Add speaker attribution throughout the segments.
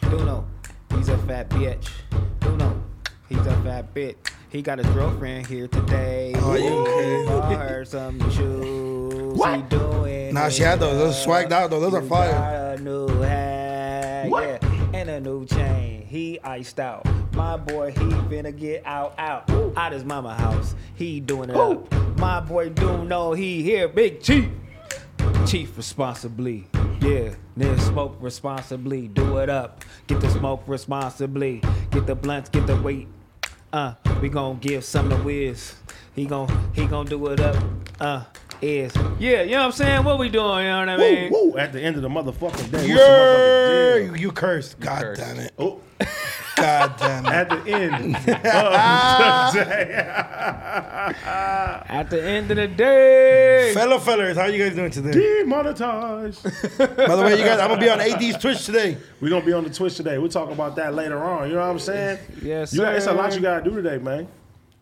Speaker 1: Duno, he's a fat bitch. Duno, he's a fat bitch. He got his girlfriend here today.
Speaker 2: Are you
Speaker 1: He
Speaker 2: kidding?
Speaker 1: bought her some shoes. What? He doing
Speaker 2: Nah, she had those. Those
Speaker 1: it
Speaker 2: swagged
Speaker 1: up.
Speaker 2: out, though. Those are
Speaker 1: You
Speaker 2: fire.
Speaker 1: Got a new hat. Yeah. And a new chain. He iced out. My boy, he finna get out, out. Out his mama house. He doing it up. My boy Duno, he here. Big Chief chief responsibly. Yeah, then smoke responsibly. Do it up. Get the smoke responsibly. Get the blunts, get the weight. Uh, we gon' give some to Wiz. He gon' he gon' do it up. Uh, is yeah, you know what I'm saying? What we doing? You know what I mean?
Speaker 3: Woo, at the end of the motherfucking day. what's
Speaker 2: Yeah,
Speaker 3: the motherfucking
Speaker 2: you,
Speaker 3: deal?
Speaker 2: you cursed. God
Speaker 4: cursed.
Speaker 2: damn it.
Speaker 3: Oh,
Speaker 2: God damn it.
Speaker 3: at the end of the day.
Speaker 1: At the end of the day,
Speaker 2: Fellow fellers, how you guys doing today?
Speaker 3: Demonetized.
Speaker 2: By the way, you guys, I'm gonna be on AD's Twitch today.
Speaker 3: We're gonna be on the Twitch today. We'll talk about that later on. You know what I'm saying?
Speaker 1: Yes,
Speaker 3: You got, it's a lot
Speaker 1: sir.
Speaker 3: you gotta do today, man.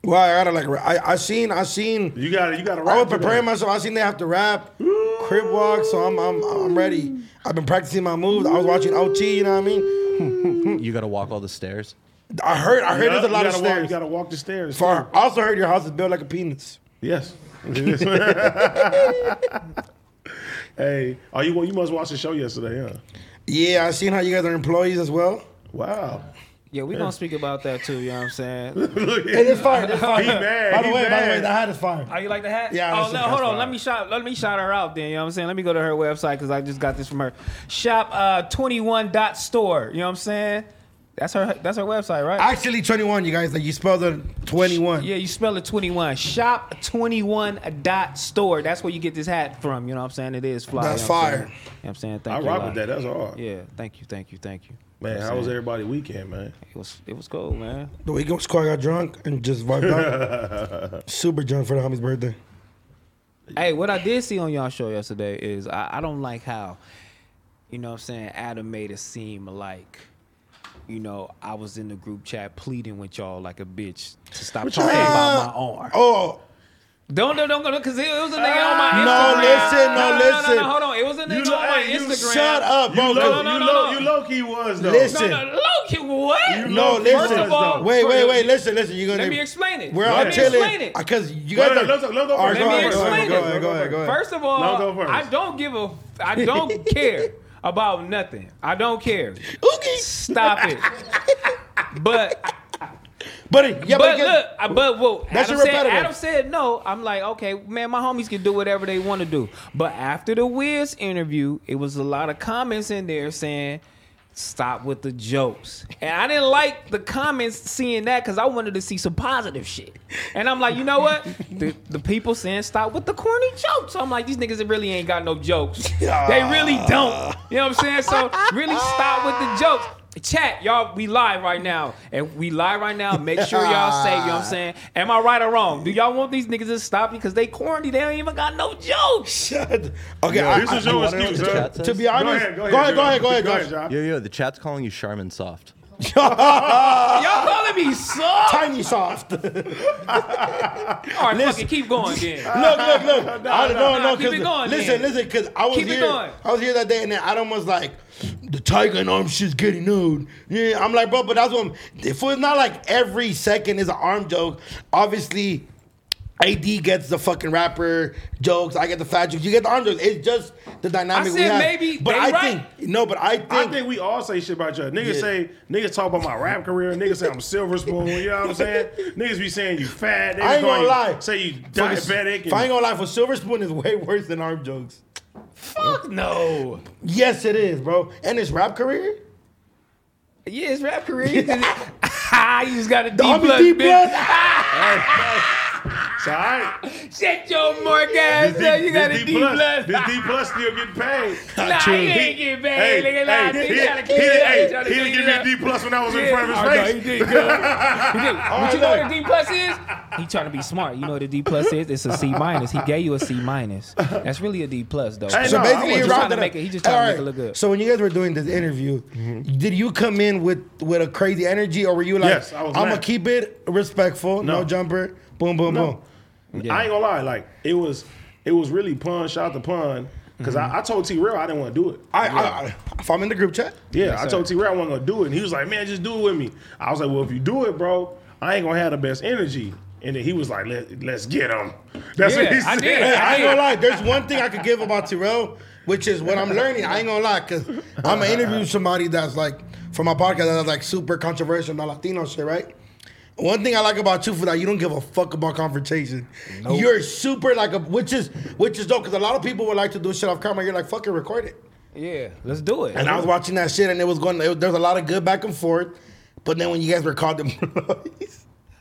Speaker 2: Well, I gotta like, I, I seen, I seen.
Speaker 3: You gotta you gotta rap.
Speaker 2: I was
Speaker 3: today.
Speaker 2: preparing myself. I seen they have to rap, crib walk, so I'm, I'm, I'm ready. I've been practicing my moves. I was watching OT. You know what I mean?
Speaker 4: You gotta walk all the stairs.
Speaker 2: I heard, I heard
Speaker 3: Yeah,
Speaker 2: there's a
Speaker 3: you
Speaker 2: lot of
Speaker 3: gotta walk-
Speaker 2: stairs.
Speaker 3: you gotta walk the stairs.
Speaker 2: For- I also heard your house is built like a penis.
Speaker 3: Yes. hey, oh you you must watch the show yesterday, huh?
Speaker 2: Yeah, I seen how you guys are employees as well.
Speaker 3: Wow.
Speaker 1: yeah, we gonna speak about that too. You know what I'm saying?
Speaker 3: Look at
Speaker 2: It is fire. It's fire.
Speaker 3: He mad,
Speaker 2: By the
Speaker 3: he
Speaker 2: way, by the
Speaker 3: mad.
Speaker 2: way, the hat is fire.
Speaker 1: Are you like the hat?
Speaker 2: Yeah,
Speaker 1: Oh,
Speaker 2: that's
Speaker 1: no,
Speaker 2: a-
Speaker 1: hold
Speaker 2: that's
Speaker 1: on.
Speaker 2: fine.
Speaker 1: Let me shout. Let me shout her out. Then you know what I'm saying. Let me go to her website because I just got this from her. Shop uh, 21 dot store. You know what I'm saying. That's her. That's her website, right?
Speaker 2: Actually, 21, you guys. Like you spelled it 21.
Speaker 1: yeah, you spell it 21. Shop 21 dot store. That's where you get this hat from. You know what I'm saying. It is fly.
Speaker 2: That's
Speaker 1: you know what I'm
Speaker 2: fire.
Speaker 1: saying? You know what I'm saying. Thank
Speaker 3: I
Speaker 1: you.
Speaker 3: rock
Speaker 1: Lyle.
Speaker 3: with that. That's hard.
Speaker 1: Yeah. Thank you. Thank you. Thank you. You
Speaker 3: Man,
Speaker 1: know
Speaker 3: how
Speaker 1: what I'm
Speaker 3: was
Speaker 1: saying?
Speaker 3: everybody weekend, man?
Speaker 1: It was. It was cool, man.
Speaker 2: The week up squad got drunk and just vibed out. Super drunk for the homie's birthday.
Speaker 1: Hey, what I did see on y'all show yesterday is I, I don't like how, you know what I'm saying, Adam made it seem like, you know, I was in the group chat pleading with y'all like a bitch to stop
Speaker 3: you
Speaker 1: talking
Speaker 3: mean?
Speaker 1: about my arm.
Speaker 2: Oh,
Speaker 1: Don't, don't, don't go, because it was a nigga on my
Speaker 2: No,
Speaker 1: Instagram.
Speaker 2: listen, no,
Speaker 1: No, no,
Speaker 2: listen.
Speaker 1: no, hold on. It was a nigga
Speaker 3: You
Speaker 1: on my
Speaker 3: hey, you
Speaker 1: Instagram.
Speaker 2: shut up, bro.
Speaker 3: You low,
Speaker 1: no, no,
Speaker 3: you
Speaker 1: no,
Speaker 3: low,
Speaker 1: no.
Speaker 3: you low key was though.
Speaker 2: Listen.
Speaker 1: No, no, look, you- what?
Speaker 3: You
Speaker 2: No,
Speaker 3: low-key
Speaker 2: listen.
Speaker 1: First of all-
Speaker 2: wait, wait,
Speaker 1: Bro,
Speaker 2: wait. Listen, listen. You're gonna
Speaker 1: Let me explain it.
Speaker 2: We're
Speaker 1: Let
Speaker 2: all
Speaker 1: me explain
Speaker 2: chilling
Speaker 1: it.
Speaker 2: because you
Speaker 3: Wait,
Speaker 2: guys
Speaker 3: wait,
Speaker 2: are.
Speaker 3: let's- let's go
Speaker 2: All right,
Speaker 3: first.
Speaker 2: go
Speaker 1: Let me
Speaker 2: ahead, go ahead,
Speaker 1: explain
Speaker 2: go
Speaker 1: it.
Speaker 2: ahead, go ahead, go ahead.
Speaker 1: First of all,
Speaker 3: No, go first.
Speaker 1: I don't give a. f- I don't care about nothing. I don't care. Stop it. But
Speaker 2: buddy,
Speaker 1: but
Speaker 2: yeah, but, get-
Speaker 1: look, I- but well,
Speaker 2: That's
Speaker 1: Adam
Speaker 2: your
Speaker 1: said,
Speaker 2: repetitive.
Speaker 1: Adam said no. I'm like, okay, man, my homies can do whatever they want to do. But after the Wiz interview, it was a lot of comments in there saying, stop with the jokes. And I didn't like the comments seeing that because I wanted to see some positive shit. And I'm like, you know what? the, the people saying stop with the corny jokes. I'm like, these niggas really ain't got no jokes. they really don't. You know what I'm saying? So really stop with the jokes. Chat, y'all, we live right now. And we live right now. Make sure y'all say, you know what I'm saying? Am I right or wrong? Do y'all want these niggas to stop because they corny? They don't even got no jokes.
Speaker 2: Shut. Okay, I,
Speaker 3: This is
Speaker 2: I,
Speaker 3: your
Speaker 4: wanna know
Speaker 3: excuse,
Speaker 4: what the
Speaker 3: huh?
Speaker 4: chat says?
Speaker 2: to be honest,
Speaker 3: Go ahead,
Speaker 2: go ahead, go ahead,
Speaker 3: Go ahead,
Speaker 2: Josh.
Speaker 3: Josh.
Speaker 4: Yo, yo, the chat's calling you Charmin Soft.
Speaker 1: Y'all calling me soft?
Speaker 2: Tiny soft. look, look,
Speaker 1: All right, fucking keep going then.
Speaker 2: look. I, no, no,
Speaker 1: no, keep
Speaker 2: 'cause
Speaker 1: it going,
Speaker 2: Listen,
Speaker 1: man.
Speaker 2: listen, because I was
Speaker 1: Keep it
Speaker 2: here.
Speaker 1: going.
Speaker 2: I was here that day, and then Adam was like, "The tiger and arm shit's getting old." Yeah, I'm like, bro, but that's what. I'm, if it's not like every second is an arm joke, obviously. AD gets the fucking rapper jokes. I get the fat jokes. You get the arm jokes. It's just the dynamic we
Speaker 1: said
Speaker 2: have.
Speaker 1: maybe
Speaker 2: but
Speaker 1: they
Speaker 2: I
Speaker 1: right.
Speaker 2: think no. But I think,
Speaker 3: I think we all say shit about you. Niggas
Speaker 2: Yeah.
Speaker 3: say niggas talk about my rap career. Niggas say I'm silver spoon. You know what I'm saying? Niggas be saying you fat. Niggas
Speaker 2: I ain't
Speaker 3: call
Speaker 2: gonna
Speaker 3: you-
Speaker 2: lie.
Speaker 3: Say you
Speaker 2: For the-
Speaker 3: diabetic.
Speaker 2: If I ain't
Speaker 3: and-
Speaker 2: gonna lie, for Silver Spoon is way worse than arm jokes.
Speaker 1: Fuck no.
Speaker 2: Yes, it is, bro. And his rap career.
Speaker 1: Yeah, it's rap career. You just got a D
Speaker 2: Army
Speaker 1: plus,
Speaker 2: D
Speaker 1: bitch.
Speaker 2: plus.
Speaker 3: So I-
Speaker 1: Shut your mark ass up. You got a
Speaker 3: this
Speaker 1: D plus.
Speaker 3: This D plus still getting paid.
Speaker 1: Nah,
Speaker 2: True.
Speaker 1: he ain't getting paid.
Speaker 3: Hey,
Speaker 1: nigga, nah,
Speaker 3: hey,
Speaker 1: nigga,
Speaker 3: he,
Speaker 1: he gotta
Speaker 3: he-
Speaker 1: keep
Speaker 3: he-
Speaker 1: it up.
Speaker 3: hey,
Speaker 1: He tryna
Speaker 3: he didn't
Speaker 1: keep
Speaker 3: give
Speaker 1: it
Speaker 3: me
Speaker 1: up.
Speaker 3: a D plus when I was in front of
Speaker 1: Oh, no,
Speaker 3: his
Speaker 1: he
Speaker 3: face.
Speaker 1: did good. He did. But you know what
Speaker 2: look.
Speaker 1: a D plus is? He trying to be smart. You know what a D plus is? It's a C minus. He gave you a C minus. That's really a D plus though.
Speaker 3: Hey,
Speaker 2: So
Speaker 3: no, I
Speaker 2: basically,
Speaker 3: was
Speaker 2: he
Speaker 3: just
Speaker 2: rocked
Speaker 1: trying to
Speaker 2: it
Speaker 1: make
Speaker 2: up.
Speaker 1: it- he just trying to make
Speaker 2: Alright,
Speaker 1: it look good.
Speaker 2: So when you guys were doing this interview, did you come in with with a crazy energy, or were you like,
Speaker 3: Yes, I was
Speaker 2: "I'm gonna
Speaker 3: mad.
Speaker 2: keep it respectful, no,
Speaker 3: No.
Speaker 2: jumper, boom, boom, boom."
Speaker 3: I ain't gonna lie, like it was, it was really pun. Shout out to pun. Because I, I told T Real I didn't want to do it.
Speaker 2: I, I, if I'm in the group chat,
Speaker 3: Yeah, I told T Real I wasn't gonna do it, and he was like, "Man, just do it with me." I was like, "Well, if you do it, bro, I ain't gonna have the best energy." And then he was like, Let, "Let's get him." That's what he
Speaker 1: Yeah, I
Speaker 3: said.
Speaker 1: did.
Speaker 2: Hey, I ain't
Speaker 1: Yeah.
Speaker 2: gonna lie. There's one thing I could give about Terrell, which is what I'm learning. I ain't gonna lie, cause I'm gonna interview somebody that's like for my podcast that's like super controversial, not Latino shit, right? One thing I like about you for that you don't give a fuck about confrontation. You're super like a which is which is dope because a lot of people would like to do shit off camera. You're like fucking record it.
Speaker 1: Yeah, let's do it.
Speaker 2: And I was watching that shit and it was going. It, there's a lot of good back and forth, but then when you guys were called them.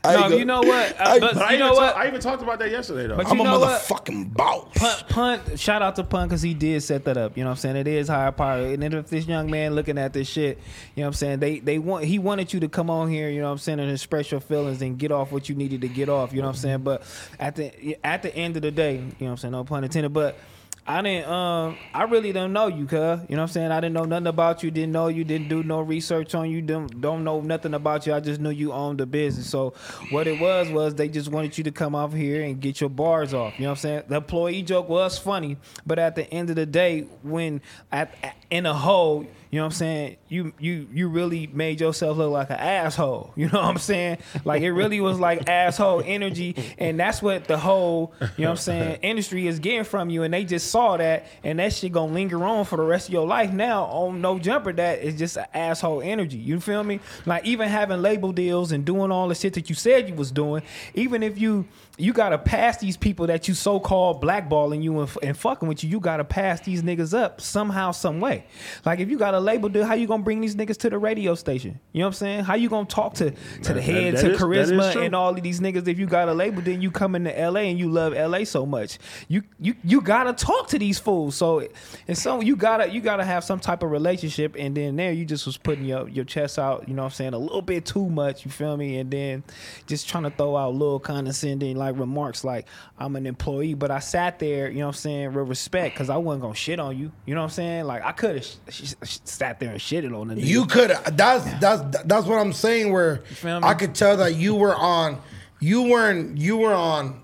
Speaker 1: No, you know what? Uh, but
Speaker 3: But I
Speaker 1: you
Speaker 3: even
Speaker 1: know
Speaker 3: ta-
Speaker 1: what?
Speaker 3: I even talked about that yesterday, though.
Speaker 1: But
Speaker 2: I'm
Speaker 1: you
Speaker 2: a
Speaker 1: know what?
Speaker 2: motherfucking boss.
Speaker 1: Punt, punt, shout out to Punt because he did set that up. You know what I'm saying? It is higher power. And then if this young man looking at this shit, you know what I'm saying? They they want he wanted you to come on here, you know what I'm saying, and express your feelings and get off what you needed to get off. You know what I'm saying? But at the at the end of the day, you know what I'm saying, no pun intended, but I didn't um I really didn't know you, cuz. You know what I'm saying? I didn't know nothing about you, didn't know you, didn't do no research on you, don't don't know nothing about you. I just knew you owned the business. So what it was was they just wanted you to come off here and get your bars off. You know what I'm saying? The employee joke was funny, but at the end of the day, when at, at- in a hole, you know what I'm saying? You you you really made yourself look like an asshole. You know what I'm saying? Like it really was like asshole energy, and that's what the whole you know what I'm saying industry is getting from you. And they just saw that, and that shit gonna linger on for the rest of your life. Now on no jumper, that is just an asshole energy. You feel me? Like even having label deals and doing all the shit that you said you was doing, even if you you gotta pass these people that you so called blackballing you and, and fucking with you, you gotta pass these niggas up somehow, some way. Like if you got a label deal, how you gonna bring these niggas to the radio station? You know what I'm saying? How you gonna talk to to the
Speaker 3: that-
Speaker 1: head,
Speaker 3: that
Speaker 1: to
Speaker 3: is- that is
Speaker 1: charisma,
Speaker 3: true.
Speaker 1: and all of these niggas? If you got a label, then you come into LA and you love LA so much, you you you gotta talk to these fools. So and so you gotta you gotta have some type of relationship, and then there you just was putting your your chest out. You know what I'm saying? A little bit too much. You feel me? And then just trying to throw out little condescending like remarks like I'm an employee, but I sat there. You know what I'm saying? With respect, because I wasn't gonna shit on you. You know what I'm saying? Like I could have sh- sh- sh- sat there and shitted on the nigga.
Speaker 2: You could. That's that's that's what I'm saying. Where
Speaker 1: feel me?
Speaker 2: I could tell that you were on. You weren't. You were on.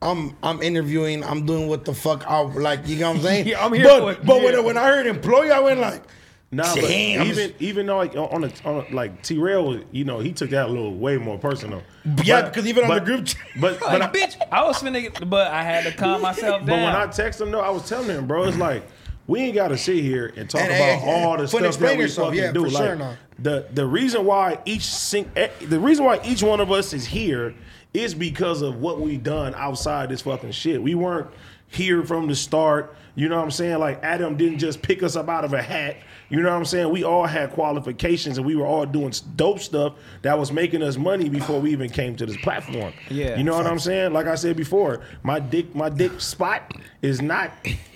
Speaker 2: I'm I'm interviewing. I'm doing what the fuck I like. You know what I'm saying?
Speaker 1: Yeah, I'm here
Speaker 2: But
Speaker 1: for it.
Speaker 2: but
Speaker 1: Yeah.
Speaker 2: when when I heard employee, I went like,
Speaker 3: Nah, but
Speaker 2: Damn.
Speaker 3: even even though like on a, on a like T Rail, you know, he took that a little way more personal.
Speaker 2: yeah, because even on
Speaker 3: but-
Speaker 2: the group chat-
Speaker 3: but but, I,
Speaker 1: Like, bitch, I was finna, get- but I had to calm myself down.
Speaker 3: but when I text him though, I was telling him, bro, it's like we ain't got to sit here and talk
Speaker 2: And-
Speaker 3: about
Speaker 2: and- and-
Speaker 3: all the
Speaker 2: but
Speaker 3: stuff
Speaker 2: explain
Speaker 3: that we
Speaker 2: yourself,
Speaker 3: fucking
Speaker 2: yeah,
Speaker 3: do.
Speaker 2: for
Speaker 3: like
Speaker 2: sure not.
Speaker 3: the the reason why each sing, eh, the reason why each one of us is here is because of what we done outside this fucking shit. We weren't here from the start. You know what I'm saying? Like Adam didn't just pick us up out of a hat. You know what I'm saying? We all had qualifications and we were all doing s- dope stuff that was making us money before we even came to this platform.
Speaker 1: Yeah.
Speaker 3: You know what I'm saying? Like I said before, my dick my dick spot is not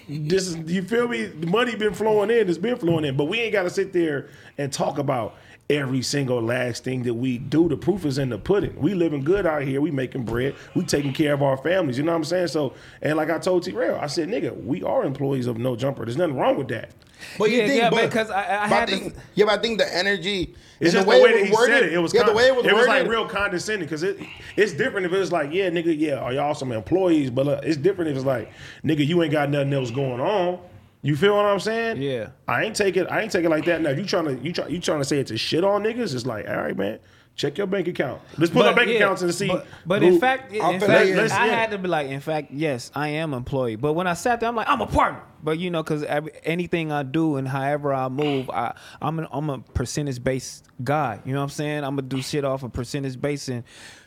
Speaker 3: this is you feel me? The money been flowing in, it's been flowing in. But we ain't gotta sit there and talk about every single last thing that we do. The proof is in the pudding. We living good out here, we making bread, we taking care of our families, you know what I'm saying? So and like I told T Rail, I said, nigga, we are employees of no jumper. There's nothing wrong with that.
Speaker 2: But you
Speaker 1: Yeah,
Speaker 2: think,
Speaker 1: yeah,
Speaker 2: but
Speaker 1: because I- I
Speaker 2: but
Speaker 1: had
Speaker 2: think-
Speaker 1: to-
Speaker 2: yeah, but I think the energy. and
Speaker 3: It's just the way, that
Speaker 2: was
Speaker 3: he said
Speaker 2: worded-
Speaker 3: it. It was
Speaker 2: yeah, the
Speaker 3: con-
Speaker 2: way it was.
Speaker 3: like
Speaker 2: worded-
Speaker 3: real condescending because it it's different if it was like, yeah, nigga, yeah, are y'all some employees? But uh, it's different if it's like, nigga, you ain't got nothing else going on. You feel what I'm saying?
Speaker 1: Yeah.
Speaker 3: I ain't take it. I ain't take it like that. Now if you trying to you try you trying to say it to shit on niggas? It's like, all right, man, check your bank account. Let's put our
Speaker 1: But,
Speaker 3: bank
Speaker 1: yeah,
Speaker 3: accounts and see.
Speaker 1: But, but
Speaker 3: who-
Speaker 1: in fact, in
Speaker 2: I'll
Speaker 1: fact,
Speaker 2: put
Speaker 1: I
Speaker 2: that in.
Speaker 3: Let's- yeah.
Speaker 1: had to be like, in fact, yes, I am employee. But when I sat there, I'm like, I'm a partner. But you know, because anything I do and however I move, I I'm an, I'm a percentage based guy. You know what I'm saying? I'm gonna do shit off a percentage base, and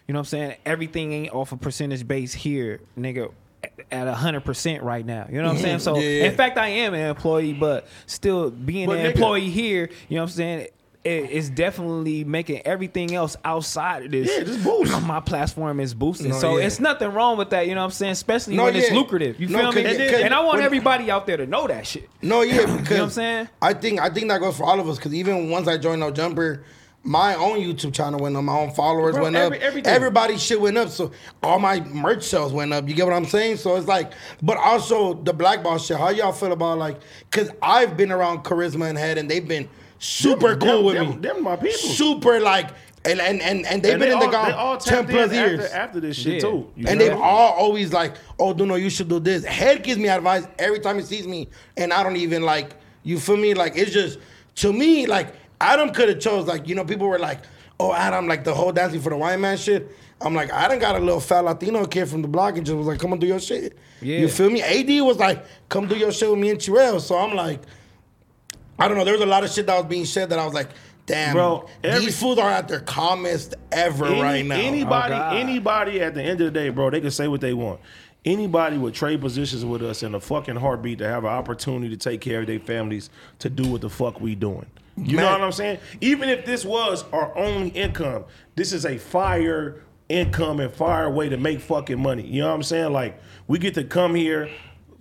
Speaker 1: you know what I'm saying. Everything ain't off a percentage base here, nigga. At hundred percent right now, you know what I'm saying. So,
Speaker 2: Yeah.
Speaker 1: in fact, I am an employee, but still being
Speaker 3: But
Speaker 1: an
Speaker 3: nigga-
Speaker 1: employee here, you know what I'm saying. It, it's definitely making everything else outside of this
Speaker 3: Yeah, just boost.
Speaker 1: my platform is boosting.
Speaker 2: No,
Speaker 1: so
Speaker 2: yeah.
Speaker 1: it's nothing wrong with that, you know what I'm saying? Especially
Speaker 2: No,
Speaker 1: when it's
Speaker 2: yeah.
Speaker 1: lucrative. You feel
Speaker 2: No,
Speaker 1: me?
Speaker 2: 'cause-
Speaker 1: And,
Speaker 2: yeah, 'cause
Speaker 1: I want
Speaker 2: when-
Speaker 1: everybody out there to know that shit.
Speaker 2: No, yeah, because
Speaker 1: I'm saying?
Speaker 2: I think I think that goes for all of us. Because even once I joined No Jumper, my own YouTube channel went up, my own followers
Speaker 1: Bro,
Speaker 2: went
Speaker 1: every-
Speaker 2: up,
Speaker 1: everything.
Speaker 2: everybody's shit went up. So all my merch sales went up. You get what I'm saying? So it's like, but also the black ball shit. How y'all feel about like? Because I've been around Charisma and Head, and they've been super
Speaker 3: Them-
Speaker 2: cool
Speaker 3: them-
Speaker 2: with me.
Speaker 3: them my people.
Speaker 2: Super like And and and, and they've
Speaker 3: And
Speaker 2: been in the
Speaker 3: all- they all
Speaker 2: game ten
Speaker 3: tapped in
Speaker 2: plus
Speaker 3: after-
Speaker 2: years.
Speaker 3: after, this shit
Speaker 1: Yeah.
Speaker 3: too. you
Speaker 2: and
Speaker 3: know?
Speaker 2: they've all always like, oh, no, no, you should do this. Head gives me advice every time he sees me, and I don't even like. You feel me? Like it's just to me, like Adam could have chose. Like you know, people were like, oh, Adam, like the whole dancing for the white man shit. I'm like, I done got a little fat Latino kid from the block and just was like, come on, do your shit.
Speaker 1: Yeah.
Speaker 2: You feel me? AD was like, come do your shit with me and Chirel. So I'm like, I don't know. There was a lot of shit that was being said that I was like, damn,
Speaker 3: Bro, every-
Speaker 2: these fools are at their calmest ever
Speaker 3: Any-
Speaker 2: right now.
Speaker 3: Anybody,
Speaker 1: Oh, God.
Speaker 3: anybody at the end of the day, bro, they can say what they want. Anybody would trade positions with us in a fucking heartbeat to have an opportunity to take care of their families to do what the fuck we doing. You know
Speaker 2: Man.
Speaker 3: what I'm saying? Even if this was our only income, this is a fire income and fire way to make fucking money. You know what I'm saying? Like we get to come here,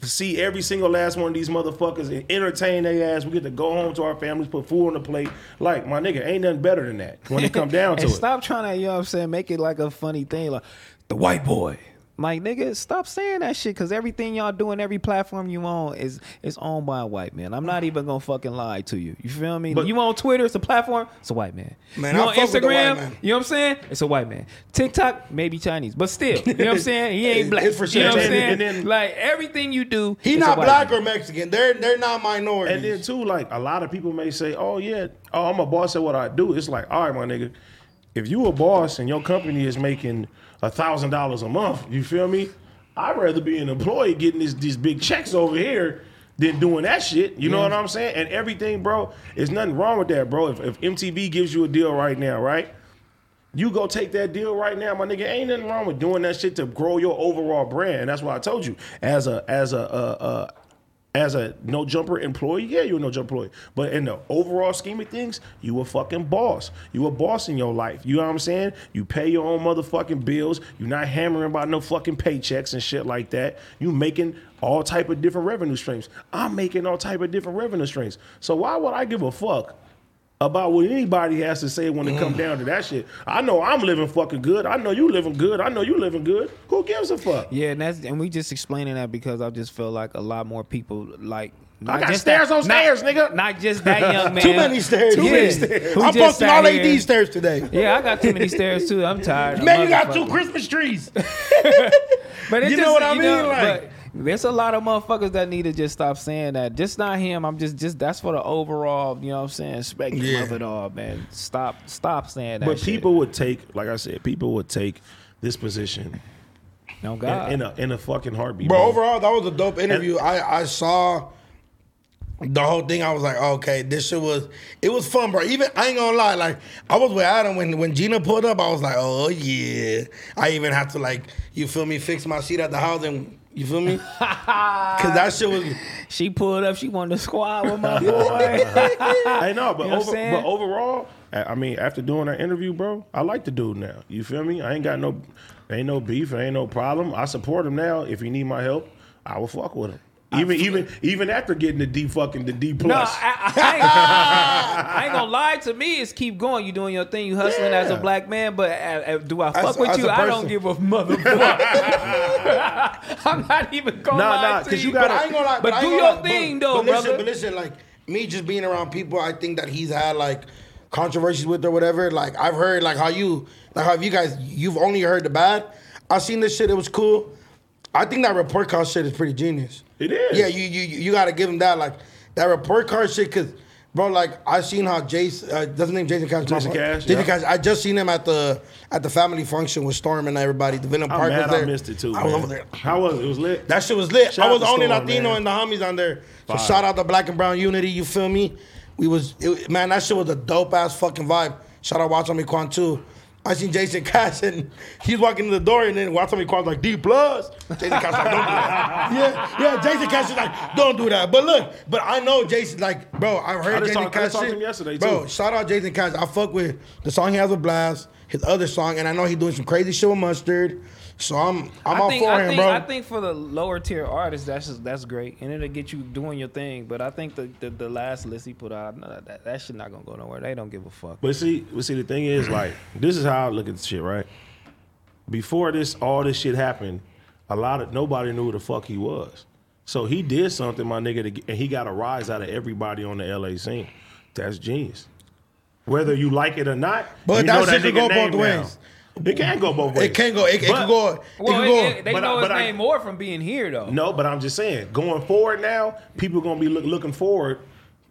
Speaker 3: see every single last one of these motherfuckers and entertain their ass. We get to go home to our families, put food on the plate. Like my nigga, ain't nothing better than that when it come down to
Speaker 1: and
Speaker 3: it.
Speaker 1: stop trying to, you know what I'm saying, make it like a funny thing, like the white boy. Like nigga, stop saying that shit because everything y'all do and every platform you on is is owned by a white man. I'm not even gonna fucking lie to you. You feel me?
Speaker 3: But-
Speaker 1: you on Twitter, it's a platform, it's a white man.
Speaker 2: Man,
Speaker 1: you
Speaker 2: I
Speaker 1: on
Speaker 2: fuck with the white
Speaker 1: Instagram,
Speaker 2: man.
Speaker 1: you know what I'm saying? It's a white man. TikTok, maybe Chinese, but still, you know what I'm saying? He ain't black.
Speaker 2: It's for sure.
Speaker 1: You know what I'm
Speaker 3: And then-
Speaker 1: saying?
Speaker 3: and then-
Speaker 1: like everything you do,
Speaker 2: He
Speaker 1: is a
Speaker 2: not
Speaker 1: white
Speaker 2: black
Speaker 1: man.
Speaker 2: or Mexican. They're they're not minorities.
Speaker 3: And then too, like a lot of people may say, "Oh yeah, oh I'm a boss at what I do." It's like, all right, my nigga, if you a boss and your company is making a thousand dollars a month, you feel me? I'd rather be an employee getting this, these big checks over here than doing that shit. You know what I'm saying? And everything, bro, there's nothing wrong with that, bro. If, if MTV gives you a deal right now, right? You go take that deal right now, my nigga. Ain't nothing wrong with doing that shit to grow your overall brand. And that's why I told you, as a as a uh, uh, as a no jumper employee, yeah, you're a no jumper employee. But in the overall scheme of things, you a fucking boss. You a boss in your life. You know what I'm saying? You pay your own motherfucking bills. You're not hammering about no fucking paychecks and shit like that. You making all type of different revenue streams. I'm making all type of different revenue streams. So why would I give a fuck about what anybody has to say when it
Speaker 1: Mm.
Speaker 3: come down to that shit. I know I'm living fucking good. I know you living good. I know you living good. Who gives a fuck?
Speaker 1: Yeah, and that's and we just explaining that because I just feel like a lot more people like.
Speaker 3: I
Speaker 1: not
Speaker 3: got
Speaker 1: just
Speaker 3: stairs
Speaker 1: that,
Speaker 3: on stairs, nigga.
Speaker 1: Not, not just that young man.
Speaker 2: too many stairs.
Speaker 1: Yeah.
Speaker 2: Too many stairs.
Speaker 1: Who
Speaker 2: I'm
Speaker 1: just
Speaker 2: busting
Speaker 1: sat
Speaker 2: all
Speaker 1: here.
Speaker 2: AD stairs today.
Speaker 1: Yeah, I got too many stairs too. I'm tired.
Speaker 2: Man, you got two
Speaker 1: Motherfucker.
Speaker 2: Christmas trees.
Speaker 1: But it's
Speaker 2: You know
Speaker 1: just,
Speaker 2: what I mean?
Speaker 1: but there's a lot of motherfuckers that need to just stop saying that. Just not him. I'm just just that's for the overall. You know what I'm saying? Spectrum
Speaker 2: Yeah.
Speaker 1: of it all, man. Stop stop saying that.
Speaker 3: But
Speaker 1: shit.
Speaker 3: people would take, like I said, people would take this position
Speaker 1: no God.
Speaker 3: in, in a in a fucking heartbeat.
Speaker 2: Bro, overall, that was a dope interview. I, I saw the whole thing. I was like, okay, this shit was it was fun, bro. Even I ain't gonna lie, like I was with Adam when when Gina pulled up. I was like, oh yeah. I even have to like, you feel me, fix my seat at the house and you feel me? Cause that shit was
Speaker 1: she pulled up. She wanted to squad with my boy.
Speaker 3: I know, but
Speaker 1: You know what I'm
Speaker 3: over,
Speaker 1: saying?
Speaker 3: but overall, I I mean, after doing that interview, bro, I like the dude now. You feel me? I ain't got no, ain't no beef, ain't no problem. I support him now. If he need my help, I will fuck with him. Even even even after getting the D fucking the D
Speaker 1: No,
Speaker 3: plus.
Speaker 1: I, I, ain't, I ain't gonna lie. To me, it's keep going. You doing your thing. You hustling as a
Speaker 3: Yeah.
Speaker 1: black man. But uh, uh, do I
Speaker 2: As-
Speaker 1: fuck with
Speaker 2: as
Speaker 1: you?
Speaker 2: a
Speaker 1: I don't
Speaker 2: person.
Speaker 1: give a motherfucker. I'm not even gonna
Speaker 3: Nah,
Speaker 1: lie
Speaker 3: nah,
Speaker 1: to
Speaker 3: 'cause
Speaker 1: you.
Speaker 3: you gotta-
Speaker 2: But I ain't gonna lie.
Speaker 1: But
Speaker 2: I ain't
Speaker 1: do
Speaker 2: gonna
Speaker 1: your
Speaker 2: lie.
Speaker 1: thing,
Speaker 2: But-
Speaker 1: though,
Speaker 2: but listen,
Speaker 1: brother.
Speaker 2: But listen, like me just being around people, I think that he's had like controversies with or whatever. Like I've heard like how you, like how you guys, you've only heard the bad. I seen this shit. It was cool. I think that report card shit is pretty genius.
Speaker 3: It is.
Speaker 2: Yeah, you you you you gotta give him that like that report card shit because. Bro, like I seen how Jason, uh, doesn't name Jason Cash. my
Speaker 3: Jason
Speaker 2: fault.
Speaker 3: Cash,
Speaker 2: Jason
Speaker 3: yeah.
Speaker 2: Cash. I just seen him at the at the family function with Storm and everybody. The Venom
Speaker 3: I'm
Speaker 2: Park
Speaker 3: mad
Speaker 2: was there.
Speaker 3: I missed it too.
Speaker 2: I was
Speaker 3: man.
Speaker 2: over there.
Speaker 3: How was it? It was lit.
Speaker 2: That shit was lit.
Speaker 3: Shout
Speaker 2: I
Speaker 3: out
Speaker 2: was
Speaker 3: to
Speaker 2: the only
Speaker 3: Storm,
Speaker 2: Latino
Speaker 3: man.
Speaker 2: and the homies on there. So
Speaker 3: Fire.
Speaker 2: shout out to Black and Brown Unity. You feel me? We was it, man. That shit was a dope ass fucking vibe. Shout out Watch on Me Quan too. I seen Jason Cash and he's walking in the door and then Watch on Me Quan's like D plus. Jason Cash like don't do that. yeah, yeah. Jason Cash is like don't do that. But look, but I know Jason like bro. I've heard
Speaker 3: I just
Speaker 2: Jason
Speaker 3: talked- I
Speaker 2: Cash
Speaker 3: just talked
Speaker 2: shit.
Speaker 3: to him yesterday,
Speaker 2: bro.
Speaker 3: too.
Speaker 2: Shout out Jason Cash. I fuck with the song he has with Blast, his other song, and I know he doing some crazy shit with Mustard. So I'm I'm all
Speaker 1: think,
Speaker 2: for
Speaker 1: I
Speaker 2: him,
Speaker 1: think,
Speaker 2: bro.
Speaker 1: I think for the lower tier artists, that's just, that's great, and it'll get you doing your thing. But I think the the, the last list he put out, no, that that shit not gonna go nowhere. They don't give a fuck.
Speaker 3: But see, but see, the thing is, like, this is how I look at the shit, right? Before this, all this shit happened, a lot of nobody knew who the fuck he was. So he did something, my nigga, to get, and he got a rise out of everybody on the LA scene. That's genius. whether you like it or not.
Speaker 2: But
Speaker 3: you
Speaker 2: that
Speaker 3: know
Speaker 2: shit could go
Speaker 3: nigga name
Speaker 2: both
Speaker 3: now.
Speaker 2: ways.
Speaker 3: It can go both ways.
Speaker 2: It can go. It, it
Speaker 3: But-
Speaker 2: can go. It
Speaker 1: Well,
Speaker 2: can
Speaker 1: it-
Speaker 2: go.
Speaker 1: it- they
Speaker 3: But I-
Speaker 1: know his
Speaker 3: but I-
Speaker 1: name more from being here though.
Speaker 3: No, but I'm just saying, going forward now, people gonna be look, looking forward.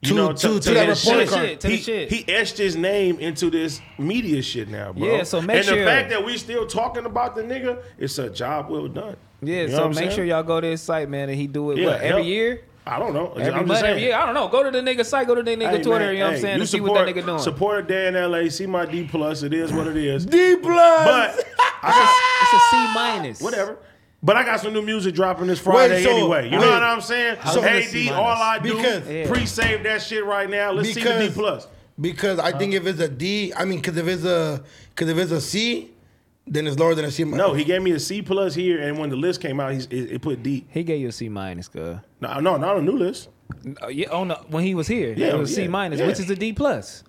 Speaker 3: You
Speaker 2: To-
Speaker 3: know,
Speaker 2: to- to that
Speaker 3: his
Speaker 2: reporting
Speaker 3: shit.
Speaker 2: card.
Speaker 1: Shit, to the
Speaker 3: he,
Speaker 1: shit.
Speaker 3: he etched his name into this media shit now, bro.
Speaker 1: Yeah, so make
Speaker 3: and
Speaker 1: sure-
Speaker 3: the fact that we still talking about the nigga, it's a job well done.
Speaker 1: Yeah,
Speaker 3: You know what
Speaker 1: so
Speaker 3: I'm
Speaker 1: make
Speaker 3: saying?
Speaker 1: sure y'all go to his site, man, and he do it
Speaker 3: Yeah,
Speaker 1: what, every
Speaker 3: yep.
Speaker 1: year.
Speaker 3: I don't know.
Speaker 1: Every
Speaker 3: I'm
Speaker 1: month,
Speaker 3: just saying.
Speaker 1: every year. I don't know. Go to the nigga site, go to the nigga
Speaker 3: Hey,
Speaker 1: Twitter,
Speaker 3: man,
Speaker 1: you know what I'm
Speaker 3: hey,
Speaker 1: saying,
Speaker 3: you
Speaker 1: to see what that nigga doing.
Speaker 3: Support Dan LA. See my D plus. It is what it is.
Speaker 2: D plus.
Speaker 3: but I got,
Speaker 1: It's a C minus.
Speaker 3: whatever. But I got some new music dropping this Friday
Speaker 2: so-
Speaker 3: anyway. You know
Speaker 2: wait.
Speaker 3: what I'm saying?
Speaker 4: I was
Speaker 3: So
Speaker 4: gonna
Speaker 3: AD,
Speaker 4: see
Speaker 3: all I do
Speaker 2: Because- Yeah.
Speaker 3: pre-save that shit right now. Let's see the D plus.
Speaker 2: Because I think if it's a D, I mean, because if it's a, because if it's a C, then it's lower than a C.
Speaker 3: No, he gave me a C plus here, and when the list came out, he's, it, it put D.
Speaker 1: He gave you a C minus, cuz.
Speaker 3: No, no, not a new list.
Speaker 1: Uh, yeah, on the, when he was here,
Speaker 3: Yeah,
Speaker 1: it was a C
Speaker 3: yeah,
Speaker 1: minus,
Speaker 3: yeah.
Speaker 1: which is a D plus.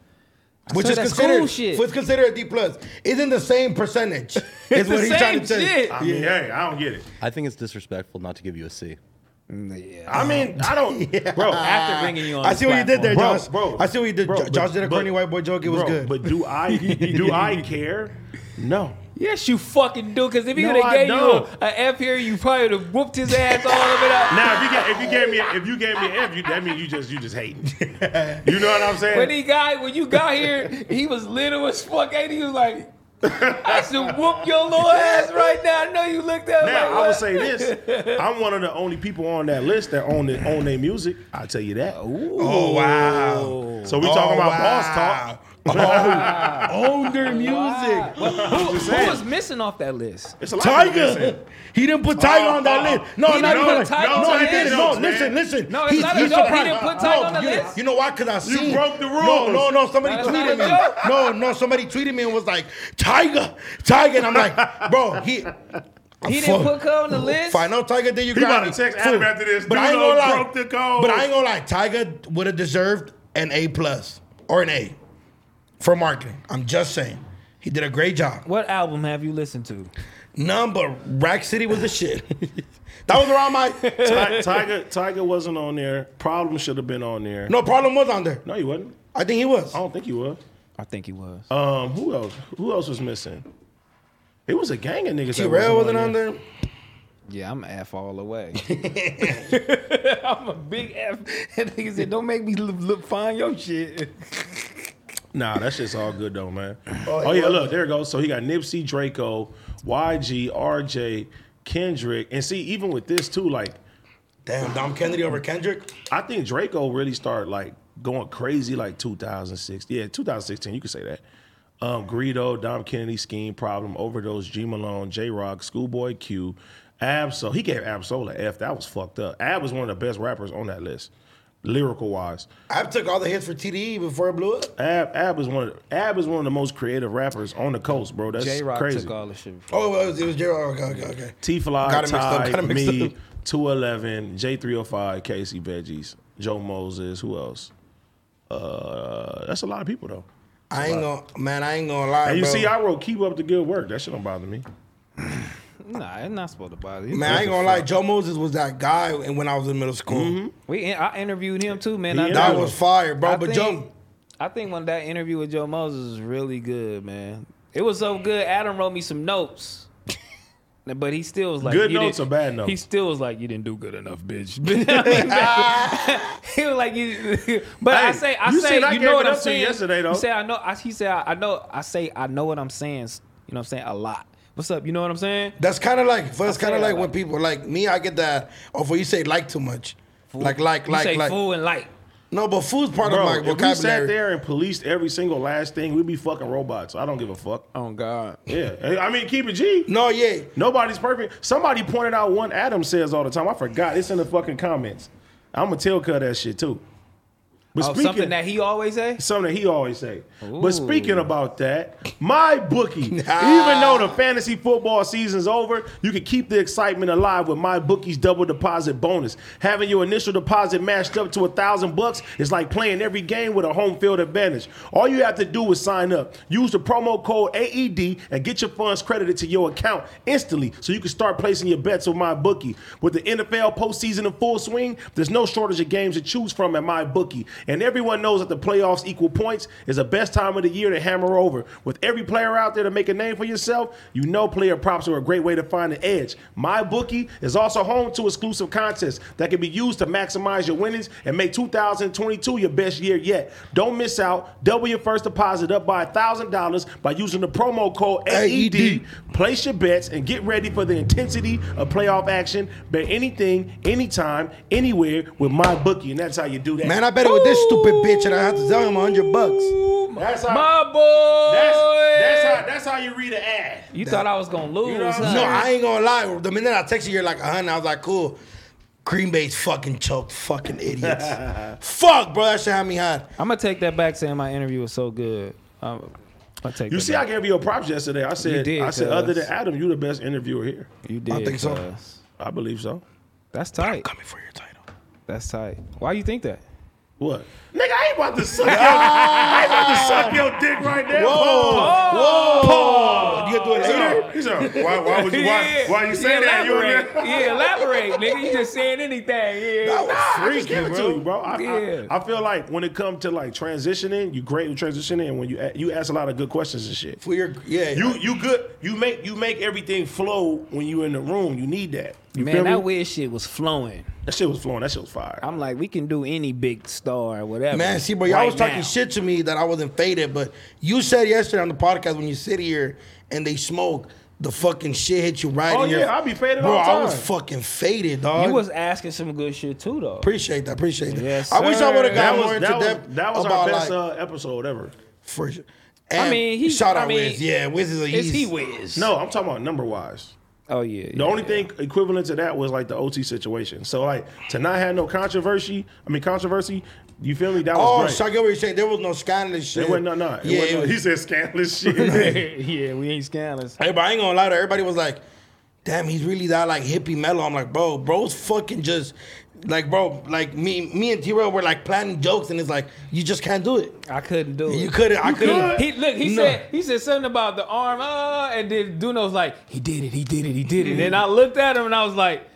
Speaker 2: which
Speaker 1: so
Speaker 2: is
Speaker 1: that's
Speaker 2: considered,
Speaker 1: cool shit.
Speaker 2: which is considered a D plus. Isn't the same percentage? Is
Speaker 1: It's
Speaker 2: what
Speaker 1: the
Speaker 2: he's trying
Speaker 1: same
Speaker 2: to tell you.
Speaker 1: shit.
Speaker 3: I mean, hey, I don't get it.
Speaker 4: I think it's disrespectful not to give you a C.
Speaker 3: I mean, I don't, bro.
Speaker 1: After bringing you on,
Speaker 2: I
Speaker 1: this
Speaker 2: see what you did there,
Speaker 1: platform.
Speaker 3: Bro,
Speaker 2: Josh.
Speaker 3: bro.
Speaker 2: I see what you did.
Speaker 3: Bro,
Speaker 2: Jo-
Speaker 3: but-
Speaker 2: Josh did a corny
Speaker 3: but-
Speaker 2: white boy joke. It was
Speaker 3: bro,
Speaker 2: good.
Speaker 3: But do I do I care? No.
Speaker 1: Yes, you fucking do. Because if he
Speaker 3: No,
Speaker 1: would have
Speaker 3: I
Speaker 1: gave you a,
Speaker 3: don't.
Speaker 1: a F here, you probably would have whooped his ass all over that.
Speaker 3: Now if you get, if you gave me if you gave me an F, you, that means you just you just hating. You know what I'm saying?
Speaker 1: When he got when you got here, he was little as fuck. And he was like, "I should whoop your little ass right now." I know you looked at me.
Speaker 3: Now
Speaker 1: like,
Speaker 3: I would
Speaker 1: what?
Speaker 3: say this: I'm one of the only people on that list that own it, own their music. I tell you that.
Speaker 2: oh wow. Oh,
Speaker 3: So we talking about boss talk.
Speaker 2: talk. Oh, own their music.
Speaker 1: Wow. Well, who,
Speaker 3: just
Speaker 1: who
Speaker 3: saying.
Speaker 1: was missing off that list?
Speaker 3: It's a lot of people missing.
Speaker 2: Tiger. He didn't put Tiger
Speaker 3: Oh,
Speaker 2: on that
Speaker 3: oh,
Speaker 2: list. No,
Speaker 1: He
Speaker 2: not
Speaker 1: didn't
Speaker 2: even.
Speaker 1: put Tiger
Speaker 2: No,
Speaker 1: on
Speaker 2: no, he
Speaker 1: that
Speaker 2: didn't.
Speaker 3: list,
Speaker 2: No,
Speaker 3: man.
Speaker 2: listen, listen.
Speaker 1: No, it's not a
Speaker 2: he's
Speaker 1: joke. He
Speaker 2: surprised.
Speaker 1: didn't put Tiger
Speaker 2: No,
Speaker 1: on the
Speaker 2: you,
Speaker 1: list.
Speaker 2: You know why? Because I seen.
Speaker 3: broke the
Speaker 2: No,
Speaker 3: rules.
Speaker 2: no, no. Somebody
Speaker 1: That's not a
Speaker 2: tweeted me.
Speaker 1: joke.
Speaker 2: No, no. Somebody tweeted me and was like, Tiger, Tiger. And I'm like, bro, he.
Speaker 1: He didn't put Cub on the list.
Speaker 2: Find out Tiger did you
Speaker 3: He
Speaker 2: got
Speaker 3: about to
Speaker 2: me.
Speaker 3: text Adam
Speaker 2: Fool.
Speaker 3: after this.
Speaker 2: But I ain't
Speaker 3: Dude,
Speaker 2: gonna
Speaker 3: oh,
Speaker 2: lie.
Speaker 3: broke the code.
Speaker 2: But I ain't gonna lie. Tiger would have deserved an A plus or an A for marketing. I'm just saying. He did a great job.
Speaker 1: What album have you listened to?
Speaker 2: None but Rack City was the shit. that was around my.
Speaker 3: Ti- Tiger Tiger wasn't on there. Problem should have been on there.
Speaker 2: No problem was on there.
Speaker 3: no, he wasn't.
Speaker 2: I think he was.
Speaker 3: I don't think he was.
Speaker 1: I think he was.
Speaker 3: Um, who else? Who else was missing? It was a gang of niggas. that
Speaker 2: T-Rail wasn't on
Speaker 3: there.
Speaker 2: there.
Speaker 1: Yeah, I'm F all the way. I'm a big F. And nigga said, don't make me look, look find your shit.
Speaker 3: Nah, that shit's all good though, man.
Speaker 2: Oh,
Speaker 3: Oh,
Speaker 2: it
Speaker 3: yeah,
Speaker 2: was.
Speaker 3: look, there it goes. So he got Nipsey, Draco, YG, RJ, Kendrick, and see, even with this too, like
Speaker 2: Damn, Dom Kennedy over Kendrick.
Speaker 3: I think Draco really started like going crazy like 2006. Yeah, 2016, you could say that. Um, Greedo, Dom Kennedy, Scheme, Problem, Overdose, G Malone, J Rock, Schoolboy Q, Absol. He gave Absol a F. That was fucked up. Ab was one of the best rappers on that list, lyrical wise.
Speaker 2: I took all the hits for TDE before it blew up.
Speaker 3: Ab Ab is one of Ab is one of the most creative rappers on the coast, bro. That's
Speaker 1: J Rock
Speaker 3: crazy.
Speaker 1: took all the shit. from-
Speaker 2: Oh, it was, it was Gerald. Okay, okay, okay.
Speaker 3: T Fly,
Speaker 2: Got it mixed up,
Speaker 3: Ty,
Speaker 2: got it mixed
Speaker 3: me,
Speaker 2: up.
Speaker 3: 211, J305, Casey Veggies, Joe Moses, who else? Uh, that's a lot of people though.
Speaker 2: I ain't gonna, man. I ain't gonna lie,
Speaker 3: And you
Speaker 2: bro.
Speaker 3: see, I wrote "Keep Up the Good Work." That shit don't bother me.
Speaker 1: Nah, it's not supposed to bother you.
Speaker 2: man, I ain't gonna lie. Joe Moses was that guy when when I was in middle school.
Speaker 1: We, in- I interviewed him too, man.
Speaker 3: He
Speaker 1: I,
Speaker 2: That
Speaker 3: Mm-hmm. Yeah.
Speaker 2: was fire, bro.
Speaker 1: I
Speaker 2: but
Speaker 1: think,
Speaker 2: Joe,
Speaker 1: I think when that interview with Joe Moses was really good, man. It was so good. Adam wrote me some notes. But he still was like
Speaker 3: Good
Speaker 1: you
Speaker 3: notes
Speaker 1: didn't-
Speaker 3: or bad notes?
Speaker 1: He still was like, "You didn't do good enough, bitch." I mean, that- he was like, you, "But I
Speaker 3: Hey,
Speaker 1: say, I
Speaker 3: you
Speaker 1: say,
Speaker 3: said I
Speaker 1: you
Speaker 3: gave
Speaker 1: know what
Speaker 3: it
Speaker 1: I'm
Speaker 3: up to you
Speaker 1: saying."
Speaker 3: yesterday, though.
Speaker 1: You say, "I know." I, he said, "I know." I say, "I know what I'm saying." You know what I'm saying? A lot. What's up? You know what I'm saying?
Speaker 2: that's kind of like. For it's
Speaker 1: say
Speaker 2: kind of
Speaker 1: I
Speaker 2: like when
Speaker 1: like-
Speaker 2: people like me. I get that. Or for you say like too much. Like like
Speaker 1: You
Speaker 2: like
Speaker 1: say
Speaker 2: like.
Speaker 1: fool and light.
Speaker 2: No, but food's part
Speaker 3: Bro,
Speaker 2: of my
Speaker 3: if we sat
Speaker 2: vocabulary.
Speaker 3: there and policed every single last thing, we'd be fucking robots. I don't give a fuck.
Speaker 1: Oh God.
Speaker 3: Yeah, I mean, keep it G.
Speaker 2: No, yeah.
Speaker 3: Nobody's perfect. Somebody pointed out one Adam says all the time. I forgot. It's in the fucking comments. I'm gonna tell Cud that shit too. But
Speaker 1: Oh, something that he always say.
Speaker 3: something that he always say.
Speaker 1: Ooh.
Speaker 3: But speaking about that, my bookie. Even though the fantasy football season's over, you can keep the excitement alive with my bookie's double deposit bonus. Having your initial deposit matched up to a thousand bucks is like playing every game with a home field advantage. All you have to do is sign up, use the promo code AED, and get your funds credited to your account instantly, so you can start placing your bets with my bookie. With the NFL postseason in full swing, there's no shortage of games to choose from at my bookie. And everyone knows that the playoffs equal points is the best time of the year to hammer over. With every player out there to make a name for yourself, you know player props are a great way to find an edge. My bookie is also home to exclusive contests that can be used to maximize your winnings and make 2022 your best year yet. Don't miss out. Double your first deposit up by $1,000 by using the promo code E AED.
Speaker 2: AED.
Speaker 3: Place your bets and get ready for the intensity of playoff action. Bet anything, anytime, anywhere with my bookie, and that's how you do that.
Speaker 2: Man, I bet it with this stupid bitch, and I have to tell him a hundred bucks.
Speaker 3: that's how.
Speaker 1: My boy.
Speaker 3: that's, that's how. That's how you read an ad.
Speaker 1: you thought I was gonna lose.
Speaker 3: know what I'm
Speaker 1: huh?
Speaker 2: No, I ain't gonna lie. The minute I texted you, you're like, uh I was like, cool. Green Bay's fucking choked, fucking idiots. Fuck, bro, that shit had me hot.
Speaker 1: I'm gonna take that back saying my interview was so good. Um, I take.
Speaker 3: You
Speaker 1: that
Speaker 3: see, I
Speaker 1: back.
Speaker 3: gave you a props yesterday. I said,
Speaker 1: did,
Speaker 3: I said, other
Speaker 1: cuz.
Speaker 3: than Adam, you the best interviewer here.
Speaker 1: you did.
Speaker 2: think so.
Speaker 1: cuz.
Speaker 3: I believe so.
Speaker 1: That's tight.
Speaker 2: Coming for your title.
Speaker 1: That's tight. Why you think that?
Speaker 3: What? Nigga, I ain't about to suck your, I ain't about to suck your dick right now. Oh.
Speaker 2: Whoa, whoa. You gonna do it later?
Speaker 3: He's like, why, why would you why, why you say that? You in
Speaker 1: Elaborate.
Speaker 3: there?
Speaker 1: yeah, elaborate, nigga. You just saying anything. Yeah.
Speaker 2: That was
Speaker 3: I just
Speaker 2: freaky,
Speaker 3: give it to you,
Speaker 2: bro.
Speaker 3: bro. I, I-
Speaker 1: Yeah.
Speaker 3: I, feel like when it comes to like transitioning, you great with transitioning, and when you a- you ask a lot of good questions and shit.
Speaker 2: For your, yeah.
Speaker 3: You you good. You make you make everything flow when you in the room. You need that. You
Speaker 1: Man,
Speaker 3: feel me?
Speaker 1: that weird shit was flowing.
Speaker 3: that shit was flowing. That shit was fire.
Speaker 1: I'm like, we can do any big star or whatever.
Speaker 2: Man, see, bro, y'all all
Speaker 1: right
Speaker 2: was talking
Speaker 1: now.
Speaker 2: shit to me that I wasn't faded, but you said yesterday on the podcast when you sit here and they smoke, the fucking shit hit you right
Speaker 3: Oh,
Speaker 2: in your-
Speaker 3: yeah, I be faded
Speaker 2: Bro,
Speaker 3: all the
Speaker 2: I was
Speaker 3: time.
Speaker 2: fucking faded, dog.
Speaker 1: You was asking some good shit too, though.
Speaker 2: appreciate that, appreciate that.
Speaker 1: Yes,
Speaker 2: I wish I
Speaker 1: sir.
Speaker 2: would have
Speaker 3: that
Speaker 2: got
Speaker 3: was
Speaker 2: more into
Speaker 3: that was,
Speaker 2: depth
Speaker 3: that was our
Speaker 2: about
Speaker 3: best
Speaker 2: like
Speaker 3: uh, episode ever.
Speaker 2: for sure. And I
Speaker 1: mean,
Speaker 2: mean,
Speaker 1: he-
Speaker 2: shout
Speaker 1: I
Speaker 2: out
Speaker 1: mean,
Speaker 2: Wiz. Yeah, Wiz is a
Speaker 1: Is
Speaker 2: he's-
Speaker 1: he whiz?
Speaker 3: No, I'm talking about number wise.
Speaker 1: Oh yeah.
Speaker 3: The only thing equivalent to that was like the OT situation. So like to not have no controversy. I mean controversy. You feel me? That was
Speaker 2: Oh,
Speaker 3: great.
Speaker 2: so I get what you're saying. There was no scandalous shit.
Speaker 3: It wasn't no, no. It
Speaker 2: Yeah,
Speaker 3: wasn't,
Speaker 2: it
Speaker 3: no-
Speaker 2: was-
Speaker 3: he said scandalous shit.
Speaker 1: yeah, we ain't scandalous.
Speaker 2: Everybody I ain't gonna lie to everybody was like, damn, he's really that like hippie mellow. I'm like, bro, bro's fucking just like bro, like me me and T Rail were like planning jokes and it's like, you just can't do it.
Speaker 1: I couldn't do it.
Speaker 2: You couldn't I couldn't
Speaker 1: He look. He
Speaker 2: No.
Speaker 1: said. He said something about the arm. Uh, and then Duno's like, he did it. He did it. He did it. And I looked at him and I was like,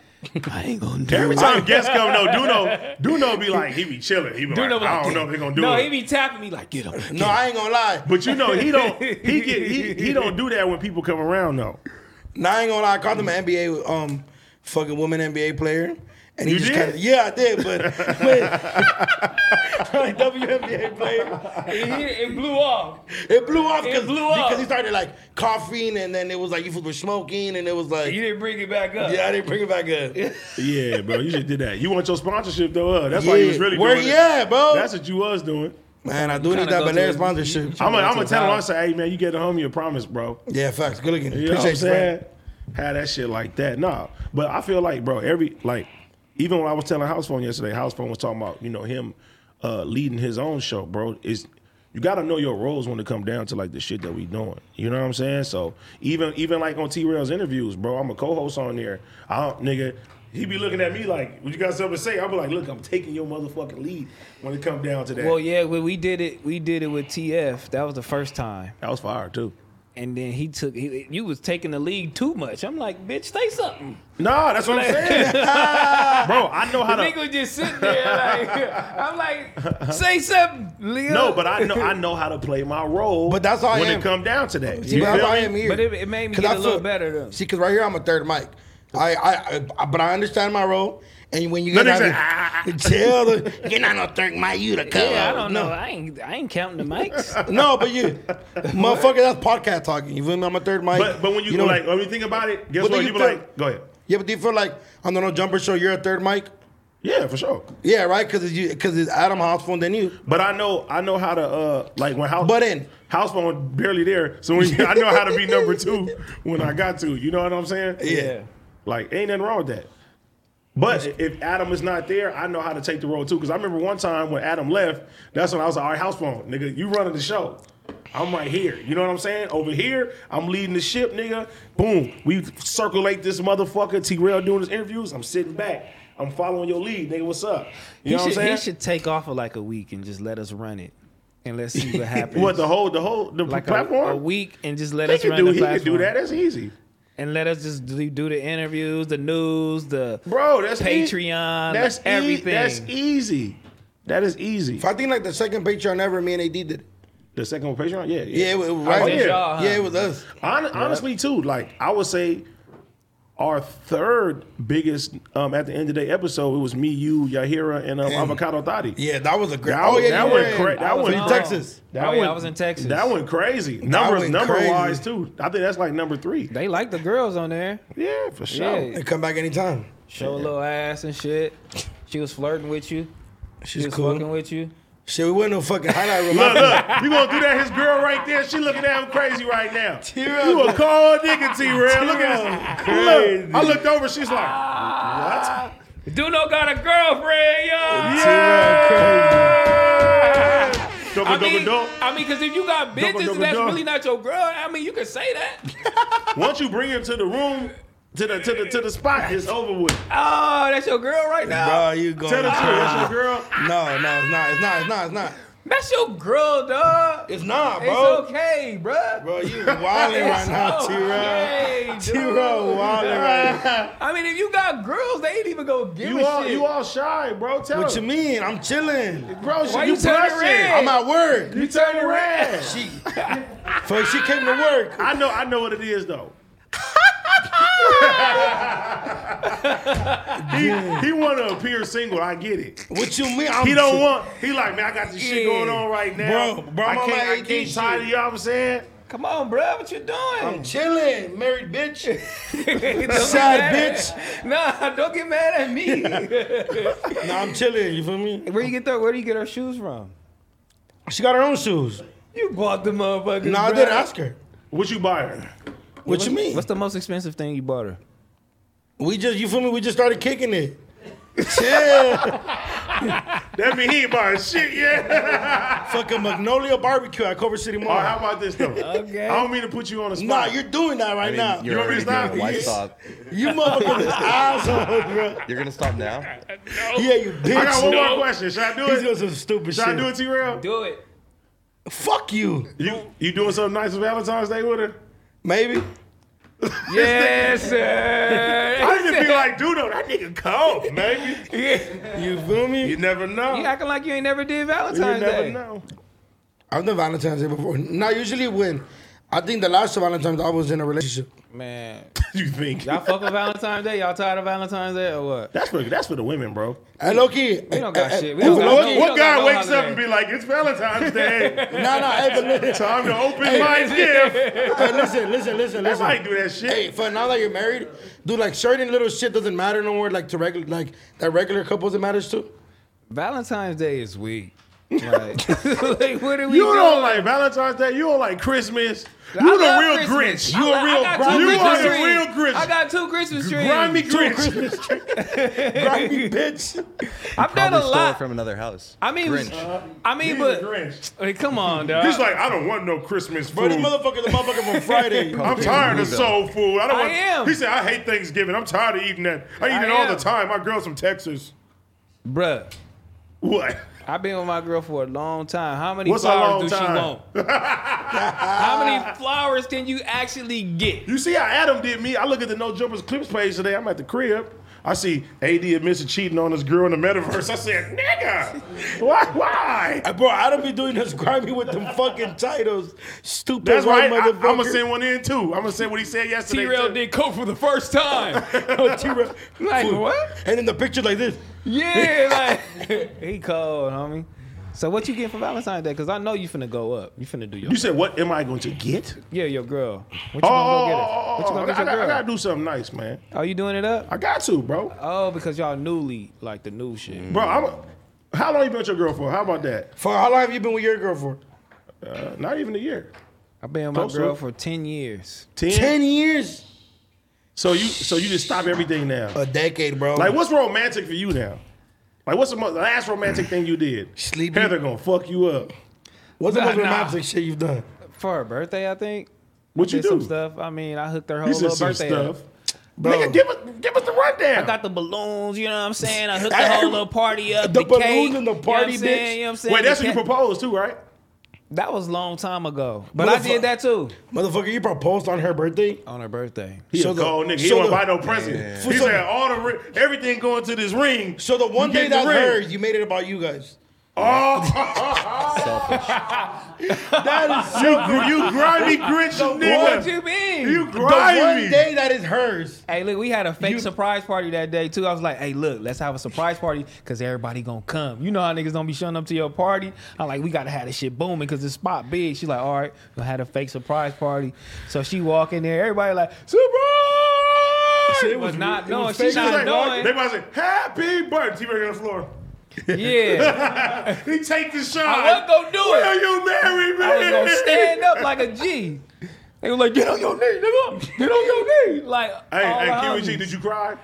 Speaker 1: I ain't gonna do
Speaker 3: Every
Speaker 1: it.
Speaker 3: time guests come, no, Duno, Duno be like, he be chilling. He be
Speaker 1: Duno was
Speaker 3: like, I
Speaker 1: like,
Speaker 3: don't know if they gonna do
Speaker 1: no,
Speaker 3: it.
Speaker 1: he be tapping me like, get him. Get
Speaker 2: No,
Speaker 1: him.
Speaker 2: I ain't gonna lie.
Speaker 3: but you know, he don't. He get. He, he don't do that when people come around though.
Speaker 2: No, I ain't gonna lie, I called him an NBA um fucking woman NBA player. And he
Speaker 3: You
Speaker 2: just
Speaker 3: did?
Speaker 2: kinda Yeah, I did, but, but like WNBA player.
Speaker 1: It, hit- it blew off.
Speaker 2: It blew off
Speaker 1: It
Speaker 2: because
Speaker 1: blew off.
Speaker 2: because he started like coughing and then it was like you fools were smoking and it was like
Speaker 1: You didn't bring it back up.
Speaker 2: Yeah, I didn't bring it back up.
Speaker 3: Yeah, bro, you should did that. You want your sponsorship though? Uh, that's why he was really
Speaker 2: Where
Speaker 3: doing
Speaker 2: he
Speaker 3: it.
Speaker 2: at, bro?
Speaker 3: That's what you was doing.
Speaker 2: Man, I do
Speaker 1: Kinda
Speaker 2: need that
Speaker 1: go
Speaker 2: Bel Air
Speaker 1: to-
Speaker 2: sponsorship.
Speaker 1: you-
Speaker 3: I'm gonna I'm gonna tell him. I
Speaker 1: Wow.
Speaker 3: say, hey man, you get a homie a promise, bro.
Speaker 2: Yeah, facts. Good looking.
Speaker 3: You know what I'm
Speaker 2: Appreciate you,
Speaker 3: saying?
Speaker 2: friend.
Speaker 3: Had that shit like that. Nah. But I feel like, bro, every like even when I was telling House Phone yesterday, House Phone was talking about, you know, him uh leading his own show, bro. Is you gotta know your roles when it come down to like the shit that we doing. You know what I'm saying? So even even like on T Rail's interviews, bro, I'm a co-host on there. I don't nigga. He be looking at me like, "What you got something to say?" I be like, "Look, I'm taking your motherfucking lead when it come down to that."
Speaker 1: Well, yeah, we, we did it. We did it with TF. That was the first time.
Speaker 3: that was fire too.
Speaker 1: And then he took. He, you was taking the league too much. I'm like, bitch, say something.
Speaker 3: Nah, that's what I'm saying, bro. I know how
Speaker 1: The
Speaker 3: to.
Speaker 1: nigga was just sitting there. Like, I'm like, say something, Leo.
Speaker 3: No, but I know I know how to play my role.
Speaker 2: But that's all I
Speaker 3: when
Speaker 2: am.
Speaker 3: it come down to that.
Speaker 2: See,
Speaker 3: You
Speaker 2: but that's
Speaker 3: feel
Speaker 2: why I
Speaker 3: me?
Speaker 2: am here.
Speaker 1: But it, it made me
Speaker 2: 'Cause
Speaker 1: get
Speaker 2: I
Speaker 1: a little
Speaker 2: feel-
Speaker 1: better though.
Speaker 2: See, because right here I'm a third mic. I, I, I, but I understand my role. And when you
Speaker 3: No,
Speaker 2: get
Speaker 3: they say,
Speaker 2: out
Speaker 3: "Ah, ah, ah."
Speaker 2: tell the, you're not no third mic, you the cover.
Speaker 1: Yeah, I don't know.
Speaker 2: no.
Speaker 1: I ain't I ain't counting the mics.
Speaker 2: No, but you, motherfucker, that's podcast talking. You feel me? I'm a third mic.
Speaker 3: But but when you,
Speaker 2: know-
Speaker 3: like when you think about it, guess
Speaker 2: But
Speaker 3: what?
Speaker 2: then
Speaker 3: You,
Speaker 2: you
Speaker 3: be
Speaker 2: think-
Speaker 3: like, go ahead.
Speaker 2: yeah, but do you feel like on the No Jumper Show you're a third mic?
Speaker 3: Yeah, for sure.
Speaker 2: Yeah, right. Because it's you, because it's Adam Hospital and then you.
Speaker 3: But I know I know how to uh like when house
Speaker 2: Butt in.
Speaker 3: house phone barely there. So when, I know how to be number two when I got to. You know what I'm saying?
Speaker 2: Yeah.
Speaker 3: Like ain't nothing wrong with that. But if Adam is not there, I know how to take the role too. Because I remember one time when Adam left, that's when I was like, all right, house phone, nigga, you running the show. I'm right here. You know what I'm saying? Over here, I'm leading the ship, nigga. Boom. We circulate this motherfucker. T Rail doing his interviews. I'm sitting back. I'm following your lead, nigga. What's up? You
Speaker 1: he,
Speaker 3: know what I'm
Speaker 1: should,
Speaker 3: saying?
Speaker 1: he should take off for like a week and just let us run it, and let's see what happens.
Speaker 3: What the whole the whole the
Speaker 1: like a,
Speaker 3: platform?
Speaker 1: a week and just let
Speaker 3: he
Speaker 1: us
Speaker 3: can
Speaker 1: run
Speaker 3: do
Speaker 1: the
Speaker 3: he
Speaker 1: platform
Speaker 3: can do that. That's easy,
Speaker 1: and let us just do, do the interviews, the news, the
Speaker 3: bro. That's e-
Speaker 1: Patreon,
Speaker 3: that's e-
Speaker 1: everything.
Speaker 3: that's easy. That is easy.
Speaker 2: I think like the second Patreon ever, me and AD did. it.
Speaker 3: The second one, Patreon, yeah,
Speaker 2: Yeah, it was,
Speaker 3: Oh,
Speaker 2: right.
Speaker 3: yeah.
Speaker 1: y'all, huh?
Speaker 2: yeah, it was us.
Speaker 3: Hon- Honestly, too, like I would say, our third biggest um, at the end of the episode, it was me, you, Yahira, and um, Avocado Thotty.
Speaker 2: Yeah, that was a great.
Speaker 3: That
Speaker 2: oh
Speaker 3: one-
Speaker 2: yeah,
Speaker 3: that
Speaker 2: you
Speaker 3: one
Speaker 2: were in-
Speaker 3: cra- that
Speaker 2: I was
Speaker 3: one-
Speaker 2: in Texas.
Speaker 1: Oh, yeah, I was in Texas.
Speaker 3: That went crazy. Numbers,
Speaker 2: went
Speaker 3: number
Speaker 2: crazy.
Speaker 3: wise too. I think that's like number three.
Speaker 1: They like the girls on there.
Speaker 3: Yeah, for sure.
Speaker 1: Yeah.
Speaker 2: And come back anytime.
Speaker 1: Show a little ass and shit. She was flirting with you. She
Speaker 2: She's
Speaker 1: was fucking
Speaker 2: cool.
Speaker 1: with you.
Speaker 2: Shit, we went to a fucking highlight reel.
Speaker 3: Look, look, you gonna do that? His girl right there, she looking at him crazy right now.
Speaker 2: T-Rail.
Speaker 3: You a cold nigga, T Rail. Look at this.
Speaker 2: Crazy.
Speaker 3: Look, I looked over, she's like, what?
Speaker 1: Duno got a girlfriend, yo.
Speaker 3: Double,
Speaker 1: I
Speaker 3: double,
Speaker 1: mean,
Speaker 3: double.
Speaker 1: I mean, because if you got bitches,
Speaker 3: Double, double,
Speaker 1: that's
Speaker 3: double.
Speaker 1: really not your girl. I mean, you can say that.
Speaker 3: Once you bring him to the room, to the to the to the spot, it's over with.
Speaker 1: oh, that's your girl right now.
Speaker 2: Bro, you going?
Speaker 3: Tell the truth,
Speaker 2: Ah.
Speaker 3: that's your girl.
Speaker 2: No, no, it's not. It's not. It's not. It's not.
Speaker 1: That's your girl, dog.
Speaker 2: It's not,
Speaker 1: It's
Speaker 2: bro.
Speaker 1: okay, bruh.
Speaker 2: Bro, you wilding right now, T-Row. T-Row wilding right now.
Speaker 1: I mean, if you got girls, they ain't even gonna give
Speaker 3: You
Speaker 1: a
Speaker 3: all
Speaker 1: shit.
Speaker 3: you all shy, bro. Tell
Speaker 2: What you
Speaker 3: him.
Speaker 2: mean? I'm chilling.
Speaker 3: Bro, she,
Speaker 1: Why
Speaker 3: you,
Speaker 1: you turning
Speaker 3: blushing.
Speaker 1: red?
Speaker 2: I'm at work.
Speaker 3: You turning red.
Speaker 2: She, fuck, she came to work.
Speaker 3: I know I know what it is though. he, he want to appear single. I get it.
Speaker 2: What you mean? I'm
Speaker 3: He don't
Speaker 2: chi-
Speaker 3: want. He like, man, I got this shit
Speaker 1: Yeah.
Speaker 3: going on right now.
Speaker 2: Bro, bro,
Speaker 3: I
Speaker 2: I'm
Speaker 3: can't,
Speaker 2: on my
Speaker 3: I
Speaker 2: AD
Speaker 3: can't tired of
Speaker 2: shit.
Speaker 3: y'all. I'm saying.
Speaker 1: Come on, bruh. What you doing?
Speaker 2: I'm chilling, married bitch.
Speaker 1: Don't get
Speaker 2: Sad
Speaker 1: mad at-
Speaker 2: bitch.
Speaker 1: Nah, don't get mad at me.
Speaker 2: nah, I'm chilling. You feel me?
Speaker 1: where you get that? Where do you get her shoes from?
Speaker 2: She got her own shoes.
Speaker 1: You bought the motherfuckers.
Speaker 2: Nah, I
Speaker 1: bruh.
Speaker 2: didn't ask her.
Speaker 3: What you buy her?
Speaker 2: What you mean?
Speaker 1: What's the most expensive thing you bought her?
Speaker 2: we just, you feel me? We just started kicking it. Chill.
Speaker 3: That mean he ain't buying shit yet.
Speaker 2: Fucking Magnolia Barbecue at Culver City Mall.
Speaker 3: Or how about this though?
Speaker 1: Okay.
Speaker 3: I don't mean to put you on the spot.
Speaker 2: nah, you're doing that right
Speaker 4: I mean,
Speaker 2: now.
Speaker 4: you're
Speaker 3: You
Speaker 4: already
Speaker 3: already stopped.
Speaker 4: doing white
Speaker 3: Yes.
Speaker 4: stop.
Speaker 2: You motherfuckers asshole, bro.
Speaker 4: You're gonna stop now.
Speaker 2: Yeah, you bitch.
Speaker 3: I got one
Speaker 1: No.
Speaker 3: more question. Should I do
Speaker 2: He's
Speaker 3: it?
Speaker 2: doing some stupid
Speaker 3: Should I
Speaker 2: shit.
Speaker 3: do it, T Rail?
Speaker 1: Do it.
Speaker 2: Fuck you.
Speaker 3: You you doing something nice for Valentine's Day with her?
Speaker 2: Maybe.
Speaker 1: Yes, sir.
Speaker 3: I just be like, dude, no, that nigga cold. Maybe
Speaker 2: You feel me?
Speaker 3: you never know.
Speaker 1: You acting like you ain't never did
Speaker 3: You
Speaker 1: Valentine's
Speaker 3: never
Speaker 1: Day.
Speaker 3: know.
Speaker 2: I've done Valentine's Day before. Not usually when. I think the last Valentine's I was in a relationship.
Speaker 1: Man,
Speaker 3: you think?
Speaker 1: y'all fuck with Valentine's Day? Y'all tired of Valentine's Day or what?
Speaker 3: That's for that's for the women, bro.
Speaker 2: And eh, Loki. We
Speaker 1: don't got shit. We don't got
Speaker 3: What,
Speaker 1: no-
Speaker 3: what guy
Speaker 1: no
Speaker 3: wakes up
Speaker 1: holiday.
Speaker 3: and be like, it's Valentine's Day,
Speaker 2: No, no, hey, eh, but listen,
Speaker 3: time to open my gift?
Speaker 2: hey, listen, listen, listen,
Speaker 3: They
Speaker 2: listen.
Speaker 3: might do that shit.
Speaker 2: Hey, for now that you're married, dude, like certain little shit doesn't matter no more. Like to regular, like that regular couples it matters to.
Speaker 1: Valentine's Day is weak. Like, like, what are we
Speaker 3: You
Speaker 1: doing?
Speaker 3: don't like Valentine's Day. You don't like Christmas.
Speaker 1: I
Speaker 3: You the
Speaker 1: love
Speaker 3: real
Speaker 1: Christmas.
Speaker 3: Grinch.
Speaker 1: I
Speaker 3: You
Speaker 1: got-
Speaker 3: a real
Speaker 1: I got two
Speaker 3: Grinch. You are the
Speaker 1: Christmas trees. I
Speaker 3: real Grinch.
Speaker 1: got two Christmas trees.
Speaker 3: Grimy Grinch.
Speaker 2: Christmas tree. Grimy bitch.
Speaker 1: I've done
Speaker 4: Probably
Speaker 1: a
Speaker 4: stole it
Speaker 1: lot.
Speaker 4: from another house.
Speaker 1: I mean,
Speaker 4: Grinch.
Speaker 1: I mean,
Speaker 3: He's
Speaker 1: but
Speaker 3: a Grinch.
Speaker 1: Like, come on, dog.
Speaker 3: He's like, I don't want no Christmas
Speaker 2: Bro,
Speaker 3: food.
Speaker 2: this motherfucker, the motherfucker from Friday.
Speaker 3: I'm tired of soul food. I don't
Speaker 1: I
Speaker 3: want.
Speaker 1: am.
Speaker 3: He said, I hate Thanksgiving. I'm tired of eating that. I eat
Speaker 1: I
Speaker 3: it all
Speaker 1: am.
Speaker 3: the time. My girl's from Texas.
Speaker 1: bruh.
Speaker 3: What?
Speaker 1: I've been with my girl for a long time. How many
Speaker 3: What's a long
Speaker 1: flowers do
Speaker 3: time?
Speaker 1: she want? How many flowers can you actually get?
Speaker 3: You see how Adam did me? I look at the No Jumpers clips page today. I'm at the crib. I see AD admits to cheating on this girl in the metaverse. I said, nigga, why? Why?
Speaker 2: Bro, I don't be doing this grimy with them fucking titles. Stupid
Speaker 3: That's
Speaker 2: white
Speaker 3: right. I, am
Speaker 2: motherfucker.
Speaker 3: gonna send one in too. I'm gonna send what he said yesterday.
Speaker 1: T-Rail
Speaker 3: too.
Speaker 1: did coke for the first time.
Speaker 2: T-Rex.
Speaker 1: Like, what?
Speaker 2: And in the picture like this.
Speaker 1: yeah, like he cold, homie. So what you getting for Valentine's Day? Because I know you finna go up. You finna do your
Speaker 3: You said, what am I going to get?
Speaker 1: yeah, your girl. What you gonna go get
Speaker 3: Oh,
Speaker 1: her? What you
Speaker 3: I,
Speaker 1: gonna get
Speaker 3: got,
Speaker 1: your
Speaker 3: I
Speaker 1: girl?
Speaker 3: gotta do something nice, man.
Speaker 1: Are you doing it up?
Speaker 3: I got to, bro.
Speaker 1: Oh, because y'all newly like the new shit.
Speaker 3: Bro, I'm. How long you been with your girl for? How about that?
Speaker 2: For how long have you been with your girl for?
Speaker 3: Uh, not even a year.
Speaker 1: I've been with my
Speaker 3: Close
Speaker 1: girl
Speaker 3: up.
Speaker 1: for ten years.
Speaker 3: Ten.
Speaker 2: Ten years?
Speaker 3: So you, so you just stop everything now.
Speaker 2: A decade, bro.
Speaker 3: Like, what's romantic for you now? Like, what's the mo- the last romantic thing you did?
Speaker 2: Sleepy.
Speaker 3: Heather gonna fuck you up.
Speaker 2: what's the
Speaker 1: Nah,
Speaker 2: most
Speaker 1: nah.
Speaker 2: romantic shit you've done?
Speaker 1: For her birthday, I think.
Speaker 3: What you
Speaker 1: did some
Speaker 3: do?
Speaker 1: stuff. I mean, I hooked her whole
Speaker 3: You said
Speaker 1: little
Speaker 3: some
Speaker 1: birthday. up.
Speaker 3: stuff. Nigga, give us, give us the rundown.
Speaker 1: I got the balloons, you know what I'm saying? I hooked the whole little party up.
Speaker 2: The
Speaker 1: The,
Speaker 2: balloons
Speaker 1: cake,
Speaker 2: and the
Speaker 1: you know what
Speaker 2: party,
Speaker 1: I'm saying,
Speaker 2: bitch?
Speaker 1: You know what I'm saying?
Speaker 3: Wait, that's
Speaker 1: The
Speaker 3: when you
Speaker 1: ca-
Speaker 3: proposed too, right?
Speaker 1: That was a long time ago. But I
Speaker 2: Motherfuck-
Speaker 1: did that too.
Speaker 2: Motherfucker, you proposed on her birthday?
Speaker 1: On her birthday.
Speaker 3: He
Speaker 2: So
Speaker 3: a
Speaker 2: the-
Speaker 3: cold nigga. He
Speaker 2: so
Speaker 3: don't
Speaker 2: the-
Speaker 3: buy no present. He
Speaker 2: So-
Speaker 3: said all the ri- everything going to this ring.
Speaker 2: So the one
Speaker 3: You
Speaker 2: day
Speaker 3: get the
Speaker 2: that's
Speaker 3: ring.
Speaker 2: hers, you made it about you guys.
Speaker 3: Oh.
Speaker 4: Selfish.
Speaker 2: That is you, you grimy grinch
Speaker 1: What you mean?
Speaker 2: The one day that is hers.
Speaker 1: Hey, look, we had a fake
Speaker 2: You-
Speaker 1: surprise party that day too. I was like, "Hey, look, let's have a surprise party because everybody gonna come." You know how niggas don't be showing up to your party. I'm like, "We gotta have this shit booming because this spot big." She like, "All right, we had a fake surprise party." So she walk in there, everybody like, "Surprise!" She was not
Speaker 2: it
Speaker 1: knowing.
Speaker 2: was
Speaker 1: Oh, She
Speaker 2: fake.
Speaker 3: She was
Speaker 1: not
Speaker 3: like,
Speaker 1: knowing.
Speaker 3: they about to say, happy birthday. T Bird on the floor.
Speaker 1: Yeah,
Speaker 3: He take the shot.
Speaker 1: I wasn't gonna do it.
Speaker 3: Will you marry me?
Speaker 1: I was gonna stand up like a G. They were like, "Get on your knee, nigga. Get on your knee." Like,
Speaker 3: Hey,
Speaker 1: all
Speaker 3: hey,
Speaker 1: the
Speaker 3: Kiwi G,
Speaker 1: homies.
Speaker 3: did you cry?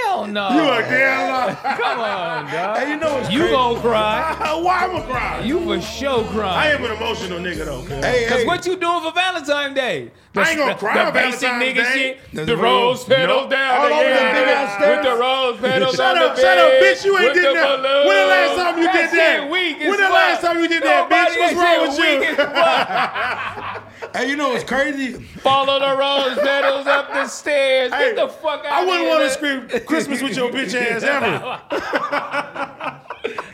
Speaker 1: hell no.
Speaker 3: You a damn liar.
Speaker 1: Come on, dog.
Speaker 2: Hey, you know what's
Speaker 1: You
Speaker 2: crazy?
Speaker 1: gonna cry?
Speaker 3: Why am I crying?
Speaker 1: You for sure crying.
Speaker 3: I am an emotional nigga though. cuz.
Speaker 2: Hey,
Speaker 1: Cause
Speaker 2: hey,
Speaker 1: what you doing for Valentine's Day? The,
Speaker 3: I ain't gonna
Speaker 1: the-
Speaker 3: cry
Speaker 1: the
Speaker 3: on
Speaker 1: basic
Speaker 3: Valentine's
Speaker 1: nigga
Speaker 3: Day.
Speaker 1: shit.
Speaker 2: That's
Speaker 1: the
Speaker 2: real.
Speaker 1: rose petals
Speaker 3: Nope.
Speaker 1: down
Speaker 2: All
Speaker 1: the
Speaker 2: over the
Speaker 1: yeah,
Speaker 2: big ass stairs.
Speaker 1: with the rose petals.
Speaker 3: Shut
Speaker 1: on
Speaker 3: up,
Speaker 1: the
Speaker 3: shut up,
Speaker 1: bed,
Speaker 3: bitch. You ain't
Speaker 1: with
Speaker 3: did
Speaker 1: the
Speaker 3: that.
Speaker 1: balloons.
Speaker 3: When the last time you
Speaker 1: That
Speaker 3: did
Speaker 1: shit
Speaker 3: that?
Speaker 1: Weak
Speaker 3: When the last time you did that, bitch? What's wrong with you?
Speaker 2: hey, you know what's crazy?
Speaker 1: Follow the rose petals up the stairs.
Speaker 3: Hey,
Speaker 1: Get the fuck out
Speaker 3: I
Speaker 1: of
Speaker 3: wouldn't
Speaker 1: here.
Speaker 3: want to
Speaker 1: man.
Speaker 3: scream Christmas with your bitch ass ever.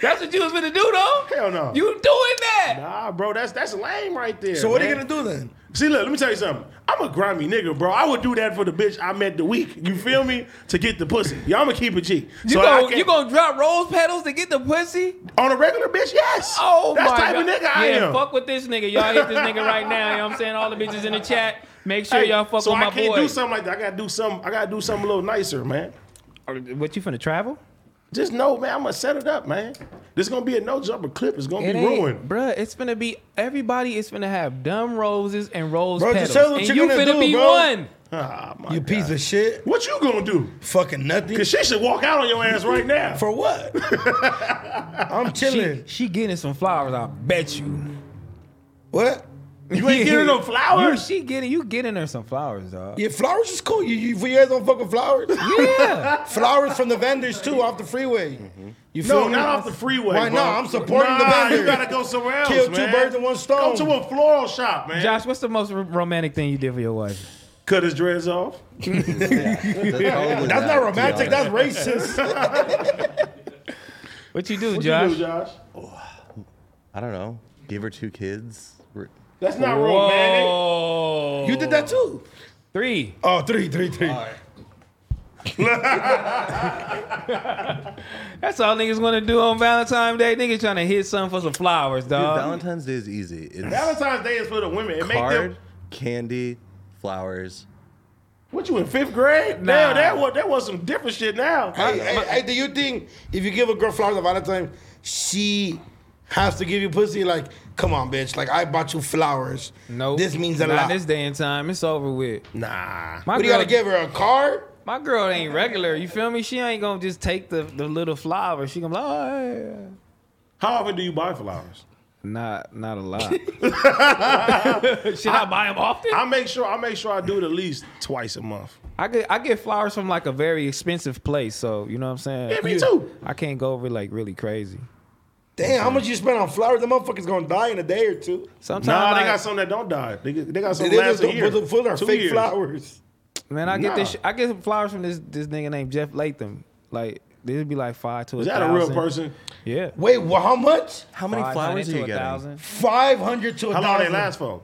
Speaker 1: That's what you was gonna do, though.
Speaker 3: Hell no.
Speaker 1: You doing that?
Speaker 3: Nah, bro, that's that's lame right there.
Speaker 2: So what are you
Speaker 3: man.
Speaker 2: gonna do then?
Speaker 3: See, look, let me tell you something. I'm a grimy nigga, bro. I would do that for the bitch I met the week. You feel me? To get the pussy. Yeah, I'm gonna keep a G.
Speaker 1: You
Speaker 3: I
Speaker 1: gonna
Speaker 3: can't-
Speaker 1: you gonna drop rose petals to get the pussy?
Speaker 3: on a regular bitch? Yes.
Speaker 1: Oh
Speaker 3: that's
Speaker 1: my
Speaker 3: type
Speaker 1: God.
Speaker 3: of nigga I
Speaker 1: yeah,
Speaker 3: am.
Speaker 1: fuck with this nigga. Y'all hit this nigga right now. You know what I'm saying? All the bitches in the chat. Make sure
Speaker 3: Hey,
Speaker 1: y'all fuck
Speaker 3: so
Speaker 1: with my
Speaker 3: I can't
Speaker 1: boy.
Speaker 3: do something like that. I gotta do something. I gotta do something a little nicer, man.
Speaker 1: What you finna travel?
Speaker 3: Just know, man. I'm gonna set it up, man. This gonna be a no jumper clip. It's gonna be ruined.
Speaker 1: Bruh, it's finna be everybody is finna have dumb roses and rose
Speaker 2: Bro,
Speaker 1: petals.
Speaker 2: just tell them
Speaker 1: and
Speaker 2: what
Speaker 1: you
Speaker 2: you're gonna
Speaker 1: finna
Speaker 2: do,
Speaker 1: be
Speaker 2: bro.
Speaker 1: one.
Speaker 3: Ah, my
Speaker 2: You
Speaker 3: God.
Speaker 2: piece of shit.
Speaker 3: What you gonna do?
Speaker 2: Fucking nothing.
Speaker 3: Cause she should walk out on your ass right now.
Speaker 2: For what? I'm
Speaker 1: She,
Speaker 2: chilling.
Speaker 1: she getting some flowers, I bet you.
Speaker 2: What?
Speaker 3: you ain't getting no flowers.
Speaker 1: You, she getting you getting her some flowers, dog.
Speaker 2: Yeah, flowers is cool. You, you, you guys don't fuck with flowers.
Speaker 1: Yeah.
Speaker 2: flowers from the vendors too, off the freeway. You feel
Speaker 3: Mm-hmm. No,
Speaker 2: me?
Speaker 3: not off the freeway.
Speaker 2: Why
Speaker 3: bro.
Speaker 2: not? I'm supporting the
Speaker 3: Nah, You
Speaker 2: vendor.
Speaker 3: gotta go somewhere else.
Speaker 2: Kill two
Speaker 3: man.
Speaker 2: birds with one stone.
Speaker 3: Go to a floral shop, man.
Speaker 1: Josh, what's the most r- romantic thing you did for your wife?
Speaker 3: Cut his dreads off.
Speaker 2: That's not romantic. That's racist.
Speaker 1: What you do,
Speaker 3: What
Speaker 1: Josh?
Speaker 3: you do, Josh?
Speaker 4: I don't know. Give her two kids. Re-
Speaker 3: That's not romantic.
Speaker 1: Whoa.
Speaker 2: you did that too.
Speaker 1: Three.
Speaker 2: Oh, three, three, three.
Speaker 1: That's all niggas want to do on Valentine's Day. Niggas trying to hit something for some flowers,
Speaker 4: Dude,
Speaker 1: dog.
Speaker 4: Valentine's Day is easy. It's
Speaker 3: Valentine's Day is for the women. It make
Speaker 4: card,
Speaker 3: them.
Speaker 4: candy, flowers.
Speaker 3: What you in fifth grade?
Speaker 1: Nah.
Speaker 3: Now that was that was some different shit. Now
Speaker 2: Hey, hey, hey, do you think if you give a girl flowers at Valentine's, she has to give you pussy? Like, come on, bitch. Like, I bought you flowers.
Speaker 1: Nope.
Speaker 2: This means a
Speaker 1: Not
Speaker 2: lot.
Speaker 1: this day and time. It's over with.
Speaker 3: nah.
Speaker 1: My
Speaker 2: What do you
Speaker 1: girl-
Speaker 2: gotta give her? A card?
Speaker 1: My girl ain't regular. You feel me? She ain't gonna just take the, the little flower. She gonna be like, oh, yeah.
Speaker 3: How often do you buy flowers?
Speaker 1: not not a lot. Should I, buy them often? I,
Speaker 3: I make sure I make sure I do it at least twice a month.
Speaker 1: get I get flowers from like a very expensive place, so you know what I'm saying.
Speaker 3: Yeah, me too.
Speaker 1: I can't go over like really crazy.
Speaker 2: Damn, how much you spend on flowers? The motherfucker's gonna die in a day or two.
Speaker 1: Sometimes,
Speaker 3: Nah,
Speaker 1: like,
Speaker 3: they got some that don't die. They, they got some
Speaker 2: They
Speaker 3: last
Speaker 2: just
Speaker 3: a
Speaker 2: don't
Speaker 3: year.
Speaker 2: put the full or
Speaker 3: two
Speaker 2: fake
Speaker 3: years.
Speaker 2: flowers.
Speaker 1: man. I get
Speaker 3: Nah.
Speaker 1: this. sh- I get flowers from this this nigga named Jeff Latham. Like this'd be like five to
Speaker 3: Is
Speaker 1: a
Speaker 3: that a real
Speaker 1: thousand.
Speaker 3: person?
Speaker 1: Yeah.
Speaker 2: Wait, well, how much?
Speaker 4: How many
Speaker 1: 500
Speaker 4: flowers
Speaker 1: to
Speaker 4: are you
Speaker 1: a
Speaker 4: getting?
Speaker 1: thousand.
Speaker 2: Five hundred to a
Speaker 3: How long they
Speaker 2: thousand.
Speaker 3: last for?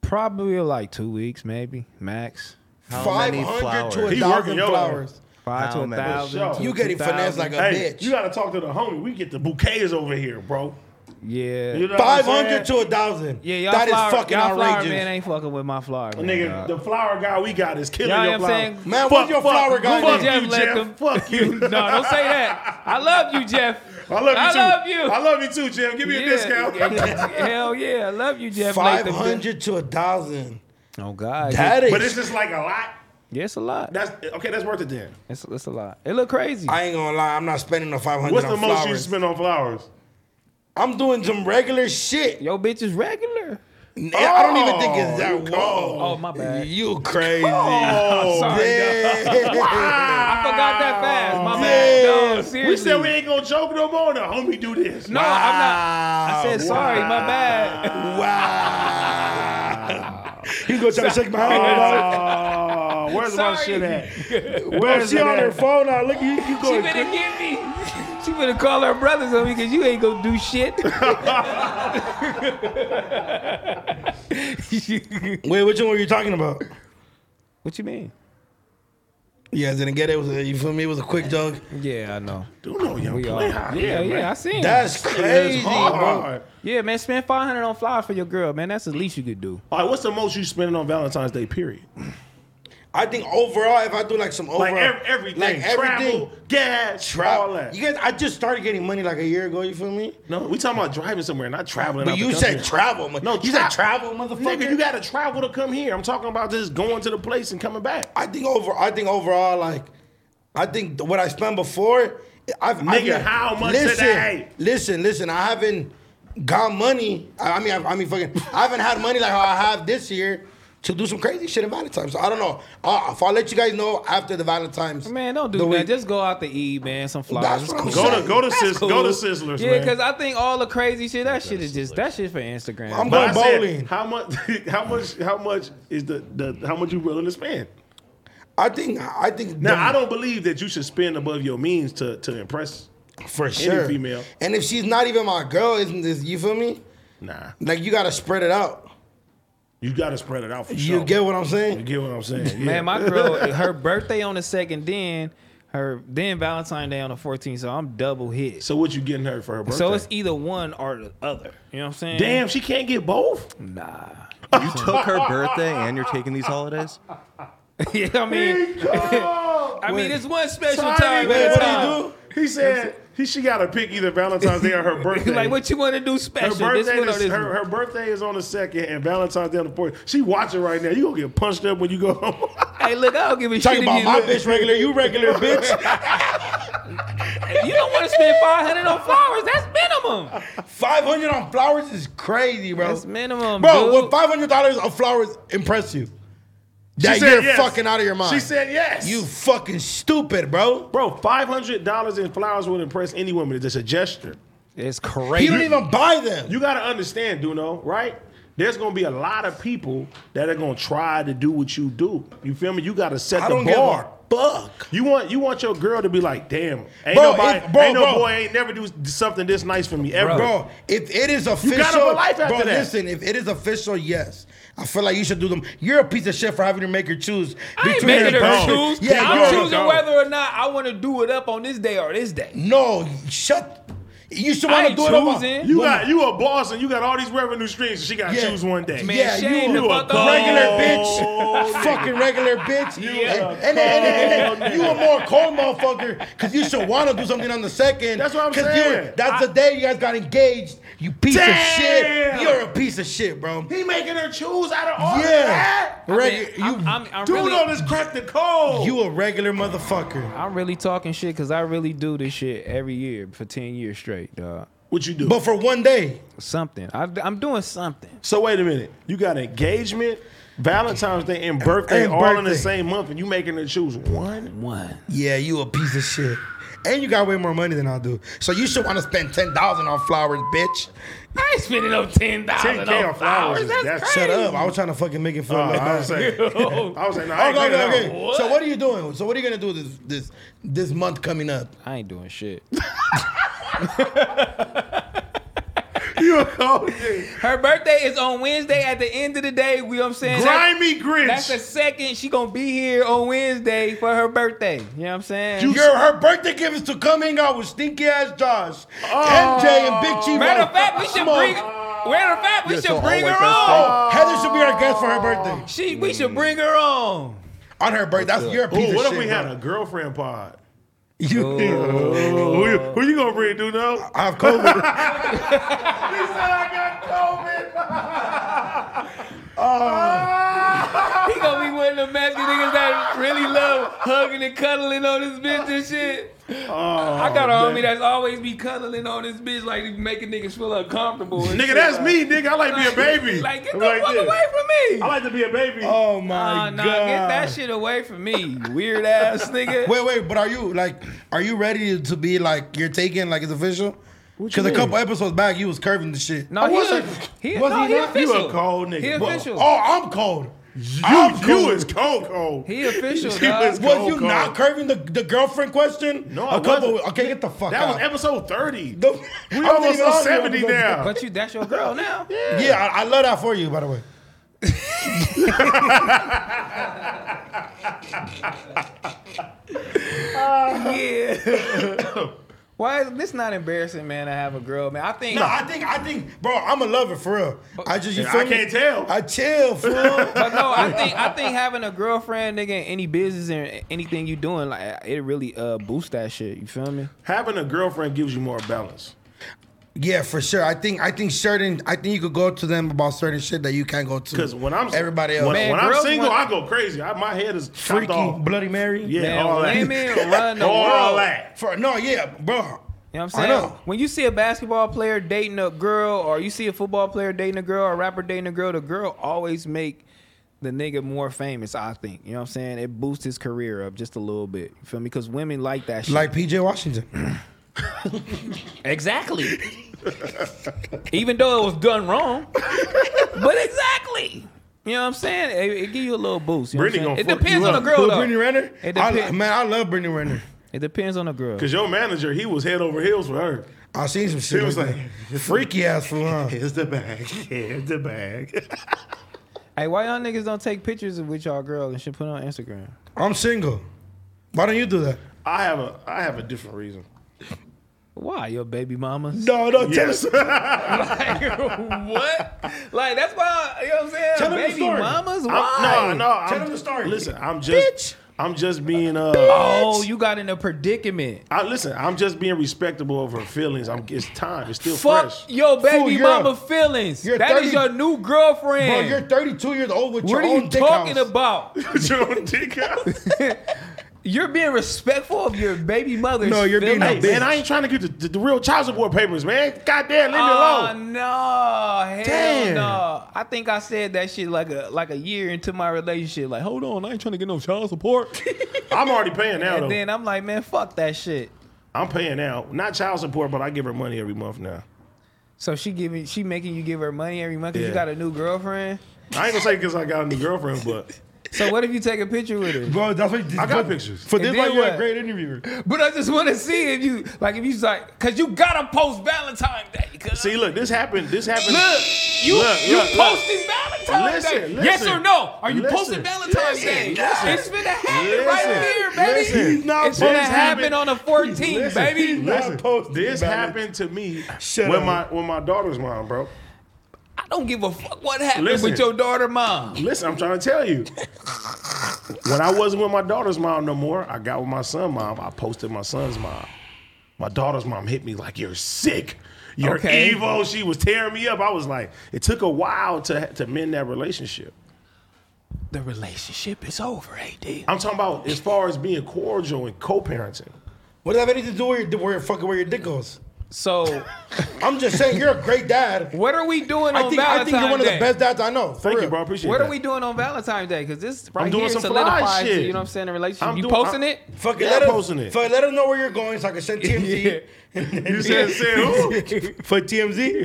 Speaker 1: Probably like two weeks, maybe max.
Speaker 4: How
Speaker 2: Five
Speaker 4: many
Speaker 2: hundred
Speaker 4: flowers?
Speaker 2: to a
Speaker 3: He working
Speaker 2: thousand
Speaker 3: your
Speaker 2: flowers.
Speaker 1: Five
Speaker 4: How
Speaker 1: to a
Speaker 4: many?
Speaker 1: thousand.
Speaker 3: Sure.
Speaker 1: to
Speaker 2: You getting
Speaker 1: 2,000.
Speaker 2: finessed like a
Speaker 3: Hey,
Speaker 2: bitch.
Speaker 3: you gotta talk to the homie. We get the bouquets over here, bro.
Speaker 1: yeah.
Speaker 3: You know what I'm
Speaker 2: Five hundred to
Speaker 3: saying?
Speaker 2: a thousand.
Speaker 1: Yeah, y'all
Speaker 2: That is
Speaker 1: flower,
Speaker 2: fucking
Speaker 1: y'all flower
Speaker 2: outrageous.
Speaker 1: man ain't fucking with my flower. Man,
Speaker 3: Nigga,
Speaker 1: dog.
Speaker 3: the flower guy we got is killing
Speaker 1: Y'all know
Speaker 3: your
Speaker 1: what I'm
Speaker 3: flower.
Speaker 1: saying?
Speaker 2: Man, what's your flower guy
Speaker 3: Fuck
Speaker 2: name?
Speaker 3: you,
Speaker 1: Jeff
Speaker 3: Jeff.
Speaker 1: Latham.
Speaker 3: Fuck you.
Speaker 1: no, don't say that. I love you, Jeff.
Speaker 3: I love you too.
Speaker 1: I love you.
Speaker 3: I love you too, Jeff. Give me a discount.
Speaker 1: Hell yeah, I love you, Jeff.
Speaker 2: Five
Speaker 1: Latham.
Speaker 2: hundred to a thousand.
Speaker 1: Oh God, Yes,
Speaker 2: That is.
Speaker 3: but it's just like a lot.
Speaker 1: yeah, it's a lot.
Speaker 3: That's okay. That's worth it then.
Speaker 1: It's, it's a lot. It look crazy.
Speaker 2: I ain't gonna lie, I'm not spending the five hundred
Speaker 3: What's
Speaker 2: on
Speaker 3: the most you
Speaker 2: flowers.
Speaker 3: spend on flowers?
Speaker 2: I'm doing some regular shit.
Speaker 1: Yo, bitch is regular.
Speaker 2: I don't even think it's
Speaker 3: you
Speaker 2: that.
Speaker 3: cold.
Speaker 2: Whoa,
Speaker 1: Oh my bad.
Speaker 2: you crazy?
Speaker 3: Oh,
Speaker 2: Yeah.
Speaker 1: I forgot that fast. My
Speaker 2: Yeah.
Speaker 1: bad. No,
Speaker 3: we
Speaker 1: seriously.
Speaker 3: said we ain't gonna joke no more. The homie do this.
Speaker 1: no, I'm not. I said sorry. My bad.
Speaker 2: Wow. He's gonna try to shake my hand.
Speaker 3: Oh, where's my
Speaker 1: Sorry.
Speaker 3: shit at?
Speaker 2: Where's
Speaker 3: it
Speaker 2: she on
Speaker 3: at?
Speaker 2: her phone? Now look, you, you
Speaker 1: She
Speaker 2: going?
Speaker 1: better get me. She better call her brothers on me because you ain't gonna do shit.
Speaker 2: Wait, which one were you talking about?
Speaker 1: what you mean?
Speaker 2: You guys didn't get it. it was a, you feel me? It was a quick joke.
Speaker 1: Yeah, I know.
Speaker 3: Do know young
Speaker 1: We all,
Speaker 3: play hard.
Speaker 1: yeah,
Speaker 3: man.
Speaker 1: yeah, I seen it.
Speaker 2: That's crazy,
Speaker 3: It's hard.
Speaker 2: bro.
Speaker 1: Yeah, man, spend five hundred on flowers for your girl, man. That's the least you could do.
Speaker 3: All right, what's the most you spending on Valentine's Day? Period.
Speaker 2: I think overall, if I do like some overall,
Speaker 3: Like ev- everything,
Speaker 2: like
Speaker 3: travel, gas,
Speaker 2: travel.
Speaker 3: all that.
Speaker 2: You guys, I just started getting money like a year ago. You feel me?
Speaker 3: no, we talking about driving somewhere, not traveling.
Speaker 2: But
Speaker 3: out
Speaker 2: you
Speaker 3: the
Speaker 2: said
Speaker 3: country.
Speaker 2: travel, man.
Speaker 3: No,
Speaker 2: you
Speaker 3: tra-
Speaker 2: said travel, motherfucker.
Speaker 3: Nigga, you gotta travel to come here. I'm talking about just going to the place and coming back.
Speaker 2: I think over. I think overall, like, I think what I spent before, I've I've
Speaker 3: Nigga,
Speaker 2: not-
Speaker 3: how much
Speaker 2: listen,
Speaker 3: today?
Speaker 2: Listen, listen. I haven't got money. I, I mean, I, I mean, fucking. I haven't had money like how I have this year to do some crazy shit in Valentine's. So I don't know. Uh, if I'll let you guys know after the Valentine's.
Speaker 1: Man, don't do
Speaker 2: the
Speaker 1: that.
Speaker 2: week.
Speaker 1: Just go out to eat, man. Some flowers.
Speaker 2: That's
Speaker 1: It's
Speaker 2: what I'm
Speaker 1: cool.
Speaker 2: saying.
Speaker 3: Go to go to
Speaker 1: That's
Speaker 3: Sis,
Speaker 1: cool.
Speaker 3: go to Sizzlers,
Speaker 1: Yeah,
Speaker 3: man.
Speaker 1: because I think all the crazy shit, that shit is just that shit for Instagram.
Speaker 2: I'm
Speaker 3: But I
Speaker 2: going
Speaker 3: said,
Speaker 2: bowling.
Speaker 3: how much? How much? How much is the, the how much you willing to spend?
Speaker 2: I think. I think.
Speaker 3: Now
Speaker 2: the-
Speaker 3: I don't believe that you should spend above your means to to impress.
Speaker 2: for sure.
Speaker 3: female.
Speaker 2: And if she's not even my girl, isn't this? You feel me?
Speaker 3: Nah,
Speaker 2: Like you gotta spread it out.
Speaker 3: you gotta spread it out for
Speaker 2: You
Speaker 3: sure.
Speaker 2: get what I'm
Speaker 3: you
Speaker 2: saying?
Speaker 3: get what I'm saying? Yeah.
Speaker 1: Man, my girl, her birthday on the second, then her then Valentine Day on the 14th, so I'm double hit. So,
Speaker 3: so what you getting her for her birthday?
Speaker 1: it's either one or the other. You know what I'm saying?
Speaker 3: damn, she can't get both.
Speaker 1: Nah.
Speaker 4: You took her birthday and you're taking these holidays?
Speaker 1: yeah, I mean, I mean, it's one special time. at a
Speaker 2: Wait, what do you
Speaker 1: time.
Speaker 2: do?
Speaker 3: He said he she got to pick either Valentine's Day or her birthday.
Speaker 1: Like, what you want to do
Speaker 3: Her
Speaker 1: special?
Speaker 3: birthday,
Speaker 1: this one or
Speaker 3: is,
Speaker 1: this
Speaker 3: her,
Speaker 1: one?
Speaker 3: her birthday is on the second, and Valentine's Day on the fourth. She watching right now. You gonna get punched up when you go home.
Speaker 1: Hey, look, I don't give a shit.
Speaker 2: Talking
Speaker 1: if
Speaker 2: about
Speaker 1: you
Speaker 2: my
Speaker 1: look-
Speaker 2: bitch regular, you regular bitch.
Speaker 1: You don't want to spend 500 on flowers. That's minimum.
Speaker 2: Five hundred on flowers is crazy, bro.
Speaker 1: That's minimum,
Speaker 2: Bro,
Speaker 1: dude.
Speaker 2: would five hundred dollars of flowers impress you? That
Speaker 3: said
Speaker 2: you're
Speaker 3: yes.
Speaker 2: fucking out of your mind.
Speaker 3: she said yes.
Speaker 2: "You fucking stupid, bro."
Speaker 3: Bro, five hundred dollars in flowers would impress any woman. It's just a gesture.
Speaker 1: It's
Speaker 2: He
Speaker 1: crazy.
Speaker 2: don't even buy them.
Speaker 3: You gotta understand, Duno, right? There's gonna be a lot of people that are gonna try to do what you do. You feel me? You gotta set
Speaker 2: I
Speaker 3: the
Speaker 2: don't give a
Speaker 3: bar.
Speaker 2: fuck.
Speaker 3: You want you want your girl to be like, damn, ain't
Speaker 2: Bro,
Speaker 3: nobody,
Speaker 2: if- bro,
Speaker 3: ain't no
Speaker 2: bro.
Speaker 3: boy ain't never do something this nice for me ever.
Speaker 2: Bro, if it is official,
Speaker 3: gotta have a life after
Speaker 2: bro,
Speaker 3: that.
Speaker 2: listen, if it is official, yes. I feel like you should do them. You're a piece of shit for having to make her choose.
Speaker 1: I ain't
Speaker 2: between
Speaker 1: making
Speaker 2: the
Speaker 1: her
Speaker 2: two.
Speaker 1: choose.
Speaker 2: Yeah,
Speaker 1: I'm
Speaker 2: you're-
Speaker 1: choosing
Speaker 3: go.
Speaker 1: whether or not I want to do it up on this day or this day.
Speaker 2: No, shut. You should
Speaker 1: I
Speaker 2: want to
Speaker 1: ain't
Speaker 2: do it over.
Speaker 1: choosing.
Speaker 3: You got you a boss and you got all these revenue streams. And she got to
Speaker 2: Yeah.
Speaker 3: choose one day.
Speaker 2: Man,
Speaker 1: Yeah,
Speaker 2: Yeah,
Speaker 1: she
Speaker 2: you
Speaker 1: ain't
Speaker 2: a
Speaker 1: the fuck up.
Speaker 2: regular
Speaker 3: Oh,
Speaker 2: bitch, fucking regular bitch.
Speaker 1: Yeah.
Speaker 2: And, and, and- and- and- you a more cold motherfucker because you should want to do something on the second.
Speaker 3: That's what I'm
Speaker 2: 'Cause
Speaker 3: saying.
Speaker 2: you're- That's the day you guys got engaged. You piece
Speaker 3: Damn.
Speaker 2: of shit. You're a piece of shit, bro.
Speaker 3: He making her choose out of all of
Speaker 2: Yeah,
Speaker 3: that.
Speaker 2: regular.
Speaker 1: I mean,
Speaker 2: you,
Speaker 1: I'm, I'm, I'm
Speaker 3: Dude,
Speaker 1: really,
Speaker 3: on this crack the code.
Speaker 2: you a regular motherfucker.
Speaker 1: I'm really talking shit because I really do this shit every year for 10 years straight, dog.
Speaker 3: what you do?
Speaker 2: But for one day,
Speaker 1: Something. I, am doing something.
Speaker 3: So wait a minute. You got engagement, Valentine's Day, and birthday
Speaker 2: And
Speaker 3: all in the
Speaker 2: birthday.
Speaker 3: same month, and you making her choose one.
Speaker 1: One.
Speaker 2: yeah, you a piece of shit. And you got way more money than I do. So you should want to spend ten thousand on flowers, bitch.
Speaker 1: I ain't spending no $10
Speaker 3: 10K on
Speaker 1: on
Speaker 3: flowers
Speaker 1: flowers.
Speaker 3: is-
Speaker 1: That's,
Speaker 3: that's-
Speaker 1: crazy.
Speaker 2: Shut up. I was trying to fucking make it
Speaker 3: Uh,
Speaker 2: fun.
Speaker 3: I was saying, I was saying, no, I
Speaker 2: Oh, Okay,
Speaker 3: ain't Oh,
Speaker 2: okay,
Speaker 3: okay,
Speaker 2: okay.
Speaker 3: okay.
Speaker 1: What?
Speaker 2: So what are you doing? So what are you gonna do this this this month coming up?
Speaker 1: I ain't doing shit.
Speaker 3: Oh,
Speaker 1: Her birthday is on Wednesday. At the end of the day, we know what I'm saying. That's-
Speaker 3: Grimy Grinch.
Speaker 1: That's the second. She gonna be here on Wednesday for her birthday. You know what I'm saying?
Speaker 2: Your her birthday gift is to come hang out with stinky ass Josh, MJ, and Big Chief.
Speaker 1: matter of fact, we should
Speaker 2: Smoke.
Speaker 1: bring. Matter of fact, we
Speaker 4: Yeah, so
Speaker 1: should bring
Speaker 4: all
Speaker 1: her
Speaker 4: like that
Speaker 1: on.
Speaker 2: Heather should be our guest for her birthday.
Speaker 1: She, we should bring her on.
Speaker 2: On her birthday, that's your piece
Speaker 3: Ooh,
Speaker 2: of
Speaker 3: what if
Speaker 2: shit.
Speaker 3: we
Speaker 2: bro.
Speaker 3: had a girlfriend pod? Oh.
Speaker 2: You,
Speaker 3: Who, you- who you gonna bring, dude? No.
Speaker 2: I have COVID.
Speaker 3: He said I got COVID.
Speaker 1: He gonna be one of the masky niggas that really love hugging and cuddling on this bitch and shit.
Speaker 3: Oh,
Speaker 1: I got a homie that's always be cuddling on this bitch, like making niggas feel uncomfortable. and
Speaker 3: Nigga,
Speaker 1: shit,
Speaker 3: that's
Speaker 1: like-
Speaker 3: me, nigga. I like being a baby.
Speaker 1: Like, get
Speaker 3: I'm
Speaker 1: the
Speaker 3: like
Speaker 1: fuck
Speaker 3: this.
Speaker 1: away from me.
Speaker 3: I like to be a baby.
Speaker 2: oh my
Speaker 1: Nah, nah,
Speaker 2: god.
Speaker 1: get that shit away from me, you weird ass nigga.
Speaker 2: Wait, wait, but are you like, are you ready to be like you're taking like it's official?
Speaker 3: you
Speaker 2: Because a
Speaker 3: mean?
Speaker 2: couple episodes back, you was curving the shit.
Speaker 1: no, he,
Speaker 3: wasn't-
Speaker 1: he,
Speaker 2: was
Speaker 1: no,
Speaker 2: he
Speaker 1: he
Speaker 2: not?
Speaker 1: official.
Speaker 3: You a cold nigga.
Speaker 1: He
Speaker 3: But-
Speaker 1: official.
Speaker 2: Oh, I'm cold.
Speaker 3: You, you is cold cold.
Speaker 1: He official,
Speaker 3: She
Speaker 1: dog.
Speaker 3: was
Speaker 2: Was
Speaker 3: cold,
Speaker 2: you not
Speaker 3: cold.
Speaker 2: curving the, the girlfriend question?
Speaker 3: No, I
Speaker 2: a couple.
Speaker 3: wasn't.
Speaker 2: Okay, get the fuck
Speaker 3: That
Speaker 2: out.
Speaker 3: was episode thirty.
Speaker 2: The-
Speaker 3: we
Speaker 2: I'm
Speaker 3: almost
Speaker 2: thinking all
Speaker 3: on
Speaker 2: the
Speaker 3: seventy
Speaker 2: episodes.
Speaker 3: now.
Speaker 1: But you, that's your girl now.
Speaker 2: Yeah, I, I love that for you, by the way.
Speaker 1: Yeah. Why is this not embarrassing, man? I have a girl, man. I think.
Speaker 2: No, I think I think, bro, I'm a lover for real. I just you
Speaker 3: Yeah,
Speaker 2: feel
Speaker 3: I
Speaker 2: me?
Speaker 3: can't tell.
Speaker 2: I chill, fool.
Speaker 1: but no, I think I think having a girlfriend, nigga, in any business and anything you doing, like it really uh boosts that shit. You feel me?
Speaker 3: Having a girlfriend gives you more balance.
Speaker 2: yeah, for sure. I think I think certain I think you could go to them about certain shit that you can't go to.
Speaker 3: Because when I'm
Speaker 2: everybody else,
Speaker 3: when,
Speaker 1: Man,
Speaker 3: when I'm
Speaker 1: girls
Speaker 3: single,
Speaker 1: want-
Speaker 3: I go crazy. I, my head is freaky.
Speaker 2: freaky
Speaker 3: Off.
Speaker 2: Bloody Mary.
Speaker 3: Yeah,
Speaker 1: Man,
Speaker 3: all that.
Speaker 1: women run the
Speaker 3: all
Speaker 1: world.
Speaker 3: that.
Speaker 2: For no, yeah, bro.
Speaker 1: You know what
Speaker 2: I
Speaker 1: I'm saying?
Speaker 2: know.
Speaker 1: When you see a basketball player dating a girl, or you see a football player dating a girl, or a rapper dating a girl, the girl always make the nigga more famous. I think. You know what I'm saying? It boosts his career up just a little bit. You feel me? Because women like that shit.
Speaker 2: Like PJ Washington.
Speaker 1: Exactly. Even though it was done wrong, but exactly. You know what I'm saying? It, it give you a little boost. You know what
Speaker 3: Brittany
Speaker 1: I'm saying?
Speaker 3: gonna
Speaker 1: It depends
Speaker 3: fuck
Speaker 1: on
Speaker 3: you
Speaker 1: the
Speaker 3: up.
Speaker 1: girl,
Speaker 2: Who,
Speaker 1: though.
Speaker 2: Brittany Renner?
Speaker 1: It
Speaker 2: I,
Speaker 1: depends.
Speaker 2: man, I love Brittany Renner.
Speaker 1: It depends on the girl.
Speaker 3: Because your manager, he was head over heels for her.
Speaker 2: I seen some shit.
Speaker 3: She was
Speaker 2: like, that. freaky ass fool, huh?
Speaker 3: Here's the bag. Here's the bag.
Speaker 1: Hey, why y'all niggas don't take pictures of with y'all girl and shit put it on Instagram?
Speaker 2: I'm single. Why don't you do that?
Speaker 3: I have a I have a different reason.
Speaker 1: Why your baby mamas?
Speaker 2: No, no, tell
Speaker 3: Yes.
Speaker 2: us.
Speaker 1: Like, what? Like that's why you know what I'm saying?
Speaker 2: Tell them the
Speaker 1: baby
Speaker 2: story.
Speaker 1: mamas? Why?
Speaker 3: I'm- no, no. I'm,
Speaker 2: Tell them the story.
Speaker 3: Listen, I'm just I'm just being uh
Speaker 1: Oh, you got in a predicament.
Speaker 3: I, listen, I'm just being respectable of her feelings. I'm it's time. It's still
Speaker 1: Fuck
Speaker 3: fresh.
Speaker 1: your baby
Speaker 2: you're-
Speaker 1: mama feelings. That
Speaker 2: you're
Speaker 1: is
Speaker 2: 30
Speaker 1: your new girlfriend.
Speaker 2: Bro, you're 32 years old with your
Speaker 1: what are
Speaker 2: own
Speaker 1: you
Speaker 2: dick
Speaker 1: talking
Speaker 2: house.
Speaker 1: about?
Speaker 3: Put your own dick out.
Speaker 1: You're being respectful of your baby mother's.
Speaker 2: No, you're being a
Speaker 1: feelings.
Speaker 2: bitch.
Speaker 3: man, I ain't trying to get the, the, the real child support papers, man. Goddamn, leave me
Speaker 1: Oh
Speaker 3: alone.
Speaker 1: no! Hell
Speaker 3: Damn.
Speaker 1: no! I think I said that shit like a like a year into my relationship. Like, hold on, I ain't trying to get no child support.
Speaker 3: I'm already paying now though.
Speaker 1: and then I'm like, man, fuck that shit.
Speaker 3: I'm paying now. Not child support, but I give her money every month now.
Speaker 1: So she giving, she making you give her money every month because
Speaker 3: Yeah.
Speaker 1: you got a new girlfriend.
Speaker 3: I ain't gonna say because I got a new girlfriend, but
Speaker 1: So what if you take a picture with her?
Speaker 2: Bro, that's what
Speaker 3: I got pictures.
Speaker 2: For
Speaker 1: And
Speaker 2: this,
Speaker 1: then
Speaker 2: why you're a
Speaker 1: what?
Speaker 2: great interviewer.
Speaker 1: But I just want to see if you like if you like because you gotta post Valentine's Day. cuz.
Speaker 3: See, look, this happened. This happened.
Speaker 1: Look, you
Speaker 3: Look,
Speaker 1: you
Speaker 3: look, look.
Speaker 1: posting Valentine's
Speaker 3: Listen,
Speaker 1: Day?
Speaker 3: listen.
Speaker 1: yes or no? Are you
Speaker 3: Listen,
Speaker 1: posting Valentine's
Speaker 3: listen,
Speaker 1: Day?
Speaker 3: listen.
Speaker 1: it's finna happen
Speaker 3: Listen,
Speaker 1: right here, baby.
Speaker 3: listen. He's not
Speaker 1: it's finna
Speaker 3: posting.
Speaker 1: happen on the 14th,
Speaker 3: Listen,
Speaker 1: baby.
Speaker 3: Listen,
Speaker 2: Not posting
Speaker 3: this
Speaker 2: about it.
Speaker 3: happened to me
Speaker 2: Shut
Speaker 3: with
Speaker 2: up.
Speaker 3: my with my daughter's mom, bro.
Speaker 1: I don't give a fuck what happened
Speaker 3: Listen.
Speaker 1: with your daughter, mom.
Speaker 3: Listen, I'm trying to tell you. when I wasn't with my daughter's mom no more, I got with my son's mom. I posted my son's mom. My daughter's mom hit me like, "You're sick. You're
Speaker 1: Okay.
Speaker 3: evil." She was tearing me up. I was like, it took a while to to mend that relationship.
Speaker 1: The relationship is over, AD.
Speaker 3: I'm talking about as far as being cordial and co-parenting.
Speaker 2: What does that have anything to do with your, where, fucking where your dick goes?
Speaker 1: So
Speaker 2: I'm just saying, you're a great dad.
Speaker 1: what are we doing
Speaker 2: I
Speaker 1: on
Speaker 2: think, I
Speaker 1: Valentine's
Speaker 2: think you're one of
Speaker 1: Day?
Speaker 2: the best dads I know. For
Speaker 3: Thank
Speaker 2: real.
Speaker 3: you, bro. I appreciate
Speaker 1: What
Speaker 3: that.
Speaker 1: are we doing on Valentine's Day? Because this right
Speaker 3: I'm doing
Speaker 1: here
Speaker 3: some fly
Speaker 1: solidifies it,
Speaker 3: shit.
Speaker 1: You know what I'm saying? The relationship.
Speaker 3: I'm
Speaker 1: you
Speaker 3: doing-
Speaker 1: posting
Speaker 3: I'm-
Speaker 1: it?
Speaker 2: Fuck
Speaker 3: Yeah,
Speaker 2: let
Speaker 3: I'm
Speaker 2: him,
Speaker 3: posting it.
Speaker 2: Fuck, let them know where you're going so I can send TMZ.
Speaker 3: You said, said who?
Speaker 2: For TMZ?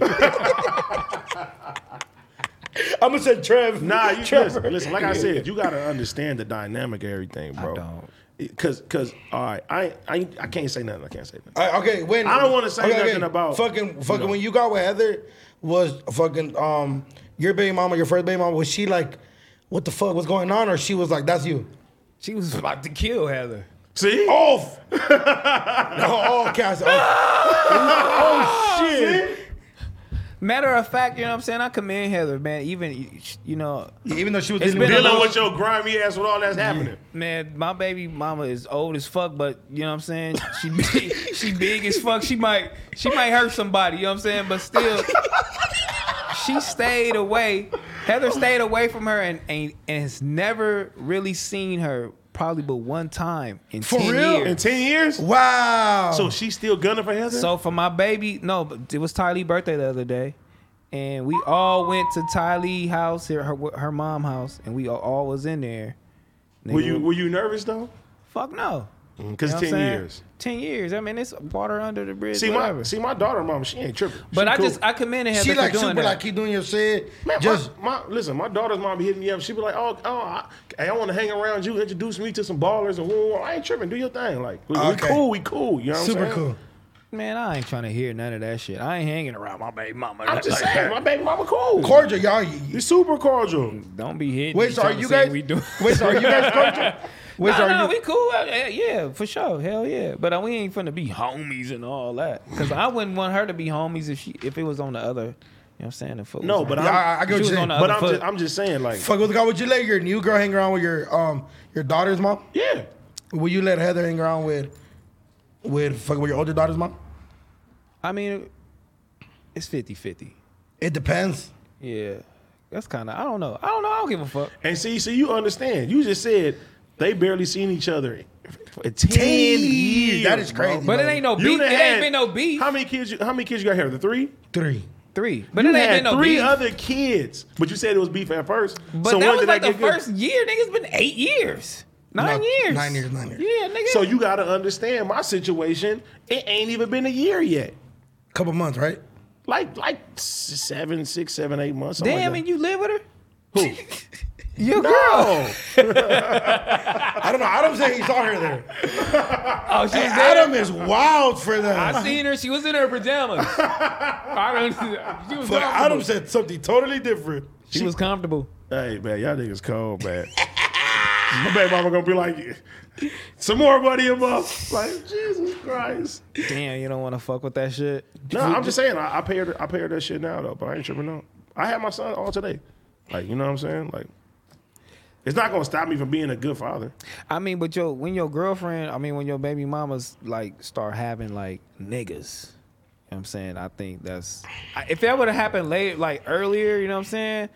Speaker 2: I'm gonna send Trev.
Speaker 3: Nah, you
Speaker 2: Trevor.
Speaker 3: listen, listen. Like I said, you gotta understand the dynamic of everything, bro.
Speaker 1: don't.
Speaker 3: Cause, cause, all right, I, I, I can't say nothing. I can't say nothing.
Speaker 2: All right, okay, when
Speaker 3: I don't wanna say nothing about-
Speaker 2: fucking fucking
Speaker 3: you know.
Speaker 2: when you got with Heather was fucking um your baby mama, your first baby mama. Was she like, what the fuck was going on, or she was like, that's you?
Speaker 1: She was about to kill Heather.
Speaker 3: See?
Speaker 2: Off. oh, oh, okay. I said, oh. oh shit.
Speaker 1: Matter of fact, you know what I'm saying? I commend Heather, man. Even, you know,
Speaker 2: Even though she was
Speaker 1: It's
Speaker 2: dealing with
Speaker 1: been a
Speaker 3: Dealing with your grimy ass with all that's happening.
Speaker 1: man, my baby mama is old as fuck, but you know what I'm saying? She big, she big as fuck. She might she might hurt somebody, you know what I'm saying? But still she stayed away. Heather stayed away from her and and, and has never really seen her probably but one time in
Speaker 2: For
Speaker 1: 10
Speaker 2: real?
Speaker 1: years.
Speaker 3: In ten years,
Speaker 2: wow.
Speaker 3: so she's still gunning for Heather.
Speaker 1: So for my baby, no, but it was Tylee's birthday the other day, and we all went to Tylee's house, her her, her mom house, and we all, all was in there. Nigga,
Speaker 3: were you, were you nervous though?
Speaker 1: Fuck no.
Speaker 3: Because
Speaker 1: Mm. You know what I'm
Speaker 3: ten
Speaker 1: saying?
Speaker 3: years.
Speaker 1: Ten years. I mean, it's water under the bridge.
Speaker 3: See
Speaker 1: whatever.
Speaker 3: my see my daughter, mom, she ain't tripping.
Speaker 1: but
Speaker 3: She
Speaker 1: I
Speaker 3: cool.
Speaker 1: just I commended Heather
Speaker 2: She
Speaker 1: for
Speaker 2: like
Speaker 1: doing
Speaker 2: super
Speaker 1: that.
Speaker 2: like keep doing your shit.
Speaker 3: Man,
Speaker 2: just
Speaker 3: my, my listen, my daughter's mom be hitting me up. She be like, "Oh, oh, I, hey, I want to hang around you. Introduce me to some ballers and whoa, whoa, I ain't tripping. Do your thing. Like we, we
Speaker 2: Okay.
Speaker 3: cool, we cool. You know what
Speaker 2: super
Speaker 3: I'm
Speaker 2: cool.
Speaker 3: saying?
Speaker 1: Man, I ain't trying to hear none of that shit. I ain't hanging around my baby mama.
Speaker 3: I'm just
Speaker 1: like
Speaker 3: saying,
Speaker 1: that.
Speaker 3: my baby mama cool.
Speaker 2: Cordial, y'all. y-
Speaker 3: You super cordial.
Speaker 1: Don't be hitting.
Speaker 2: Wait, so are
Speaker 1: trying to
Speaker 2: you
Speaker 1: see
Speaker 2: guys?
Speaker 1: what We do.
Speaker 2: Wait, so are you guys cordial? Wait, so
Speaker 1: Nah,
Speaker 2: are
Speaker 1: nah,
Speaker 2: you-
Speaker 1: we cool. Uh, uh, Yeah, for sure. Hell yeah. But uh, we ain't finna be homies and all that. Cause I wouldn't want her to be homies if she if it was on the other. You know what I'm saying? The foot
Speaker 3: No,
Speaker 1: was
Speaker 3: but
Speaker 1: on-
Speaker 3: I'm-
Speaker 2: Yeah, I- I get what
Speaker 1: she
Speaker 2: you're
Speaker 1: was
Speaker 2: saying.
Speaker 1: on the
Speaker 3: But
Speaker 1: other
Speaker 3: I'm
Speaker 1: foot.
Speaker 3: just, I'm just saying, like,
Speaker 2: Fuck with God. Would you let your new girl hang around with your um your daughter's mom?
Speaker 3: yeah,
Speaker 2: Would you let Heather hang around with with fuck with your older daughter's mom?
Speaker 1: I mean, it's 50 50.
Speaker 2: It depends.
Speaker 1: Yeah. That's kind of, I don't know. I don't know. I don't give a fuck.
Speaker 3: and see, see, you understand. You just said they barely seen each other for ten, years.
Speaker 2: That is
Speaker 3: bro.
Speaker 2: crazy.
Speaker 1: But it
Speaker 2: bro.
Speaker 1: ain't no
Speaker 3: You
Speaker 1: beef. It
Speaker 3: done
Speaker 1: ain't
Speaker 3: had-
Speaker 1: been no beef.
Speaker 3: How many kids? You, how many kids you got here? The three.
Speaker 2: three.
Speaker 1: Three. But
Speaker 3: You
Speaker 1: it ain't
Speaker 3: had
Speaker 1: been no
Speaker 3: three
Speaker 1: beef.
Speaker 3: other kids, but you said it was beef at first.
Speaker 1: but
Speaker 3: so
Speaker 1: that
Speaker 3: when
Speaker 1: was
Speaker 3: did
Speaker 1: like the
Speaker 3: get good?
Speaker 1: first year. Nigga's been eight years. Nine
Speaker 2: No,
Speaker 1: years.
Speaker 2: nine years, nine years.
Speaker 1: Yeah, nigga.
Speaker 3: So you gotta understand my situation. It ain't even been a year yet.
Speaker 2: Couple months, right?
Speaker 3: Like like seven, six, seven, eight months. something
Speaker 1: Damn,
Speaker 3: like
Speaker 1: and you live with her?
Speaker 3: Who?
Speaker 1: Your
Speaker 3: that.
Speaker 1: girl.
Speaker 3: Oh,
Speaker 2: I don't know. Adam said he saw her there.
Speaker 1: Oh, she was there.
Speaker 2: Adam is wild for
Speaker 1: I
Speaker 2: that.
Speaker 1: seen her. She was in her pajamas. I don't. She was comfortable.
Speaker 2: But Adam said something totally different.
Speaker 1: She was comfortable.
Speaker 3: hey man, y'all niggas cold, man. My baby mama gonna be like, some more money a month. Like Jesus Christ.
Speaker 1: Damn, you don't want to fuck with that shit.
Speaker 3: No, I'm just saying. I, I pay her. I pay her that shit now though, but I ain't tripping out. I had my son all today. Like you know what I'm saying? Like it's not gonna stop me from being a good father.
Speaker 1: I mean, but yo, when your girlfriend, I mean, when your baby mamas like start having like niggas, you know what I'm saying, I think that's I- if that would have happened later, like earlier, you know what I'm saying,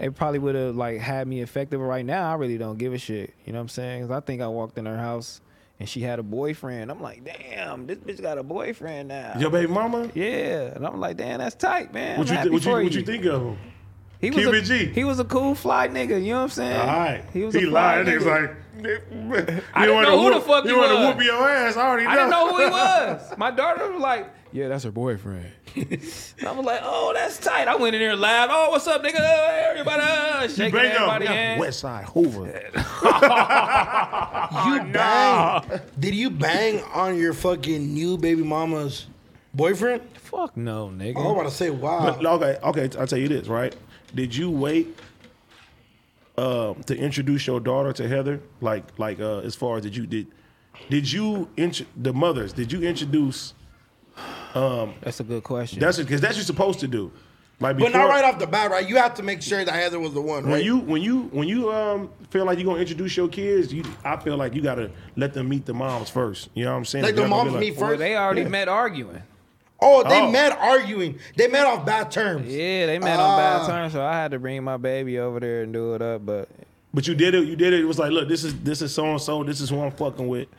Speaker 1: it probably would have like had me affected. But right now, I really don't give a shit, you know what I'm saying? Because I think I walked in her house and she had a boyfriend. I'm like, damn, this bitch got a boyfriend now.
Speaker 3: Your baby mama.
Speaker 1: Yeah, and I'm like, damn, that's tight, man.
Speaker 3: What
Speaker 1: I'm
Speaker 3: you,
Speaker 1: happy
Speaker 3: th- what, you,
Speaker 1: for
Speaker 3: what you think of him?
Speaker 1: He was a,
Speaker 3: Cuba G?
Speaker 1: He was a cool fly nigga. You know what I'm saying?
Speaker 3: All right.
Speaker 1: He was. a fly
Speaker 3: lied. He was
Speaker 1: nigga.
Speaker 3: like, you
Speaker 1: I didn't
Speaker 3: wanna
Speaker 1: know who the
Speaker 3: whoop-
Speaker 1: fuck
Speaker 3: you
Speaker 1: he
Speaker 3: wanna
Speaker 1: was.
Speaker 3: whoop your ass. I already know.
Speaker 1: I didn't know who he was. My daughter was like, yeah, that's her boyfriend. and I was like, oh, that's tight. I went in there and laughed. Oh, what's up, nigga? Uh, Everybody, uh, shaking
Speaker 3: Bang
Speaker 1: everybody
Speaker 3: up.
Speaker 1: hand.
Speaker 3: West Side Hoover.
Speaker 1: Oh,
Speaker 2: You bang? Did you bang on your fucking new baby mama's boyfriend?
Speaker 1: Fuck no, nigga.
Speaker 3: Oh
Speaker 2: I was about to say wow.
Speaker 3: But, okay, okay. I'll tell you this, right? Did you wait uh, to introduce your daughter to Heather? Like, like uh, as far as did you did, did you int- the mothers? Did you introduce?
Speaker 1: That's a good question.
Speaker 3: That's because that's what you're supposed to do. Like before,
Speaker 2: But not right off the bat, right? You have to make sure that Heather was the one,
Speaker 3: When
Speaker 2: right?
Speaker 3: you when you when you um feel like you're gonna introduce your kids, you I feel like you gotta let them meet the moms first. You know what I'm saying?
Speaker 2: Like the
Speaker 3: Y'all gonna be
Speaker 2: moms meet
Speaker 1: well,
Speaker 2: first.
Speaker 1: they already
Speaker 3: Yeah.
Speaker 1: met arguing.
Speaker 2: oh, they
Speaker 3: Oh.
Speaker 2: met arguing. They met off bad terms.
Speaker 1: Yeah, they met on bad
Speaker 2: Ah.
Speaker 1: terms, so I had to bring my baby over there and do it up. But
Speaker 3: But you did it. You did it. It was like, look, this is this is so and so. This is who I'm fucking with.
Speaker 2: Oh,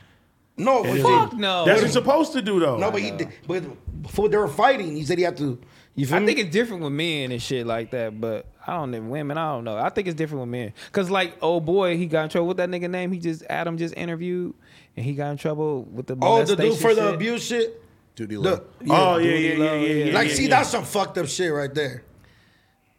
Speaker 2: No, but
Speaker 1: Fuck
Speaker 2: see,
Speaker 1: no.
Speaker 3: That's what you're supposed to do, though.
Speaker 2: No, but he did, but before they were fighting, he said he had to. You feel
Speaker 1: I
Speaker 2: me?
Speaker 1: think it's different with men and shit like that, but I don't know women. I don't know. I think it's different with men, cause like oh boy, he got in trouble with that nigga name. He just Adam just interviewed, and he got in trouble with the
Speaker 2: oh, the dude
Speaker 1: molestation
Speaker 2: for the
Speaker 1: shit.
Speaker 2: abuse shit.
Speaker 4: Duty
Speaker 2: The-
Speaker 4: low.
Speaker 3: oh yeah,
Speaker 1: dude, low,
Speaker 3: yeah, yeah, yeah,
Speaker 1: yeah.
Speaker 3: yeah.
Speaker 2: like,
Speaker 3: yeah,
Speaker 2: see,
Speaker 3: yeah.
Speaker 2: that's some fucked up shit right there.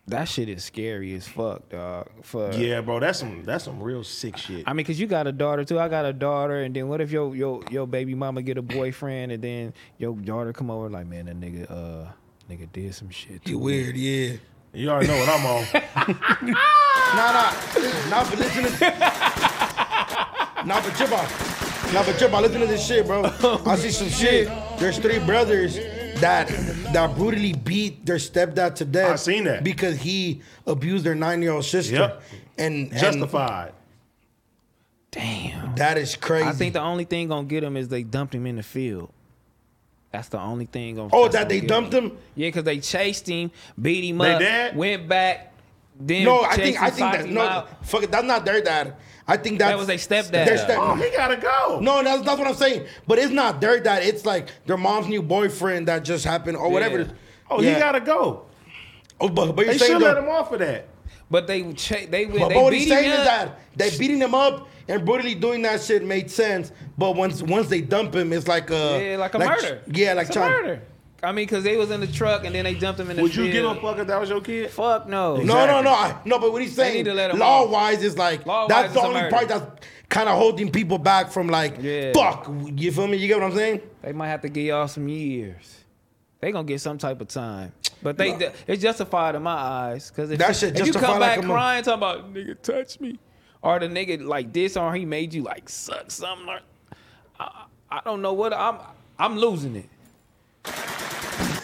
Speaker 1: That shit is scary as fuck, dog. Fuck.
Speaker 3: yeah, bro. That's some that's some real sick shit.
Speaker 1: I mean, cause you got a daughter too. I got a daughter, and then what if your your your baby mama get a boyfriend, and then your daughter come over like, man, that nigga uh nigga did some shit. to
Speaker 2: You
Speaker 1: me."
Speaker 2: weird, yeah.
Speaker 3: you already know what I'm on.
Speaker 2: Nah, nah, nah, but listen to. nah, but chip out. Nah, but chip out. Listen to this shit, bro. I see some shit. There's three brothers that that brutally beat their stepdad to death.
Speaker 3: I seen that.
Speaker 2: because he abused their nine year old sister.
Speaker 3: Yep.
Speaker 2: And and
Speaker 3: Justified.
Speaker 1: Damn.
Speaker 2: That is crazy.
Speaker 1: I think the only thing gonna get him is they dumped him in the field. That's the only thing. Gonna,
Speaker 2: oh,
Speaker 1: that's
Speaker 2: that
Speaker 1: gonna
Speaker 2: they
Speaker 1: get
Speaker 2: dumped him.
Speaker 1: Yeah, because they chased him, beat him
Speaker 3: They
Speaker 1: up,
Speaker 3: did?
Speaker 1: went back. Then
Speaker 2: No, I
Speaker 1: chased
Speaker 2: think
Speaker 1: him,
Speaker 2: I think
Speaker 1: socked
Speaker 2: that
Speaker 1: him
Speaker 2: no,
Speaker 1: out.
Speaker 2: fuck it, that's not their dad. I think that's,
Speaker 1: was their stepdad.
Speaker 2: Their step,
Speaker 3: Oh, he gotta go.
Speaker 2: No, that's, that's what I'm saying. But it's not their dad. It's like their mom's new boyfriend that just happened or whatever.
Speaker 1: Yeah.
Speaker 3: Oh,
Speaker 2: Yeah.
Speaker 3: he gotta go.
Speaker 2: Oh, but, but you're
Speaker 3: They
Speaker 2: saying
Speaker 3: should let
Speaker 2: though-
Speaker 3: him off of that.
Speaker 1: But they cha- they went.
Speaker 2: But,
Speaker 1: they
Speaker 2: but what
Speaker 1: beat
Speaker 2: he's
Speaker 1: him
Speaker 2: saying is
Speaker 1: up.
Speaker 2: that they beating him up and brutally doing that shit made sense. But once once they dump him, it's uh, like a
Speaker 1: yeah, like a murder.
Speaker 2: Yeah, like
Speaker 1: it's a
Speaker 2: trying-
Speaker 1: murder. I mean, because they was in the truck and then they dumped him in the.
Speaker 3: Would you give a
Speaker 1: field.
Speaker 3: fuck if that was your kid?
Speaker 1: Fuck no.
Speaker 2: No,
Speaker 3: Exactly.
Speaker 2: no, no, I, no. But what he's saying,
Speaker 1: need to let him
Speaker 2: law
Speaker 1: off.
Speaker 2: wise, is like
Speaker 1: Law-wise,
Speaker 2: that's the
Speaker 1: it's a
Speaker 2: only
Speaker 1: murder.
Speaker 2: part that's kind of holding people back from like
Speaker 1: Yeah.
Speaker 2: fuck. You feel me? You get what I'm saying?
Speaker 1: They might have to give y'all some years. They gonna get some type of time, but they it's justified in my eyes because if,
Speaker 2: That
Speaker 1: you-
Speaker 2: shit
Speaker 1: if you
Speaker 2: justified
Speaker 1: come
Speaker 2: like
Speaker 1: back
Speaker 2: a mo-
Speaker 1: crying, talking about nigga touch me, or the nigga like this, or he made you like suck something, or I, I don't know what I'm I'm losing it.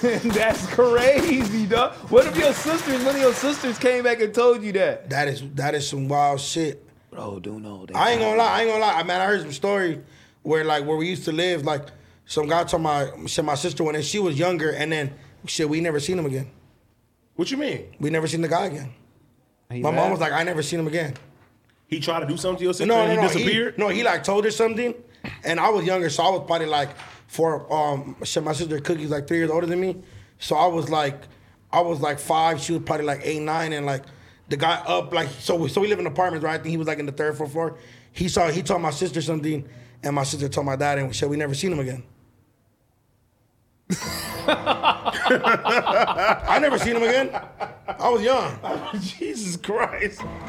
Speaker 1: That's crazy, dog. What if your sisters, one of your sisters, came back and told you that?
Speaker 2: That is that is some wild shit.
Speaker 1: Bro, do know that.
Speaker 2: I ain't gonna lie. I ain't gonna lie. I mean, I heard some story where like where we used to live, like some guy told my shit, my sister went and she was younger, and then shit, we never seen him again.
Speaker 3: What you mean?
Speaker 2: We never seen the guy again.
Speaker 1: He
Speaker 2: My mom
Speaker 1: mad?
Speaker 2: was like, I never seen him again.
Speaker 3: He tried to do something to your sister
Speaker 2: No,
Speaker 3: and
Speaker 2: no,
Speaker 3: he
Speaker 2: no.
Speaker 3: disappeared?
Speaker 2: He, no, he like told her something, and I was younger, so I was probably like for um shit. My sister Cookie's like three years older than me, so I was like, I was like five. She was probably like eight, nine, and like the guy up like so. We, so we live in apartments, right? I think he was like in the third, fourth floor. He saw he told my sister something, and my sister told my dad, and said we never seen him again. I never seen him again. I was young.
Speaker 3: Jesus Christ. All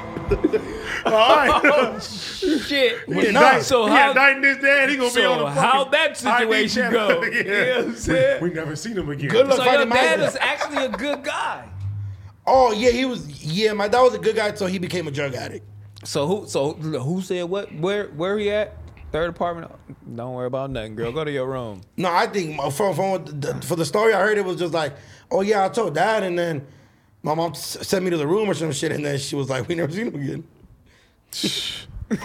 Speaker 3: right.
Speaker 1: shit.
Speaker 2: Yeah, nah.
Speaker 1: So
Speaker 3: he
Speaker 1: how?
Speaker 3: indicting his dad. He gonna be
Speaker 1: so
Speaker 3: on the fucking
Speaker 1: how'd that
Speaker 3: ID
Speaker 1: situation
Speaker 3: channel.
Speaker 1: go?
Speaker 3: yeah.
Speaker 1: You know what I'm saying?
Speaker 3: We, we never seen him again.
Speaker 2: Good luck.
Speaker 1: So
Speaker 2: Fucking
Speaker 1: your dad
Speaker 2: mind.
Speaker 1: is actually a good guy.
Speaker 2: Oh yeah, he was. Yeah, my dad was a good guy until he became a drug addict.
Speaker 1: So who? So who said what? Where? Where he at? Third apartment. Don't worry about nothing, girl. Go to your room.
Speaker 2: No, I think my- from, from what the, for the story I heard, it was just like, oh yeah, I told dad, and then my mom s- sent me to the room or some shit, and then she was like, we never seen him again.
Speaker 3: I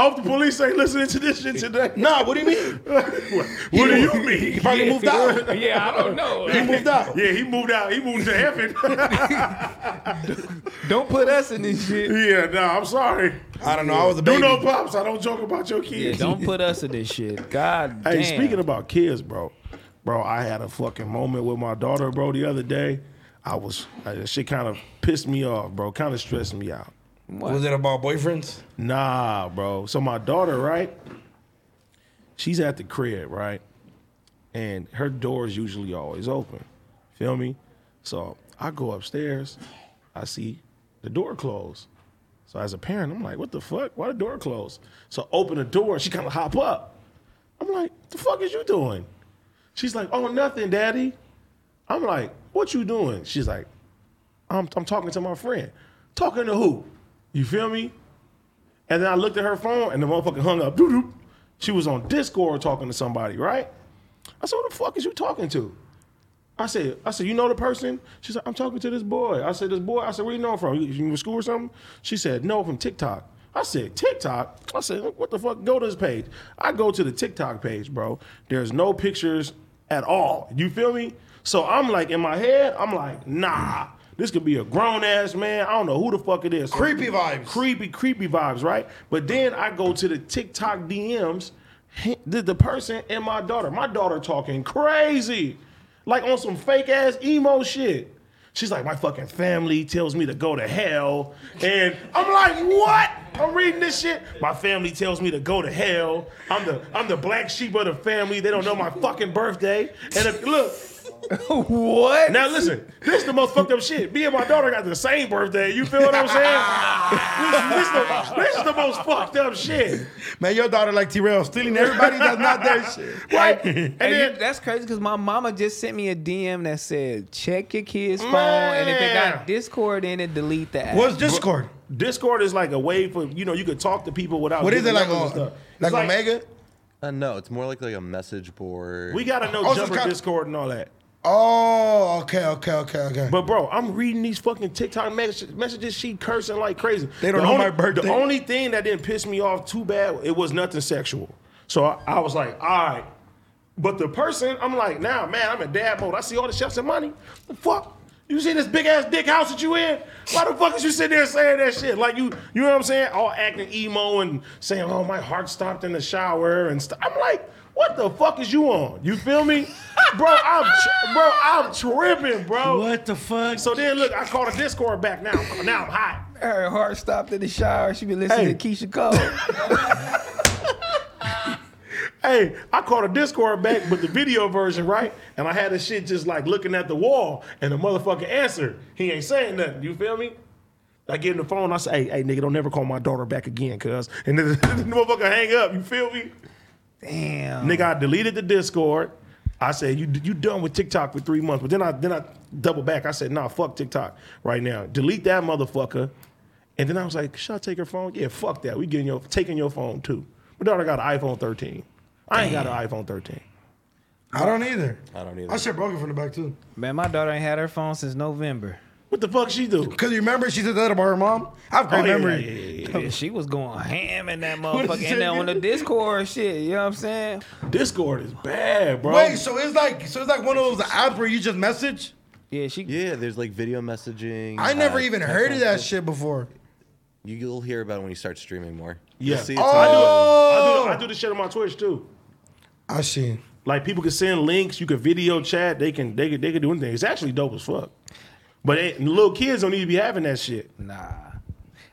Speaker 3: hope the police ain't listening to this shit today.
Speaker 2: Nah, what do you mean?
Speaker 3: what what do you mean?
Speaker 2: He probably moved out.
Speaker 1: Yeah, I don't
Speaker 2: He
Speaker 1: know.
Speaker 2: moved out.
Speaker 3: Yeah, he moved out. He moved to heaven.
Speaker 1: don't put us in this shit.
Speaker 3: yeah, no, I'm sorry.
Speaker 2: I don't know. I was a
Speaker 3: Do
Speaker 2: baby.
Speaker 3: no pops. I don't joke about your
Speaker 1: Yeah,
Speaker 3: kids.
Speaker 1: don't put us in this shit. God
Speaker 3: Hey,
Speaker 1: damn.
Speaker 3: speaking about kids, bro, bro, I had a fucking moment with my daughter, bro, the other day. I was I, that shit kind of pissed me off, bro. Kind of stressed me out.
Speaker 2: Was it about boyfriends?
Speaker 3: Nah, bro. So my daughter, right? She's at the crib, right? And her door is usually always open. Feel me? So I go upstairs, I see the door closed. So as a parent, I'm like, what the fuck? Why the door closed? So open the door and she kind of hop up. I'm like, the fuck is you doing? She's like, oh, nothing, daddy. I'm like, what you doing? She's like, I'm, I'm talking to my friend. Talking to who? You feel me? And then I looked at her phone and the motherfucker hung up. Doo doo. She was on Discord talking to somebody, right? I said, "What the fuck is you talking to?" I said, "I said you know the person." She said, "I'm talking to this boy." I said, "This boy." I said, "Where you know him from? You, you from school or something?" She said, "No, from TikTok." I said, "TikTok." I said, "What the fuck? Go to this page." I go to the TikTok page, bro. There's no pictures at all. You feel me? So I'm like in my head, I'm like, "Nah, this could be a grown ass man. I don't know who the fuck it is." So-
Speaker 2: Creepy vibes.
Speaker 3: creepy, creepy vibes, right? But then I go to the TikTok DMs, the, the person and my daughter. My daughter talking crazy, like on some fake ass emo shit. She's like, my fucking family tells me to go to hell. And I'm like, what? I'm reading this shit. My family tells me to go to hell. I'm the I'm the black sheep of the family. They don't know my fucking birthday. And if, look,
Speaker 1: what?
Speaker 3: now listen, this is the most fucked up shit. Me and my daughter got the same birthday. You feel what I'm saying? this, this, the, this is the most fucked up shit.
Speaker 2: Man, your daughter like Terrell stealing everybody that's not their shit.
Speaker 3: Right? And
Speaker 1: And you-
Speaker 3: then
Speaker 1: that's crazy because my mama just sent me a DM that said, check your kid's phone, and if it
Speaker 3: Man.
Speaker 1: got Discord in it, delete the app.
Speaker 2: What's Discord?
Speaker 3: Discord is like a way for you know you could talk to people without.
Speaker 2: What is it
Speaker 3: giving
Speaker 2: like?
Speaker 3: numbers and
Speaker 2: On,
Speaker 3: stuff.
Speaker 2: like,
Speaker 3: It's like
Speaker 2: Omega?
Speaker 4: Uh, no, it's more like like a message board.
Speaker 3: We gotta know
Speaker 2: Oh, so it's
Speaker 3: jumper
Speaker 2: kinda-
Speaker 3: Discord and all that.
Speaker 2: Oh, okay, okay, okay, okay.
Speaker 3: But bro, I'm reading these fucking TikTok mess- messages. She cursing like crazy.
Speaker 2: They don't
Speaker 3: the
Speaker 2: know
Speaker 3: only,
Speaker 2: my birthday.
Speaker 3: The only thing that didn't piss me off too bad, it was nothing sexual. So I, I was like, all right. But the person, I'm like, now, nah, man, I'm in dad mode. I see all the chefs and money. The fuck. You see this big ass dick house that you in? Why the fuck is you sitting there saying that shit? Like you, you know what I'm saying? All acting emo and saying, "Oh, my heart stopped in the shower," and stuff. I'm like, What the fuck is you on? You feel me, bro? I'm tr- bro, I'm tripping, bro.
Speaker 5: What the fuck?
Speaker 3: So then look, I call the Discord back now. Now I'm hot.
Speaker 1: Her heart stopped in the shower. She been listening
Speaker 3: Hey.
Speaker 1: to Keisha Cole.
Speaker 3: Hey, I called a Discord back, but the video version, right? And I had this shit just like looking at the wall, and the motherfucker answered. He ain't saying nothing. You feel me? I get in the phone. I say, "Hey, hey, nigga, don't never call my daughter back again, cuz." And then the motherfucker hang up. You feel me?
Speaker 1: Damn.
Speaker 3: Nigga, I deleted the Discord. I said, "You you done with TikTok for three months?" But then I then I double back. I said, "Nah, fuck TikTok right now. Delete that motherfucker." And then I was like, "Should I take her phone?" Yeah, fuck that. We getting your taking your phone too. My daughter got an iPhone 13. I ain't got an iPhone 13.
Speaker 5: I don't either.
Speaker 4: I don't
Speaker 5: I
Speaker 4: either.
Speaker 5: should broke it from the back too.
Speaker 1: Man, my daughter ain't had her phone since November.
Speaker 3: What the fuck she do?
Speaker 5: Cause you remember she said that about her mom. I have great
Speaker 3: Oh, yeah,
Speaker 5: memory.
Speaker 3: yeah, yeah, yeah.
Speaker 1: Yeah, she was going ham in that
Speaker 5: What is
Speaker 1: motherfucker. And
Speaker 5: it?
Speaker 1: then on the Discord shit, you know what I'm saying?
Speaker 3: Discord is bad, bro.
Speaker 5: Wait, so it's like so it's like one of those apps where you just message.
Speaker 1: Yeah, she.
Speaker 4: Yeah, there's like video messaging.
Speaker 5: I never
Speaker 4: uh,
Speaker 5: even
Speaker 4: text
Speaker 5: heard of that
Speaker 4: messaging.
Speaker 5: shit before.
Speaker 4: You, you'll hear about it when you start streaming more.
Speaker 3: Yeah.
Speaker 4: You'll see it's on-
Speaker 3: I, do, I
Speaker 5: Oh,
Speaker 3: do the shit on my Twitch too.
Speaker 5: I see.
Speaker 3: Like people can send links, you can video chat, they can they can they can do anything. It's actually dope as fuck. But it, little kids don't need to be having that shit
Speaker 1: Nah.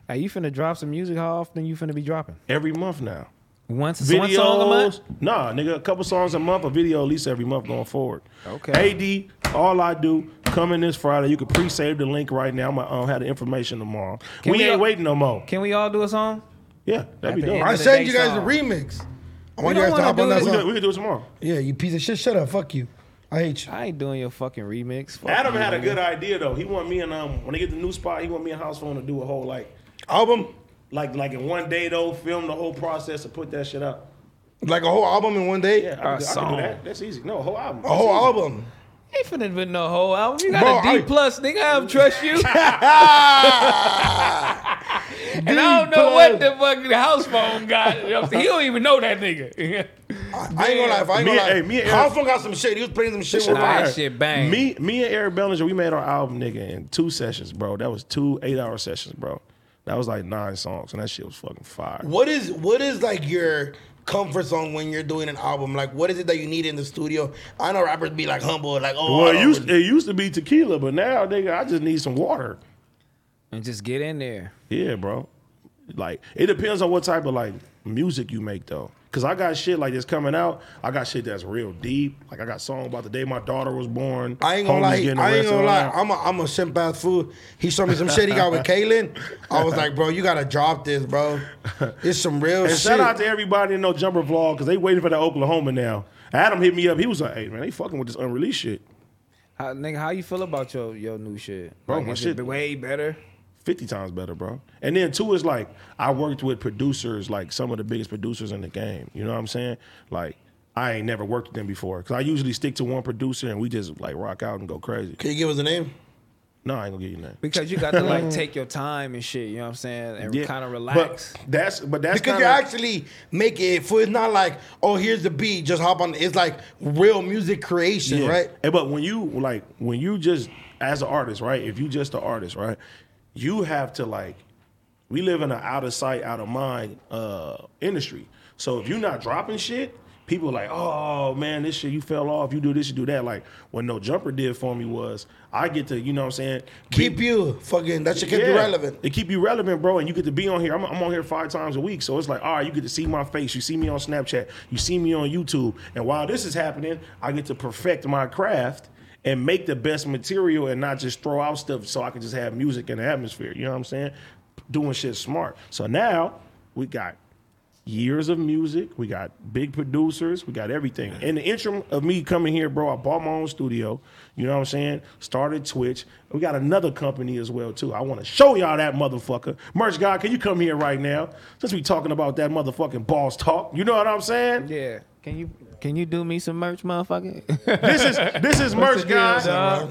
Speaker 1: Hey, you finna drop some music? How often you finna be dropping?
Speaker 3: every month now.
Speaker 1: Once,
Speaker 3: Videos,
Speaker 1: one song a month?
Speaker 3: nah, nigga, a couple songs a month, a video at least every month going forward.
Speaker 1: Okay.
Speaker 3: AD, all I do coming this Friday. You can pre-save the link right now. I'm gonna um, have the information tomorrow. we,
Speaker 1: we
Speaker 3: ain't
Speaker 1: all-
Speaker 3: waiting no more.
Speaker 1: Can we all do a song?
Speaker 3: yeah, that'd
Speaker 1: Happy
Speaker 3: be dope.
Speaker 1: end.
Speaker 5: I
Speaker 1: the
Speaker 5: sent
Speaker 1: day
Speaker 5: you guys a
Speaker 1: song.
Speaker 5: remix. I want
Speaker 1: We
Speaker 5: you guys
Speaker 1: don't
Speaker 5: to
Speaker 1: wanna
Speaker 5: hop on
Speaker 1: do
Speaker 5: that
Speaker 1: it.
Speaker 3: We
Speaker 5: song.
Speaker 3: could, we could do it tomorrow.
Speaker 5: Yeah, you piece of shit. Shut up. Fuck you. I hate you.
Speaker 1: I ain't doing your fucking remix. Fuck
Speaker 3: Adam
Speaker 1: you,
Speaker 3: had a
Speaker 1: nigga.
Speaker 3: good idea though. He want me and um when they get the new spot, he want me and House Phone to do a whole like
Speaker 5: Album,
Speaker 3: like like in one day though, film the whole process and put that shit up.
Speaker 5: like a whole album in one day.
Speaker 3: Yeah, I,
Speaker 1: Our
Speaker 3: could do- I could
Speaker 1: song. Oh,
Speaker 3: do that. That's easy. No, a whole album.
Speaker 5: A whole album.
Speaker 1: Ain't finna win no whole album. You
Speaker 5: Bro,
Speaker 1: got a
Speaker 5: I-
Speaker 1: D plus, nigga. I don't trust you.
Speaker 5: Ah!
Speaker 1: and I don't know what the fuck the house phone got. You know what I'm saying? He don't even know that nigga.
Speaker 5: I ain't gonna lie. if I ain't
Speaker 3: Me
Speaker 5: gonna
Speaker 3: and-
Speaker 5: lie.
Speaker 3: hey, me and Eric-
Speaker 5: House Phone got some shit. He was playing some shit. with
Speaker 1: Nah, that
Speaker 5: fire.
Speaker 1: shit bang.
Speaker 3: Me, me and Eric Bellinger, we made our album, nigga, in two sessions, bro. That was two eight-hour sessions, bro. That was like nine songs, and that shit was fucking fire.
Speaker 5: What is what is like your comfort zone when you're doing an album? Like, what is it that you need in the studio? I know rappers be like humble, like oh,
Speaker 3: Well,
Speaker 5: I
Speaker 3: it
Speaker 5: don't
Speaker 3: used,
Speaker 5: really-
Speaker 3: it used to be tequila, but now, nigga, I just need some water.
Speaker 1: And just get in there.
Speaker 3: Yeah, bro. Like it depends on what type of like music you make though. Cause I got shit like this coming out. I got shit that's real deep. Like I got song about the day my daughter was born.
Speaker 5: I ain't gonna
Speaker 3: homies
Speaker 5: lie.
Speaker 3: getting
Speaker 5: I ain't
Speaker 3: arrested,
Speaker 5: gonna
Speaker 3: all
Speaker 5: lie.
Speaker 3: that.
Speaker 5: I'm a I'm a simp ass fool. He showed me some shit he got with Kaylin. I was like, bro, you gotta drop this, bro. It's some real
Speaker 3: And
Speaker 5: shit.
Speaker 3: shout out to everybody in No Jumper Vlog because they waiting for that Oklahoma now. Adam hit me up. He was like, "Hey man, they fucking with this unreleased shit.
Speaker 1: How, nigga, how you feel about your, your new shit?
Speaker 3: Bro,
Speaker 1: Like,
Speaker 3: my
Speaker 1: is
Speaker 3: shit-
Speaker 1: it way better.
Speaker 3: Fifty times better, bro." And then two is like, I worked with producers, like some of the biggest producers in the game. You know what I'm saying? Like, I ain't never worked with them before because I usually stick to one producer and we just like rock out and go crazy.
Speaker 5: Can you give us a name?
Speaker 3: No, I ain't gonna get you name.
Speaker 1: Because you got to like take your time and shit, you know what I'm saying? And
Speaker 3: Mm. Yeah,
Speaker 1: kind of relax.
Speaker 3: But that's but that's
Speaker 5: Because
Speaker 3: kinda,
Speaker 5: you're actually making it for it's not like, oh, here's the beat, just hop on. It's like real music creation,
Speaker 3: Yeah.
Speaker 5: right?
Speaker 3: And but when you like when you just as an artist, right? If you just an artist, right? You have to like we live in an out of sight, out of mind uh industry. So if you're not dropping shit, people like, oh man, this shit you fell off, you do this, you do that. Like what no jumper did for me was I get to, you know what I'm saying,
Speaker 5: Keep you fucking that shit keep you
Speaker 3: Yeah.
Speaker 5: relevant.
Speaker 3: They keep you relevant, bro, and you get to be on here. I'm, I'm on here five times a week, so it's like, all right, you get to see my face. You see me on Snapchat. You see me on YouTube. And while this is happening, I get to perfect my craft and make the best material and not just throw out stuff so I can just have music in the atmosphere. You know what I'm saying? Doing shit smart. So now we got years of music. We got big producers. We got everything. In the interim of me coming here, bro, I bought my own studio. You know what I'm saying? Started Twitch. We got another company as well too. I want to show y'all that motherfucker. Merch God, can you come here right now? Since we talking about that motherfucking boss talk, you know what I'm saying?
Speaker 1: yeah. Can you can you do me some merch, motherfucker?
Speaker 3: This is this is merch God.
Speaker 1: you know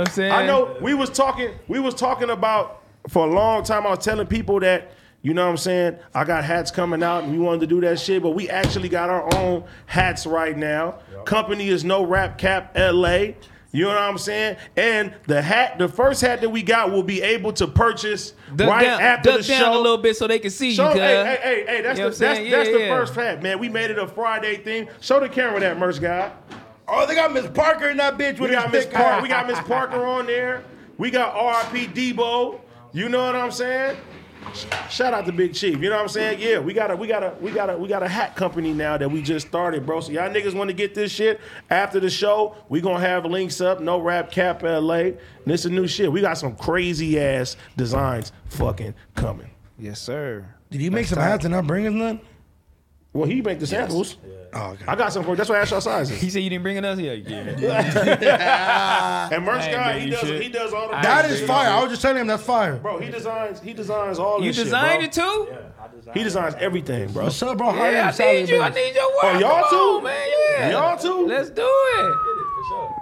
Speaker 1: what I'm saying?
Speaker 3: I know we was talking we was talking about for a long time I was telling people that you know what I'm saying? I got hats coming out and we wanted to do that shit, but we actually got our own hats right now. Company is No Rap Cap LA. You know what I'm saying? And the hat, the first hat that we got will be able to purchase
Speaker 1: Duck
Speaker 3: right
Speaker 1: down,
Speaker 3: after
Speaker 1: duck
Speaker 3: the
Speaker 1: down a
Speaker 3: show.
Speaker 1: little bit so they can see
Speaker 3: Show,
Speaker 1: you. cuz.
Speaker 3: hey, hey, hey, hey, that's
Speaker 1: You know what I'm
Speaker 3: the that's,
Speaker 1: saying?
Speaker 3: that's
Speaker 1: Yeah,
Speaker 3: the
Speaker 1: yeah.
Speaker 3: first hat, man. We made it a Friday thing. Show the camera that merch guy.
Speaker 6: Oh, they got Miss Parker in that bitch
Speaker 3: We
Speaker 6: with
Speaker 3: got
Speaker 6: his
Speaker 3: Miss
Speaker 6: thick
Speaker 3: Parker.
Speaker 6: eye.
Speaker 3: We got Miss Parker on there. We got RIP Debo. You know what I'm saying? Sh- Shout out to Big Chief. You know what I'm saying? Yeah, we got a we got a we got a we got a hat company now that we just started, bro. So y'all niggas want to get this shit after the show? We gonna have links up. No rap cap LA. And this is new shit. We got some crazy ass designs fucking coming.
Speaker 1: Yes, sir.
Speaker 2: Did you make some hats and not bring us none?
Speaker 3: Well, he make the samples.
Speaker 2: Oh, okay.
Speaker 3: I got some for. That's why I asked y'all sizes.
Speaker 1: He said you didn't bring it us. Yeah, yeah.
Speaker 3: And merch
Speaker 1: I ain't
Speaker 3: guy,
Speaker 1: bring
Speaker 3: he
Speaker 1: you
Speaker 3: does
Speaker 1: shit.
Speaker 3: he does all the.
Speaker 2: That
Speaker 3: merch,
Speaker 2: is
Speaker 3: you know?
Speaker 2: fire. I was just telling him that's fire.
Speaker 3: Bro, he designs he designs all
Speaker 1: You
Speaker 3: this
Speaker 1: designed
Speaker 3: shit,
Speaker 1: it too?
Speaker 3: it too. He designs everything, bro.
Speaker 2: What's up, bro? Hire
Speaker 1: Yeah,
Speaker 2: him,
Speaker 1: I need
Speaker 2: salary
Speaker 1: you. I
Speaker 2: bitch.
Speaker 1: need your work.
Speaker 3: Oh, y'all
Speaker 1: Come
Speaker 3: too?
Speaker 1: on, man. Yeah.
Speaker 3: Y'all too?
Speaker 1: Let's do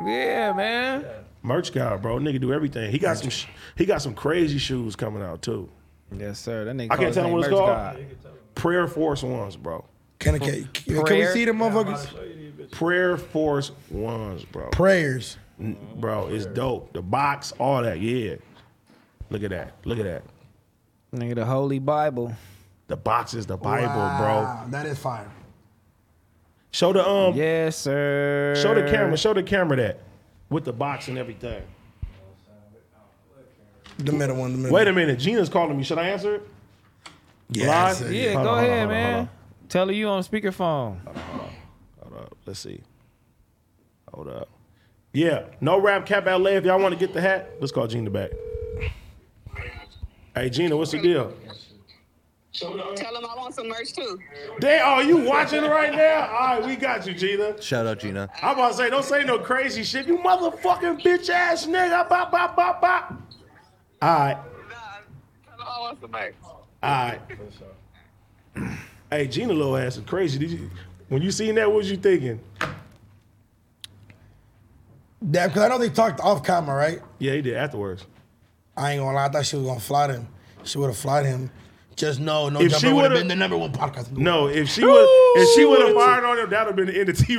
Speaker 1: it. Yeah, man.
Speaker 3: Merch guy, bro. Nigga do everything. He got some sh- he got some crazy shoes coming out too.
Speaker 1: Yes, sir. That nigga.
Speaker 3: I can't tell him what it's called. Prayer Force Ones, bro.
Speaker 2: Can, I- can, can we
Speaker 1: Prayer?
Speaker 2: see the motherfuckers?
Speaker 3: Prayer Force Ones, bro.
Speaker 2: Prayers.
Speaker 3: N- Bro, it's dope. The box, all that, yeah. Look at that. Look at that.
Speaker 1: Nigga, the Holy Bible.
Speaker 3: The box is the Bible, bro.
Speaker 2: That is fire.
Speaker 3: Show the um
Speaker 1: Yes, sir.
Speaker 3: show the camera, show the camera that. With the box and everything.
Speaker 2: The middle one. The middle.
Speaker 3: Wait a minute, Gina's calling me. Should I answer it?
Speaker 2: Yeah,
Speaker 3: Live?
Speaker 1: Yeah,
Speaker 3: Hold
Speaker 1: go
Speaker 3: on, hold on,
Speaker 1: ahead,
Speaker 3: hold on,
Speaker 1: man.
Speaker 3: hold on.
Speaker 1: Tell her you on speakerphone.
Speaker 3: Hold up. Let's see. Hold up. Yeah. No rap cap LA. If y'all want to get the hat, let's call Gina back. Hey Gina, what's the deal?
Speaker 7: Tell them I want some merch too.
Speaker 3: They are you watching right now? All right, we got you, Gina.
Speaker 4: Shout out Gina.
Speaker 3: I'm about to say, don't say no crazy shit. You motherfucking bitch ass nigga. Bop, bop, bop, bop. All right.
Speaker 7: Tell them I want some merch.
Speaker 3: All right. Hey, Gina little ass is crazy. Did you when you seen that, what was you thinking?
Speaker 2: Damn, because I know they talked off camera, right?
Speaker 3: Yeah, he did afterwards.
Speaker 2: I ain't gonna lie. I thought she was gonna fly him. She would have fly him. Just know, no
Speaker 3: If she
Speaker 2: jumper would have
Speaker 3: would've-
Speaker 2: been the number one podcast. in the
Speaker 3: No, if she would if she would have fired on him, that would have been the end of T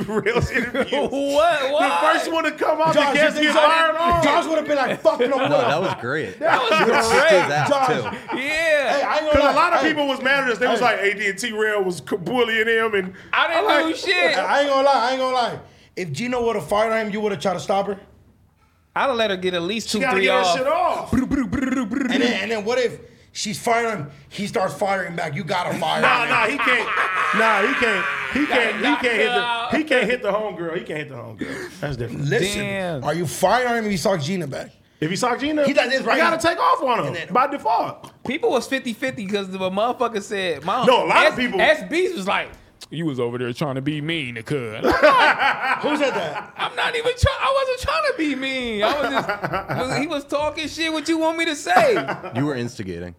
Speaker 3: Rail's interview.
Speaker 1: What?
Speaker 3: The
Speaker 1: What?
Speaker 3: first one to come out
Speaker 2: Josh,
Speaker 3: the guest
Speaker 2: you
Speaker 3: get
Speaker 2: think I
Speaker 3: fired
Speaker 2: didn't-
Speaker 3: on.
Speaker 2: Josh would have been like, fuck no,
Speaker 4: No, that was great. That
Speaker 1: was great.
Speaker 4: out too.
Speaker 2: Hey,
Speaker 1: Yeah.
Speaker 2: I ain't gonna
Speaker 3: Because
Speaker 2: lie.
Speaker 3: a lot of
Speaker 2: Hey,
Speaker 3: people was mad at us. They was like, AD and T Rail was c- bullying him, and
Speaker 1: I didn't
Speaker 3: I'm
Speaker 1: do
Speaker 3: like,
Speaker 1: shit.
Speaker 2: I ain't gonna lie. I ain't gonna lie. If Gino would have fired him, you would have tried to stop her.
Speaker 1: I'd have let her get at least two,
Speaker 3: You gotta
Speaker 1: three
Speaker 3: get that
Speaker 1: off.
Speaker 3: shit off.
Speaker 2: And then, and then what if she's firing him? He starts firing back. You gotta fire
Speaker 3: Nah,
Speaker 2: him.
Speaker 3: nah, he can't. Nah, he can't. He can't. He can't hit the. He can't hit the homegirl. He can't hit the homegirl. That's different.
Speaker 2: Listen,
Speaker 1: Damn.
Speaker 2: are you firing him if you saw Gina back?
Speaker 3: If you saw Gina,
Speaker 2: He like this, right?
Speaker 3: You gotta take off on
Speaker 2: then-
Speaker 3: him by default.
Speaker 1: People was 50-50 because the motherfucker said, "My
Speaker 3: No, a lot of people-
Speaker 1: SBs was like, "You was over there trying to be mean, to cuz."
Speaker 2: Who said that?
Speaker 1: I'm not even trying. I wasn't trying to be mean. I was just. was- he was talking shit. What you want me to say?
Speaker 4: You were instigating.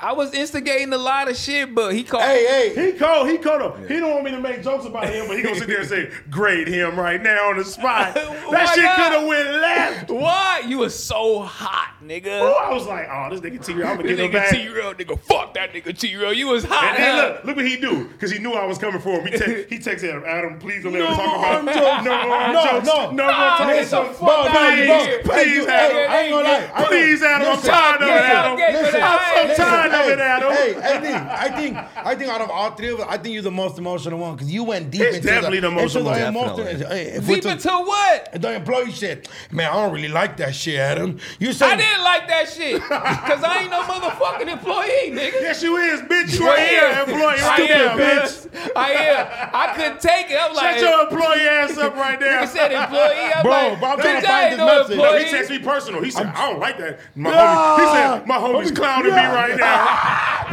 Speaker 1: I was instigating a lot of shit, but he called.
Speaker 2: hey, hey.
Speaker 3: He cold. He cold. Up. He don't want me to make jokes about him, but he gonna sit there and say, "Grade him right now on the spot."
Speaker 1: Why
Speaker 3: That shit
Speaker 1: not?
Speaker 3: could have went left.
Speaker 1: Why? You was so hot,
Speaker 3: Ooh,
Speaker 1: nigga.
Speaker 3: I was like, oh, this nigga T-Rail, I'm gonna
Speaker 1: This
Speaker 3: get him
Speaker 1: nigga
Speaker 3: back.
Speaker 1: T real nigga. Fuck that nigga T real. You was hot.
Speaker 3: And then
Speaker 1: huh?
Speaker 3: look, look what he do, because he knew I was coming for him. He, te- he texted Adam, Adam, please don't let
Speaker 2: No
Speaker 3: him
Speaker 2: more
Speaker 3: talk
Speaker 2: arm
Speaker 3: about
Speaker 2: jokes.
Speaker 3: No more arm
Speaker 2: No,
Speaker 3: jokes.
Speaker 2: no.
Speaker 3: no more
Speaker 1: Nah,
Speaker 3: talking
Speaker 1: get the
Speaker 3: jokes.
Speaker 1: fuck outta
Speaker 3: please,
Speaker 1: here.
Speaker 3: please,
Speaker 2: Hey,
Speaker 3: Adam.
Speaker 2: I ain't gonna lie. I ain't-
Speaker 3: Please, Adam, I'm
Speaker 2: Listen,
Speaker 3: tired of it,
Speaker 1: listen,
Speaker 3: Adam.
Speaker 1: okay,
Speaker 2: listen,
Speaker 3: I'm so
Speaker 2: listen,
Speaker 3: tired of it, Adam.
Speaker 2: Hey, I think, I think, I think out of all three of us, I think you're the most emotional one because you went deep
Speaker 3: It's
Speaker 2: into
Speaker 3: definitely the most
Speaker 2: into
Speaker 4: emotional.
Speaker 2: emotional-
Speaker 4: Definitely.
Speaker 2: Hey, if
Speaker 1: Deep
Speaker 2: we're
Speaker 1: into what?
Speaker 2: the employee shit, man, I don't really like that shit, Adam. You
Speaker 1: I
Speaker 2: said
Speaker 1: didn't like that shit. Cause I ain't no motherfucking employee, nigga.
Speaker 3: Yes, you is, bitch. You right here, employee, right
Speaker 1: I
Speaker 3: now,
Speaker 1: am,
Speaker 3: bitch.
Speaker 1: bitch. I am. I couldn't take it. I'm
Speaker 3: Shut
Speaker 1: like,
Speaker 3: your employee ass up right now.
Speaker 1: nigga said employee. I'm
Speaker 2: Bro,
Speaker 1: like,
Speaker 3: Oh,
Speaker 2: but I'm
Speaker 1: bitch,
Speaker 2: trying
Speaker 1: I
Speaker 2: to find
Speaker 1: ain't
Speaker 2: this
Speaker 1: no
Speaker 2: message.
Speaker 1: employee.
Speaker 2: No,
Speaker 3: He texted me personal. He said, I don't like that. My
Speaker 2: Nah.
Speaker 3: homie, he said, my homie's clowning me right now.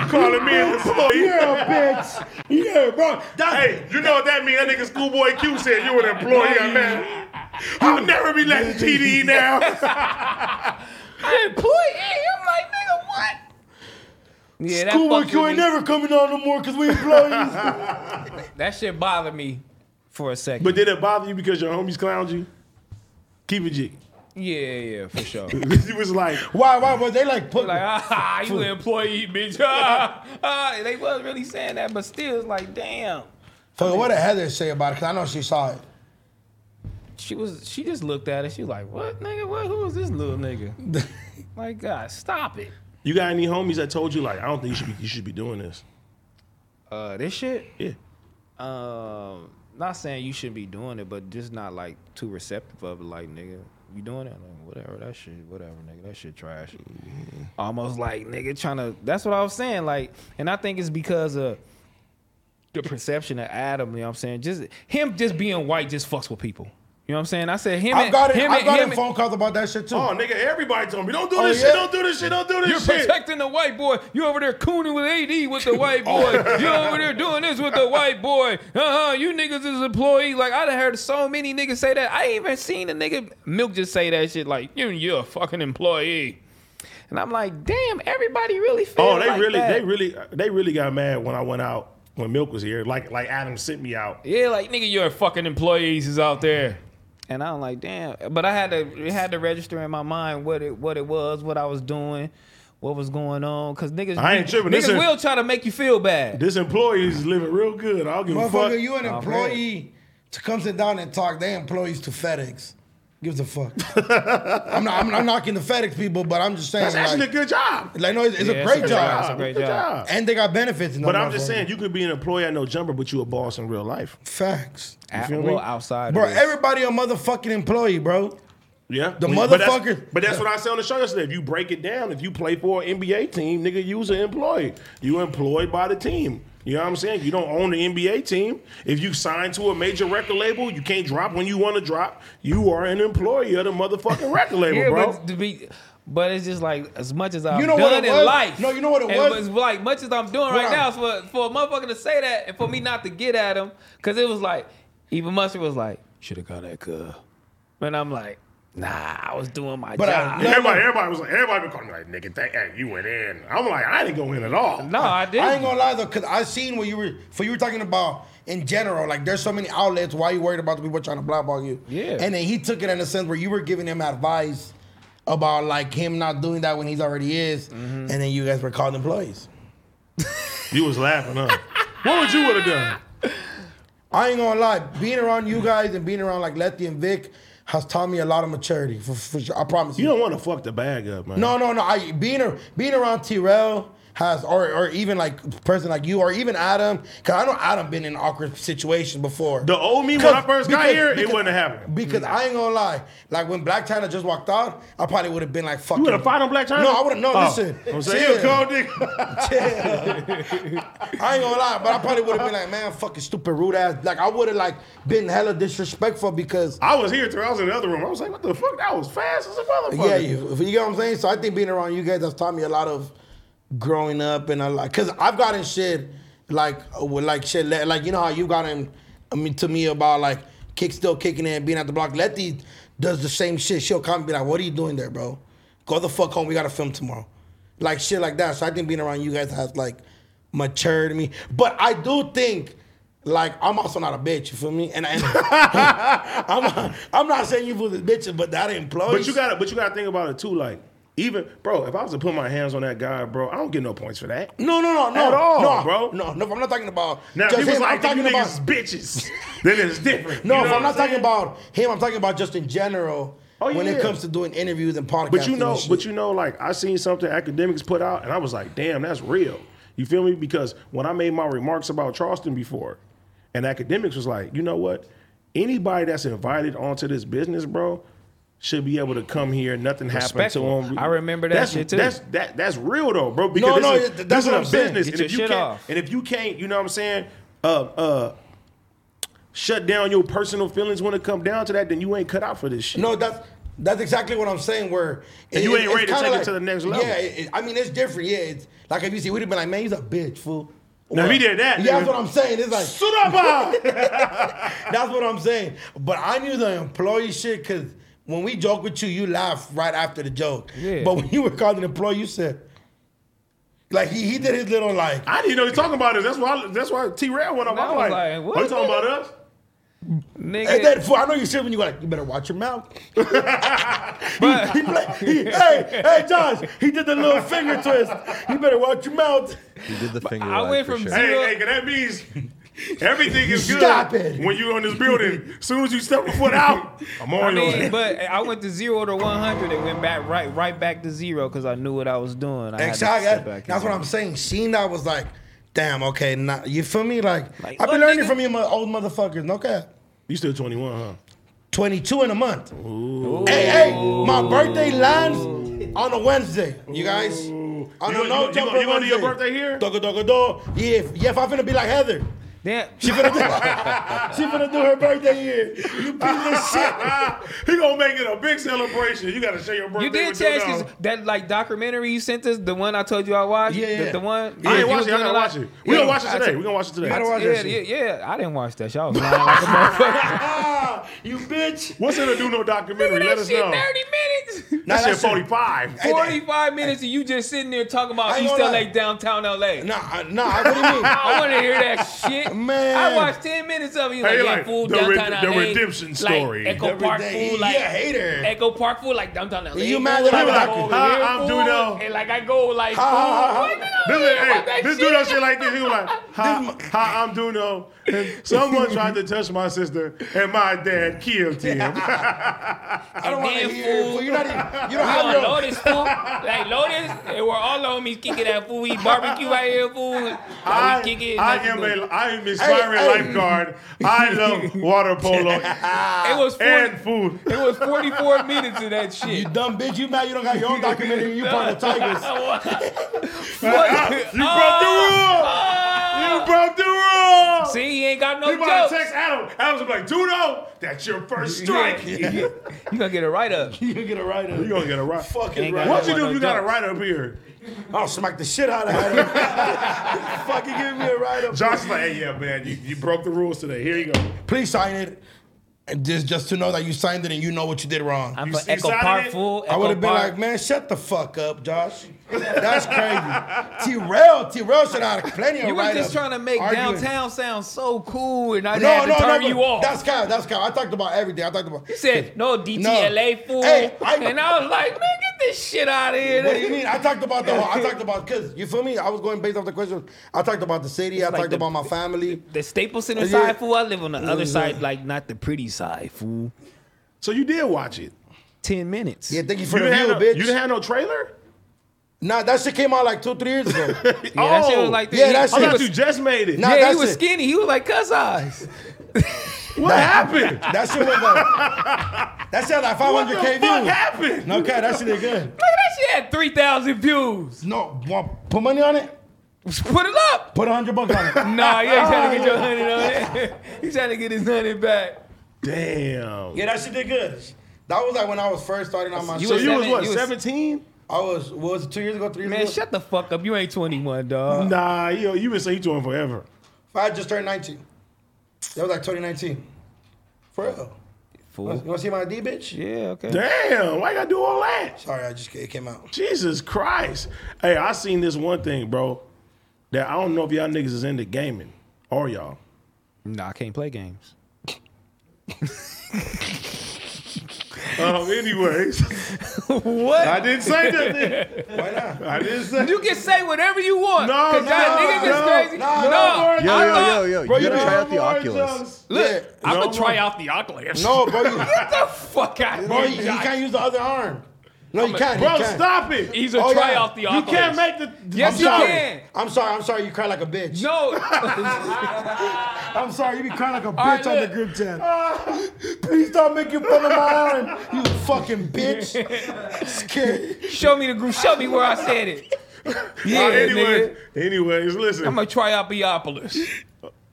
Speaker 3: Calling me an employee.
Speaker 2: yeah, bitch. Yeah, bro. That's,
Speaker 3: Hey, you know what that means? That nigga Schoolboy Q said you an employee, man. I'll never be letting TD now.
Speaker 1: An employee. I'm like, nigga, what? Yeah, that
Speaker 2: Schoolboy
Speaker 1: fucked
Speaker 2: Q
Speaker 1: with
Speaker 2: ain't
Speaker 1: me.
Speaker 2: never coming on no more because we employees.
Speaker 1: That shit bothered me for a second.
Speaker 3: But did it bother you because your homies clowned you? Keep it G.
Speaker 1: yeah, yeah, for sure.
Speaker 3: you was like,
Speaker 2: why? Why were they like put?
Speaker 1: Like, ah, you an employee, bitch. Ah, ah. They was really saying that, but still, it's like, damn.
Speaker 2: Fuck, what did Heather say about it? Because I know she saw it.
Speaker 1: she was she just looked at it. She like, what nigga? What? Who is this little nigga? like, God, stop it.
Speaker 3: You got any homies that told you like I don't think you should be you should be doing this?
Speaker 1: Uh, this shit.
Speaker 3: Yeah.
Speaker 1: Um, not saying you shouldn't be doing it, but just not like too receptive of it. Like, nigga, you doing it? Like, whatever. That shit. Whatever, nigga. That shit trash.
Speaker 8: Mm-hmm.
Speaker 1: Almost like nigga trying to. That's what I was saying. Like, and I think it's because of. The perception of Adam, you know what I'm saying? Just him just being white just fucks with people. You know what I'm saying? I said him
Speaker 8: I've
Speaker 1: and-
Speaker 8: got it.
Speaker 1: him
Speaker 8: I've
Speaker 1: and-
Speaker 8: got
Speaker 1: him
Speaker 8: in
Speaker 1: and-
Speaker 8: phone calls about that shit too.
Speaker 3: Oh nigga, everybody told me don't do this
Speaker 8: yeah?
Speaker 3: shit, don't do this shit, don't do
Speaker 1: Oh, You're
Speaker 3: this shit.
Speaker 1: protecting the white boy. You over there cooning with AD with the white
Speaker 3: Oh.
Speaker 1: boy. You over there doing this with the white boy. Uh huh. You niggas is employee. Like I done heard so many niggas say that. I ain't even seen a nigga milk just say that shit. Like you, you're a fucking employee. And I'm like, damn, everybody really feel.
Speaker 3: Oh, they
Speaker 1: like
Speaker 3: really,
Speaker 1: that.
Speaker 3: they really, they really got mad when I went out when Milk was here. Like, like Adam sent me out.
Speaker 1: Yeah, like nigga, your fucking employees is out there. And I'm like, damn. But I had to it had to register in my mind what it what it was, what I was doing, what was going on. Cause niggas,
Speaker 3: I ain't tripping. This
Speaker 1: niggas
Speaker 3: is-
Speaker 1: will try to make you feel bad.
Speaker 3: This employee is living real good. I don't give a fuck.
Speaker 2: Motherfucker, you an employee to come sit down and talk. They employees to FedEx. Gives a fuck. I'm not. I'm, I'm knocking the FedEx people, but I'm just saying.
Speaker 3: That's actually
Speaker 2: Like,
Speaker 3: a good job.
Speaker 2: like, no, it's, it's
Speaker 1: Yeah,
Speaker 2: a great
Speaker 1: it's a
Speaker 2: job.
Speaker 1: That's a great
Speaker 3: Good
Speaker 1: job.
Speaker 2: And they got benefits. in
Speaker 3: But
Speaker 2: them
Speaker 3: I'm just
Speaker 2: motherfuckers.
Speaker 3: saying, you could be an employee at no jumper, but you a boss in real life.
Speaker 2: facts,
Speaker 1: At-
Speaker 3: feel
Speaker 1: well,
Speaker 3: me?
Speaker 1: outside,
Speaker 2: bro.
Speaker 1: of this.
Speaker 2: Everybody a motherfucking employee, bro.
Speaker 3: Yeah,
Speaker 2: The
Speaker 3: But that's-
Speaker 2: motherfucker-
Speaker 3: But that's what I said on the show yesterday. If you break it down, if you play for an NBA team, nigga, you's an employee. You employed by the team. You know what I'm saying? You don't own the NBA team. If you sign to a major record label, you can't drop when you want to drop. You are an employee of the motherfucking record label,
Speaker 1: yeah,
Speaker 3: bro.
Speaker 1: but to be. But it's just like as much as I've
Speaker 2: You know
Speaker 1: done
Speaker 2: what it
Speaker 1: in
Speaker 2: was?
Speaker 1: life.
Speaker 2: No, you know what it
Speaker 1: and
Speaker 2: was?
Speaker 1: It's like much as I'm doing right
Speaker 2: I-
Speaker 1: now is for for a motherfucker to say that and for me not to get at him because it was like even Mustard was like should have got that girl, and I'm like nah, I was doing my
Speaker 2: But I-
Speaker 1: job.
Speaker 2: no,
Speaker 3: Everybody, everybody was like, everybody been calling me like, nigga, thank hey, you went in. I'm like, I didn't go in at all.
Speaker 1: no, I didn't.
Speaker 2: I ain't gonna lie though, cause I seen what you were for you were talking about in general. Like there's so many outlets. Why you worried about the people trying to blackball you?
Speaker 1: Yeah.
Speaker 2: And then he took it in a sense where you were giving him advice about like him not doing that when he's already is,
Speaker 1: Mm-hmm.
Speaker 2: and then you guys were called employees.
Speaker 3: You was laughing, huh? what would you would have done?
Speaker 2: I ain't gonna lie, being around you guys and being around like Letty and Vic has taught me a lot of maturity. For, for sure, I promise
Speaker 3: You don't want to fuck the bag up, man.
Speaker 2: No, no, no. I being a, being around Tyrell has, or or even like person like you, or even Adam, because I know Adam been in awkward situations before.
Speaker 3: The old me when I first got here, it wouldn't have happened.
Speaker 2: Because I ain't gonna lie, like when Black China just walked out, I probably would have been like, "Fuck."
Speaker 3: You would have fought on Black China?
Speaker 2: No, I would've- no,
Speaker 3: Oh.
Speaker 2: listen.
Speaker 3: I'm saying, you a
Speaker 2: Chill.
Speaker 3: cold nigga.
Speaker 2: I ain't gonna lie, but I probably would have been like, "Man, fucking stupid, rude ass." Like I would have like been hella disrespectful because
Speaker 3: I was here till I was in the other room. I was like, what the fuck? That was fast as a motherfucker.
Speaker 2: Yeah, you, you get what I'm saying. So I think being around you guys has taught me a lot of growing up and a lot because I've gotten shit like with like shit like like, you know how you gotten I mean to me about like kick still kicking it and being at the block. Letty does the same shit. She'll come and be like, "What are you doing there, bro? Go the fuck home. We gotta film tomorrow." Like shit like that. So I think being around you guys has like matured me. But I do think. Like I'm also not a bitch, you feel me? And, and I'm, I'm not saying you fools is bitches, but that employees.
Speaker 3: But you gotta but you gotta think about it too, like. Even bro, if I was to put my hands on that guy, bro, I don't get no points for that.
Speaker 2: No, no, no, no,
Speaker 3: At all,
Speaker 2: no,
Speaker 3: bro.
Speaker 2: No, no, I'm not talking about.
Speaker 3: Now, if
Speaker 2: just
Speaker 3: he was
Speaker 2: him.
Speaker 3: like,
Speaker 2: I'm
Speaker 3: you
Speaker 2: talking about.
Speaker 3: niggas bitches, then it's different.
Speaker 2: no,
Speaker 3: You know
Speaker 2: if
Speaker 3: what
Speaker 2: I'm not
Speaker 3: saying?
Speaker 2: talking about him, I'm talking about just in general.
Speaker 3: Oh,
Speaker 2: When
Speaker 3: yeah.
Speaker 2: it comes to doing interviews and podcasts,
Speaker 3: But you
Speaker 2: and
Speaker 3: know,
Speaker 2: shit.
Speaker 3: but you know, like I seen something academics put out, and I was like, damn, that's real. You feel me? Because when I made my remarks about Charleston before, and academics was like, you know what? Anybody that's invited onto this business, bro, should be able to come here. Nothing happened to
Speaker 1: Respectful.
Speaker 3: them.
Speaker 1: I remember that
Speaker 3: that's,
Speaker 1: shit, too.
Speaker 3: That's that that's real though, bro.
Speaker 2: No,
Speaker 3: Because this
Speaker 2: no,
Speaker 3: is,
Speaker 2: th- that's
Speaker 3: this is
Speaker 2: what
Speaker 3: a
Speaker 2: I'm saying.
Speaker 3: business,
Speaker 1: Get
Speaker 3: and
Speaker 1: your
Speaker 3: if you
Speaker 1: shit
Speaker 3: can't,
Speaker 1: off.
Speaker 3: and if you can't, you know what I'm saying? Uh, uh, shut down your personal feelings when it come down to that, then you ain't cut out for this shit.
Speaker 2: No, that's that's exactly what I'm saying. Where
Speaker 3: And you ain't
Speaker 2: it's
Speaker 3: ready to
Speaker 2: kinda
Speaker 3: take it to the next level.
Speaker 2: Yeah, it, it- I mean it's different. Yeah, it's like if you see, we'd have been like, man, he's a bitch, fool.
Speaker 3: Now, if he did that,
Speaker 2: yeah, that's
Speaker 3: then-
Speaker 2: what I'm saying. It's like
Speaker 3: Suraba!
Speaker 2: That's what I'm saying. But I knew the employee shit because when we joke with you, you laugh right after the joke.
Speaker 1: Yeah.
Speaker 2: But when you were called an employee, you said, like he, he did his little like,
Speaker 3: I didn't know he was talking about us. That's why. That's why T. Rail went off.
Speaker 1: And I
Speaker 3: I'm
Speaker 1: was
Speaker 3: like,
Speaker 1: like, what?
Speaker 3: "Are you talking about us?"
Speaker 1: nigga.
Speaker 2: and then fool, I know you said when you go like, you better watch your mouth.
Speaker 1: But-
Speaker 2: He play, he, hey, hey, Josh, he did the little finger twist. You better watch your mouth.
Speaker 4: You did the finger.
Speaker 1: I
Speaker 4: wag
Speaker 1: went
Speaker 4: for
Speaker 1: from
Speaker 4: sure.
Speaker 1: zero-
Speaker 3: Hey, hey, 'cause that means Everything is good
Speaker 2: Stop it.
Speaker 3: when you're on this building. As soon as you step a foot out, I'm on
Speaker 1: I
Speaker 3: your
Speaker 1: mean,
Speaker 3: ass.
Speaker 1: but I went to zero to one hundred and went back right, right back to zero because I knew what I was doing. I had to
Speaker 2: Exactly.
Speaker 1: step
Speaker 2: That-
Speaker 1: back
Speaker 2: that's
Speaker 1: in.
Speaker 2: what I'm saying. Seeing that was like, damn, okay, nah, you feel me? Like,
Speaker 1: Like,
Speaker 2: I've been
Speaker 1: look,
Speaker 2: learning
Speaker 1: nigga.
Speaker 2: from you mo- old motherfuckers. No cap.
Speaker 3: You still 21, huh?
Speaker 2: 22 in a month. Hey, hey, my birthday lands on a Wednesday, you guys. On
Speaker 3: You
Speaker 2: a
Speaker 3: gonna-
Speaker 2: no
Speaker 3: you
Speaker 2: jumper
Speaker 3: gonna- you gonna do your
Speaker 2: Wednesday.
Speaker 3: birthday here?
Speaker 2: Dogga, dogga, dog. Yeah, if, yeah, if I'm finna be like Heather.
Speaker 1: Damn.
Speaker 2: She finna do, she finna do her birthday here. You piece of shit.
Speaker 3: he gonna make it a big celebration. You gotta share your birthday.
Speaker 1: You did
Speaker 3: with your
Speaker 1: change
Speaker 3: dog.
Speaker 1: because that like documentary you sent us, the one I told you I watched.
Speaker 2: Yeah, yeah.
Speaker 1: The, the one
Speaker 3: I ain't
Speaker 1: you
Speaker 3: watch
Speaker 1: was
Speaker 3: it. I
Speaker 1: doing a
Speaker 3: gotta
Speaker 1: lot-
Speaker 3: watch it. We gonna
Speaker 1: Yeah.
Speaker 3: watch it today. We gonna watch it today.
Speaker 2: gotta watch
Speaker 1: yeah,
Speaker 2: that shit.
Speaker 1: yeah, yeah. I didn't watch that. Y'all was lying like a motherfucker.
Speaker 2: you bitch.
Speaker 3: What's in a do no documentary? Let us know.
Speaker 1: Thirty minutes.
Speaker 2: Nah,
Speaker 3: That shit
Speaker 2: that shit-
Speaker 3: 45.
Speaker 2: that-
Speaker 1: Forty-five minutes, and you just sitting there talking about
Speaker 2: I ain't
Speaker 1: East
Speaker 2: gonna
Speaker 1: LA,
Speaker 2: lie.
Speaker 1: downtown LA.
Speaker 2: Nah, I- nah, what do you mean?
Speaker 1: I want to hear that shit,
Speaker 2: Man.
Speaker 1: I watched ten minutes of it. You
Speaker 3: Hey,
Speaker 1: like, yeah,
Speaker 3: like,
Speaker 1: fool,
Speaker 3: the
Speaker 1: downtown
Speaker 3: re- the
Speaker 1: LA,
Speaker 3: redemption
Speaker 1: like,
Speaker 3: story.
Speaker 1: Echo
Speaker 2: The
Speaker 1: Park,
Speaker 2: rede-
Speaker 1: fool, like
Speaker 2: yeah, hater.
Speaker 1: Echo Park, fool, like downtown LA.
Speaker 2: You
Speaker 1: fool,
Speaker 2: mad that I
Speaker 1: like,
Speaker 2: was
Speaker 1: I'm
Speaker 2: like,
Speaker 1: over
Speaker 3: "Hi,
Speaker 1: here,
Speaker 3: I'm
Speaker 1: fool,"
Speaker 3: Duno.
Speaker 1: and like I go like,
Speaker 2: ha,
Speaker 1: fool,
Speaker 2: ha.
Speaker 1: like, nigga,
Speaker 3: This,
Speaker 1: I
Speaker 3: hey,
Speaker 1: want that
Speaker 3: this
Speaker 1: shit.
Speaker 3: dude that shit like this. He was like, hi, hi, I'm Duno. And someone tried to touch my sister, and my dad killed him.
Speaker 2: I don't want to
Speaker 1: Damn
Speaker 2: hear.
Speaker 1: fool.
Speaker 2: Fool. You're not even. You
Speaker 1: We
Speaker 2: don't have
Speaker 1: on
Speaker 2: your.
Speaker 1: Lotus, fool. Like Lotus, and we're all on me kicking that fool. We eat barbecue out here, fool. Like,
Speaker 3: I,
Speaker 1: we kick it.
Speaker 3: I
Speaker 1: nothing
Speaker 3: am
Speaker 1: but-
Speaker 3: a, I am inspiring
Speaker 2: hey.
Speaker 3: lifeguard. I love water polo
Speaker 1: It was 40,
Speaker 3: and food.
Speaker 1: It was 44 minutes of that shit.
Speaker 2: You dumb bitch. You mad you don't got your own documentary. You part of the Tigers.
Speaker 3: You broke the rule. you broke the rule.
Speaker 1: Oh. See, he ain't got no
Speaker 3: you might
Speaker 1: jokes.
Speaker 3: text Adam. Adam's gonna be like, Duno, that's your first strike.
Speaker 1: you gonna get a write up.
Speaker 2: You get a writer.
Speaker 3: You're gonna get a right.
Speaker 2: fucking
Speaker 1: Ain't
Speaker 2: right.
Speaker 1: got
Speaker 3: What you
Speaker 1: no
Speaker 3: do if you got a
Speaker 1: jokes.
Speaker 3: right up here?
Speaker 2: I'll smack the shit out of him. fucking give me a writer.
Speaker 3: Josh's like, hey, yeah, man, you, you broke the rules today. Here you go.
Speaker 2: Please sign it. And just, just to know that you signed it and you know what you did wrong.
Speaker 1: I'm
Speaker 3: You-
Speaker 1: from
Speaker 3: you
Speaker 1: Echo
Speaker 3: signing
Speaker 1: Park,
Speaker 3: it?
Speaker 1: fool.
Speaker 2: I would have been like, man, shut the fuck up, Josh. That's crazy. Terrell, Terrell should have had plenty of
Speaker 1: you were
Speaker 2: write-ups.
Speaker 1: just trying to make
Speaker 2: Arguing.
Speaker 1: downtown sound so cool, and I
Speaker 2: No,
Speaker 1: had to
Speaker 2: no,
Speaker 1: turn
Speaker 2: no.
Speaker 1: you off.
Speaker 2: That's kind. That's kind. I talked about everything. I talked about.
Speaker 1: He said, no DTLA fool.
Speaker 2: Hey, I-
Speaker 1: and I was like, man, get this shit out of here.
Speaker 2: What do you mean? I talked about the whole. I talked about because you feel me. I was going based off the question. I talked about the city. I
Speaker 1: like
Speaker 2: talked
Speaker 1: the-
Speaker 2: about my family.
Speaker 1: The Staples Center
Speaker 2: Yeah.
Speaker 1: side, fool. I live on the other side, like not the pretty side, fool.
Speaker 3: So you did watch it.
Speaker 1: Ten minutes.
Speaker 2: Yeah,
Speaker 1: Yeah,
Speaker 2: thank you for
Speaker 3: You
Speaker 2: the
Speaker 3: didn't,
Speaker 2: view,
Speaker 3: have no,
Speaker 2: bitch.
Speaker 3: you didn't have no trailer?
Speaker 2: nah, that shit came out like two, three years ago.
Speaker 1: that shit was
Speaker 3: Oh,
Speaker 1: like
Speaker 2: yeah, that
Speaker 3: I
Speaker 2: shit
Speaker 1: He
Speaker 3: thought
Speaker 1: was,
Speaker 3: you just made it.
Speaker 2: Nah,
Speaker 1: yeah, he
Speaker 2: that's
Speaker 1: was
Speaker 2: it.
Speaker 1: skinny. He was like cuss eyes.
Speaker 3: what happened?
Speaker 2: that shit was like. That shit had like
Speaker 3: What the
Speaker 2: 500 k
Speaker 3: fuck
Speaker 2: views.
Speaker 3: happened?
Speaker 2: No, okay, that shit is good.
Speaker 1: Look at that shit had three thousand views.
Speaker 2: No, want- put money on it.
Speaker 1: Put it up.
Speaker 2: Put a hundred bucks on it.
Speaker 1: Nah, you ain't trying to get your hundred on it. He's trying to get his hundred back.
Speaker 3: Damn.
Speaker 2: Yeah, that shit did good. That was like when I was first starting on my.
Speaker 1: You
Speaker 2: You
Speaker 3: So
Speaker 1: was
Speaker 3: you was
Speaker 1: seven-
Speaker 3: what,
Speaker 1: you was-
Speaker 3: 17?
Speaker 2: I was what was it, two years ago, three years
Speaker 1: Man,
Speaker 2: ago.
Speaker 1: shut the fuck up. You ain't twenty one, dog.
Speaker 3: Nah, yo, you been saying you doing forever.
Speaker 2: I just turned 19. That was like 2019. For real. You
Speaker 1: Fool.
Speaker 2: want to see my ID, bitch?
Speaker 1: Yeah, okay.
Speaker 3: Damn, why you gotta do all that?
Speaker 2: Sorry, I just it came out.
Speaker 3: Jesus Christ. Hey, I seen this one thing, bro, that I don't know if y'all niggas is into gaming or y'all.
Speaker 1: Nah, I can't play games.
Speaker 3: Um, anyways,
Speaker 1: what?
Speaker 3: I didn't say nothing.
Speaker 2: Why not?
Speaker 3: I didn't say
Speaker 1: you can say whatever you want.
Speaker 3: No,
Speaker 1: Cause
Speaker 3: no,
Speaker 1: y'all niggas is
Speaker 3: no,
Speaker 1: crazy.
Speaker 2: no, no,
Speaker 1: I
Speaker 4: Yo, yo, yo,
Speaker 1: thought-
Speaker 4: yo, you
Speaker 2: Bro, you
Speaker 4: gotta
Speaker 2: know
Speaker 4: try out the
Speaker 3: more
Speaker 4: Oculus.
Speaker 3: jokes.
Speaker 1: Look,
Speaker 2: Yeah.
Speaker 1: I'm
Speaker 3: No
Speaker 1: gonna try
Speaker 3: more.
Speaker 1: out the Oculus.
Speaker 2: No, bro, you,
Speaker 1: Get the fuck out of
Speaker 2: bro,
Speaker 1: here.
Speaker 2: you, you
Speaker 1: Josh.
Speaker 2: can't use the other arm. No, you can't. you
Speaker 3: Bro,
Speaker 2: can't.
Speaker 3: stop it.
Speaker 1: He's a
Speaker 2: Oh,
Speaker 1: try
Speaker 2: yeah.
Speaker 1: out the
Speaker 3: You
Speaker 1: Oculus.
Speaker 3: can't make the.
Speaker 1: Yes,
Speaker 3: I'm
Speaker 1: you
Speaker 3: sorry.
Speaker 1: can.
Speaker 2: I'm sorry. I'm sorry. You cry like a bitch.
Speaker 1: No.
Speaker 2: I'm sorry. You be crying like a
Speaker 1: right,
Speaker 2: bitch on the
Speaker 1: look.
Speaker 2: group chat. Please stop making fun of my arm. You fucking bitch. Scared.
Speaker 1: show me the group. Show me where I said it. Yeah,
Speaker 3: Uh, anyway,
Speaker 1: nigga.
Speaker 3: anyways, listen.
Speaker 1: I'm gonna try out Biopolis.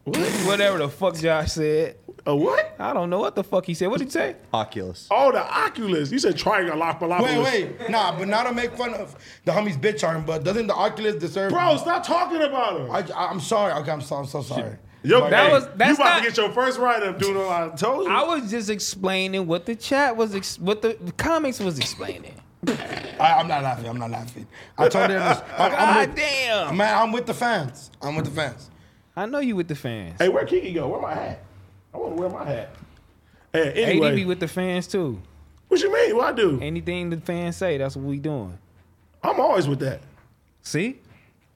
Speaker 1: Whatever the fuck Josh said.
Speaker 3: a what?
Speaker 1: I don't know what the fuck he said. What did he say?
Speaker 4: Oculus.
Speaker 3: Oh, the Oculus. You said triangulopolopolis.
Speaker 2: Wait, wait. Nah, but not to make fun of the homie's bitch arm, but doesn't the Oculus deserve.
Speaker 3: Bro, stop talking about him.
Speaker 2: I, I, am sorry. Okay, I'm so, I'm so sorry.
Speaker 3: Yo,
Speaker 1: That
Speaker 3: hey,
Speaker 1: was- that's
Speaker 3: you about
Speaker 1: not-
Speaker 3: to get your first write up, dude. I told you.
Speaker 1: I was just explaining what the chat was, ex- what the comics was explaining.
Speaker 2: I, I'm not laughing. I'm not laughing. I told them. this. I, I'm
Speaker 1: God
Speaker 2: with,
Speaker 1: damn!
Speaker 2: man, I'm with the fans. I'm with the fans.
Speaker 1: I know you with the fans.
Speaker 3: hey, where Kiki go? Where my hat? I want to wear my hat. Hey,
Speaker 1: AD
Speaker 3: anyway,
Speaker 1: be with the fans too.
Speaker 3: what you mean? What I do?
Speaker 1: Anything the fans say, that's what we doing.
Speaker 3: I'm always with that.
Speaker 1: See?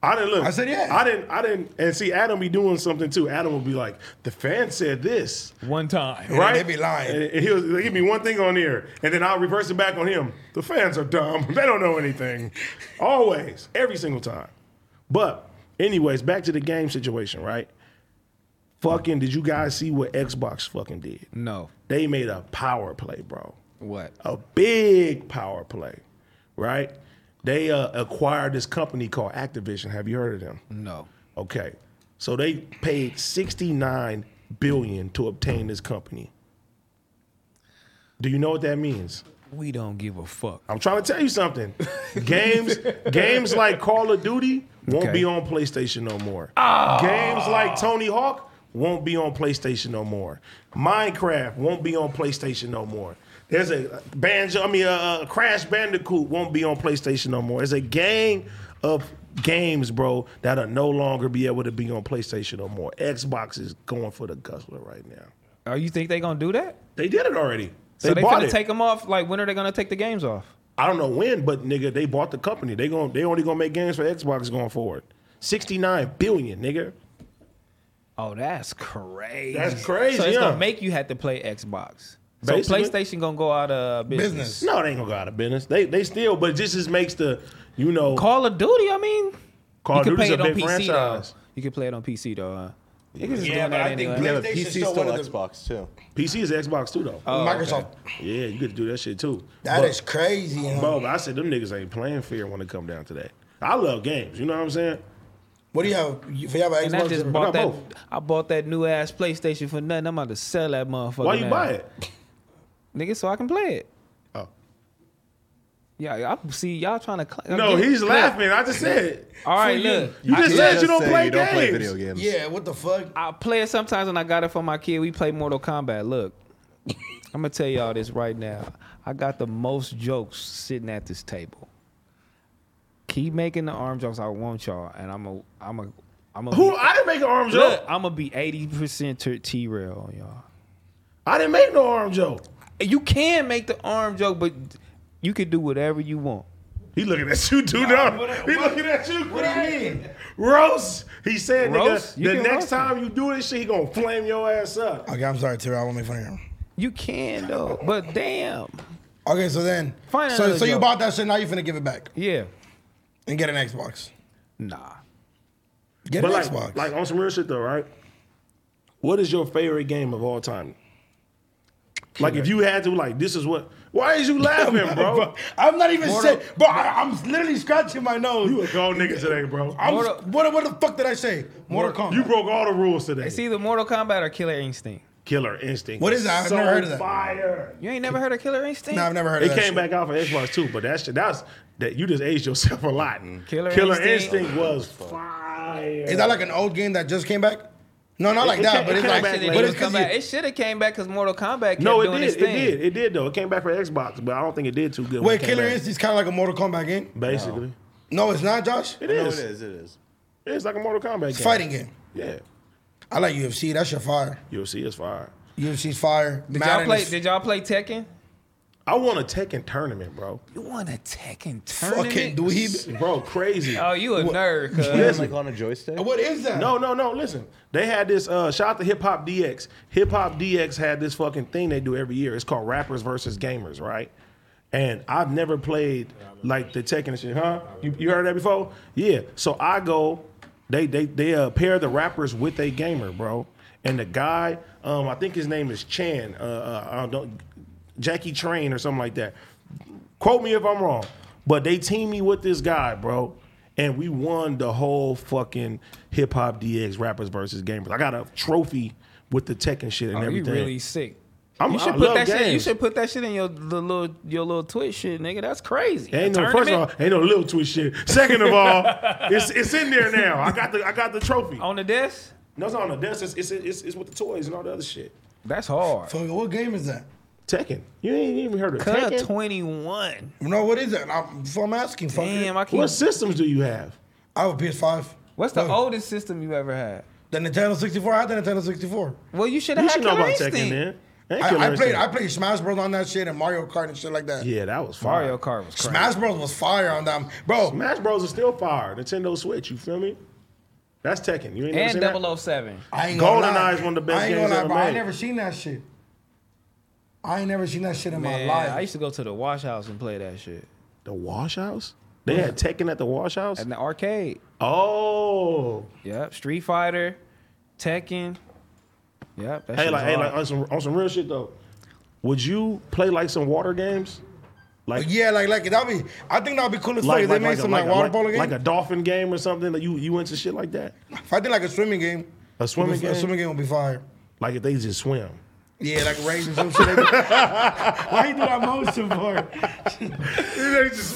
Speaker 3: I didn't look.
Speaker 2: I said, yeah.
Speaker 3: I didn't. I didn't. And see, Adam be doing something too. Adam will be like, the fan said this,
Speaker 1: One time.
Speaker 3: right?
Speaker 2: they be lying.
Speaker 3: And, and he'll, he'll give me one thing on here, and then I'll reverse it back on him. The fans are dumb. they don't know anything. Always, every single time. But, anyways, back to the game situation, right? Fucking, did you guys see what Xbox fucking did?
Speaker 1: No.
Speaker 3: They made a power play, bro
Speaker 1: What?
Speaker 3: a big power play, right? They uh, acquired this company called Activision. Have you heard of them?
Speaker 1: No.
Speaker 3: Okay. So they paid 69 billion to obtain this company. Do you know what that means?
Speaker 1: We don't give a fuck.
Speaker 3: I'm trying to tell you something. Games, games like Call of Duty won't
Speaker 1: Okay.
Speaker 3: be on PlayStation no more.
Speaker 1: Ah.
Speaker 3: Games like Tony Hawk won't be on PlayStation no more. Minecraft won't be on PlayStation no more. There's a banjo. I mean, uh, Crash Bandicoot won't be on PlayStation no more. There's a gang of games, bro, that'll no longer be able to be on PlayStation no more. Xbox is going for the guzzler right now.
Speaker 1: Oh, you think they gonna do that?
Speaker 3: They did it already.
Speaker 1: So they,
Speaker 3: bought
Speaker 1: gonna
Speaker 3: it.
Speaker 1: take them off. Like when are they gonna take the games off?
Speaker 3: I don't know when, but nigga, they bought the company. They gon' they only gonna make games for Xbox going forward. Sixty nine billion, nigga.
Speaker 1: Oh, that's crazy.
Speaker 3: That's crazy,
Speaker 1: So it's
Speaker 3: yeah.
Speaker 1: gonna make you have to play Xbox.
Speaker 3: Basically.
Speaker 1: So PlayStation gonna go out of business.
Speaker 2: Business.
Speaker 3: No, they ain't gonna go out of business. They they still, but this just makes the you know
Speaker 1: Call of Duty. I mean,
Speaker 3: Call of
Speaker 1: you can
Speaker 3: Duty's
Speaker 1: play
Speaker 3: a
Speaker 1: it on
Speaker 3: big
Speaker 1: PC
Speaker 3: franchise.
Speaker 1: though. You can play it on PC though. Huh? Niggas is
Speaker 2: Yeah,
Speaker 1: doing
Speaker 2: but
Speaker 1: that
Speaker 2: I think
Speaker 1: anyway. Oh.
Speaker 4: They have a
Speaker 2: PlayStation
Speaker 4: PC
Speaker 2: still
Speaker 4: still
Speaker 2: one of the-
Speaker 4: Xbox too.
Speaker 3: PC is Xbox too though.
Speaker 2: Microsoft.
Speaker 3: yeah, you get to do that shit too.
Speaker 5: That
Speaker 3: Oh, But-
Speaker 5: is crazy. you know?
Speaker 3: bro. But I said them niggas ain't playing fair when it come down to that. I love games. You know what I'm saying?
Speaker 5: What do you have? If you have an
Speaker 1: And
Speaker 5: Xbox,
Speaker 1: I just
Speaker 5: or-
Speaker 1: bought that.
Speaker 3: got both.
Speaker 1: I bought that new ass PlayStation for nothing. I'm about to sell that motherfucker.
Speaker 3: Why you
Speaker 1: now.
Speaker 3: buy it?
Speaker 1: nigga? So I can play it.
Speaker 3: Oh.
Speaker 1: Yeah, I see y'all trying to. Cl-
Speaker 3: No,
Speaker 1: get-
Speaker 3: he's
Speaker 1: look.
Speaker 3: laughing. I just said.
Speaker 1: All right,
Speaker 3: For you.
Speaker 1: look.
Speaker 3: You
Speaker 1: I
Speaker 3: just
Speaker 1: did
Speaker 3: said you don't
Speaker 4: said
Speaker 3: play
Speaker 4: you don't play
Speaker 3: games.
Speaker 4: video games.
Speaker 5: yeah, what the fuck?
Speaker 1: I play it sometimes when I got it for my kid. We play Mortal Kombat. Look, I'm gonna tell y'all this right now. I got the most jokes sitting at this table. Keep making the arm jokes. I want y'all, and I'm a, I'm a, I'm a.
Speaker 3: Who? I didn't make an arm
Speaker 1: look,
Speaker 3: joke.
Speaker 1: I'm gonna be 80 percent T rail on y'all.
Speaker 3: I didn't make no arm joke.
Speaker 1: You can make the arm joke, but you can do whatever you want.
Speaker 3: He looking at you, dude. No, he looking at you. What do you mean? Roast. He said,
Speaker 1: Roast?
Speaker 3: nigga,
Speaker 1: You
Speaker 3: the
Speaker 1: can
Speaker 3: next
Speaker 1: roast him.
Speaker 3: time you do this shit, he gonna flame your ass up.
Speaker 5: Okay, I'm sorry, Terry. I won't make fun of you.
Speaker 1: You can though, but damn,
Speaker 5: Okay, so then,
Speaker 1: Find
Speaker 5: so,
Speaker 1: another
Speaker 5: so you
Speaker 1: joke.
Speaker 5: bought that shit. Now you finna give it back
Speaker 1: yeah,
Speaker 5: and get an Xbox.
Speaker 1: nah.
Speaker 5: Get
Speaker 3: But
Speaker 5: an
Speaker 3: like,
Speaker 5: Xbox.
Speaker 3: like on some real shit though, right? What is your favorite game of all time? Like if you had to, like this is what. Why is you laughing, bro?
Speaker 5: I'm not even saying, bro. I, I'm literally scratching my nose.
Speaker 3: you a gold nigga today, bro.
Speaker 5: I'm,
Speaker 1: Mortal-
Speaker 5: what, what the fuck did I say? Mortal Kombat.
Speaker 3: you broke all the rules today.
Speaker 1: It's either Mortal Kombat or Killer Instinct.
Speaker 3: Killer Instinct.
Speaker 5: What is that? I've never heard of that.
Speaker 3: Fire.
Speaker 1: You ain't never heard of Killer Instinct?
Speaker 5: no, I've never heard
Speaker 3: It
Speaker 5: of that.
Speaker 3: came back out for Xbox too, but that shit, that's that you just aged yourself a lot.
Speaker 1: Mm. Killer
Speaker 3: Instinct.
Speaker 1: Instinct.
Speaker 3: was fire.
Speaker 5: Is that like an old game that just came back? No, not like
Speaker 3: it
Speaker 5: that,
Speaker 3: came-
Speaker 5: but
Speaker 3: it
Speaker 5: it's
Speaker 3: came
Speaker 5: like,
Speaker 3: back
Speaker 1: Should've
Speaker 3: later.
Speaker 5: but
Speaker 1: did
Speaker 5: it's
Speaker 1: come
Speaker 5: because
Speaker 1: back. It should have came back because Mortal Kombat kept
Speaker 3: no, it
Speaker 1: doing
Speaker 3: did.
Speaker 1: its
Speaker 3: It
Speaker 1: thing.
Speaker 3: did. It did though. It came back for Xbox, but I don't think it did too good. when
Speaker 5: wait,
Speaker 3: it came
Speaker 5: Killer
Speaker 3: back,
Speaker 5: Instinct's kind of like a Mortal Kombat game.
Speaker 3: Basically,
Speaker 5: No, it's not, Josh.
Speaker 3: it
Speaker 4: No, it
Speaker 3: is.
Speaker 4: is. It is.
Speaker 3: It's like a Mortal Kombat
Speaker 5: It's a
Speaker 3: game.
Speaker 5: fighting game.
Speaker 3: Yeah,
Speaker 5: I like UFC. That shit fire.
Speaker 3: UFC is fire.
Speaker 5: UFC's fire.
Speaker 1: Did y'all
Speaker 5: Madden
Speaker 1: play?
Speaker 5: is
Speaker 1: Did y'all play Tekken?
Speaker 3: I won a Tekken tournament, bro.
Speaker 1: You want a Tekken tournament?
Speaker 5: fucking dweeb.
Speaker 3: Bro, crazy.
Speaker 1: Oh, you a nerd?
Speaker 4: Playing,
Speaker 1: Cause.
Speaker 4: like on a joystick.
Speaker 5: What is that?
Speaker 3: No, no, no. Listen, they had this. Uh, shout out to Hip Hop DX. Hip Hop DX had this fucking thing they do every year. It's called Rappers versus Gamers, right? And I've never played like the Tekken and shit, huh? You, you heard that before? Yeah. So I go, they they they uh, pair the rappers with a gamer, bro. And the guy, um, I think his name is Chan. Uh, uh, I don't, Jackie Train or something like that. Quote me if I'm wrong, but they teamed me with this guy, bro, and we won the whole fucking hip hop DX rappers versus gamers. I got a trophy with the tech and shit and
Speaker 1: Oh, you
Speaker 3: everything.
Speaker 1: really sick.
Speaker 3: I'm,
Speaker 1: You
Speaker 3: I
Speaker 1: should put
Speaker 3: love
Speaker 1: that shit. You
Speaker 3: games.
Speaker 1: should put that shit in your the little your little Twitch shit, nigga. That's crazy.
Speaker 3: Ain't
Speaker 1: A
Speaker 3: no first of all,
Speaker 1: tournament
Speaker 3: ain't no little twist shit. Second of all, it's it's in there now. I got the I got the trophy.
Speaker 1: on the desk.
Speaker 3: No, it's not on the desk. It's, it's it's it's with the toys and all the other shit.
Speaker 1: That's hard.
Speaker 5: Fuck, what game is that?
Speaker 3: Tekken. You ain't even heard of
Speaker 1: Cut
Speaker 3: Tekken.
Speaker 1: twenty one.
Speaker 5: No, what is that? I'm, so I'm asking. Fuck
Speaker 1: Damn, I keep.
Speaker 3: What
Speaker 1: What's,
Speaker 3: systems do you have?
Speaker 5: I have a PS5.
Speaker 1: the
Speaker 5: No.
Speaker 1: oldest system you ever had?
Speaker 5: The Nintendo 64. I had the Nintendo 64.
Speaker 1: Well, you should
Speaker 3: You
Speaker 1: have had
Speaker 3: should know
Speaker 1: Killer
Speaker 3: about Tekken,
Speaker 1: Instinct.
Speaker 3: man. They couldn't
Speaker 2: I, I played
Speaker 3: understand.
Speaker 2: I played Smash Bros on that shit and Mario Kart and shit like that.
Speaker 3: yeah, that was fire.
Speaker 1: Mario Kart was crazy.
Speaker 2: Smash Bros was fire on them, bro.
Speaker 3: Smash Bros is still fire. Nintendo Switch, you feel me? That's Tekken. You ain't never seen that.
Speaker 1: and 007.
Speaker 2: I ain't gonna
Speaker 3: GoldenEye
Speaker 2: lie.
Speaker 3: is one of the best
Speaker 2: I ain't
Speaker 3: games
Speaker 2: gonna lie,
Speaker 3: ever
Speaker 2: bro. I
Speaker 3: made.
Speaker 2: ain't never seen that shit. I ain't never seen that shit in
Speaker 1: Man,
Speaker 2: my life.
Speaker 1: I used to go to the wash house and play that shit.
Speaker 3: The Wash House? They had Tekken at the Wash House?
Speaker 1: At the arcade.
Speaker 3: Oh.
Speaker 1: Yep. Street Fighter, Tekken. Yep. That
Speaker 3: Hey,
Speaker 1: shit was
Speaker 3: like, hey,
Speaker 1: hard.
Speaker 3: like on some, on some real shit though. Would you play like some water games? Like
Speaker 2: yeah, like like that would be. I think that'd be cool as fuck.
Speaker 3: like
Speaker 2: if they made
Speaker 3: a-
Speaker 2: some like,
Speaker 3: a-
Speaker 2: water polo game.
Speaker 3: like a dolphin game or something. Like you you into shit like that?
Speaker 2: If I did like a swimming game,
Speaker 3: A swimming
Speaker 2: would be- a
Speaker 3: game?
Speaker 2: swimming game would be fire.
Speaker 3: Like if they just swim.
Speaker 2: Yeah, like raising some shit. Like Why you do that motion for?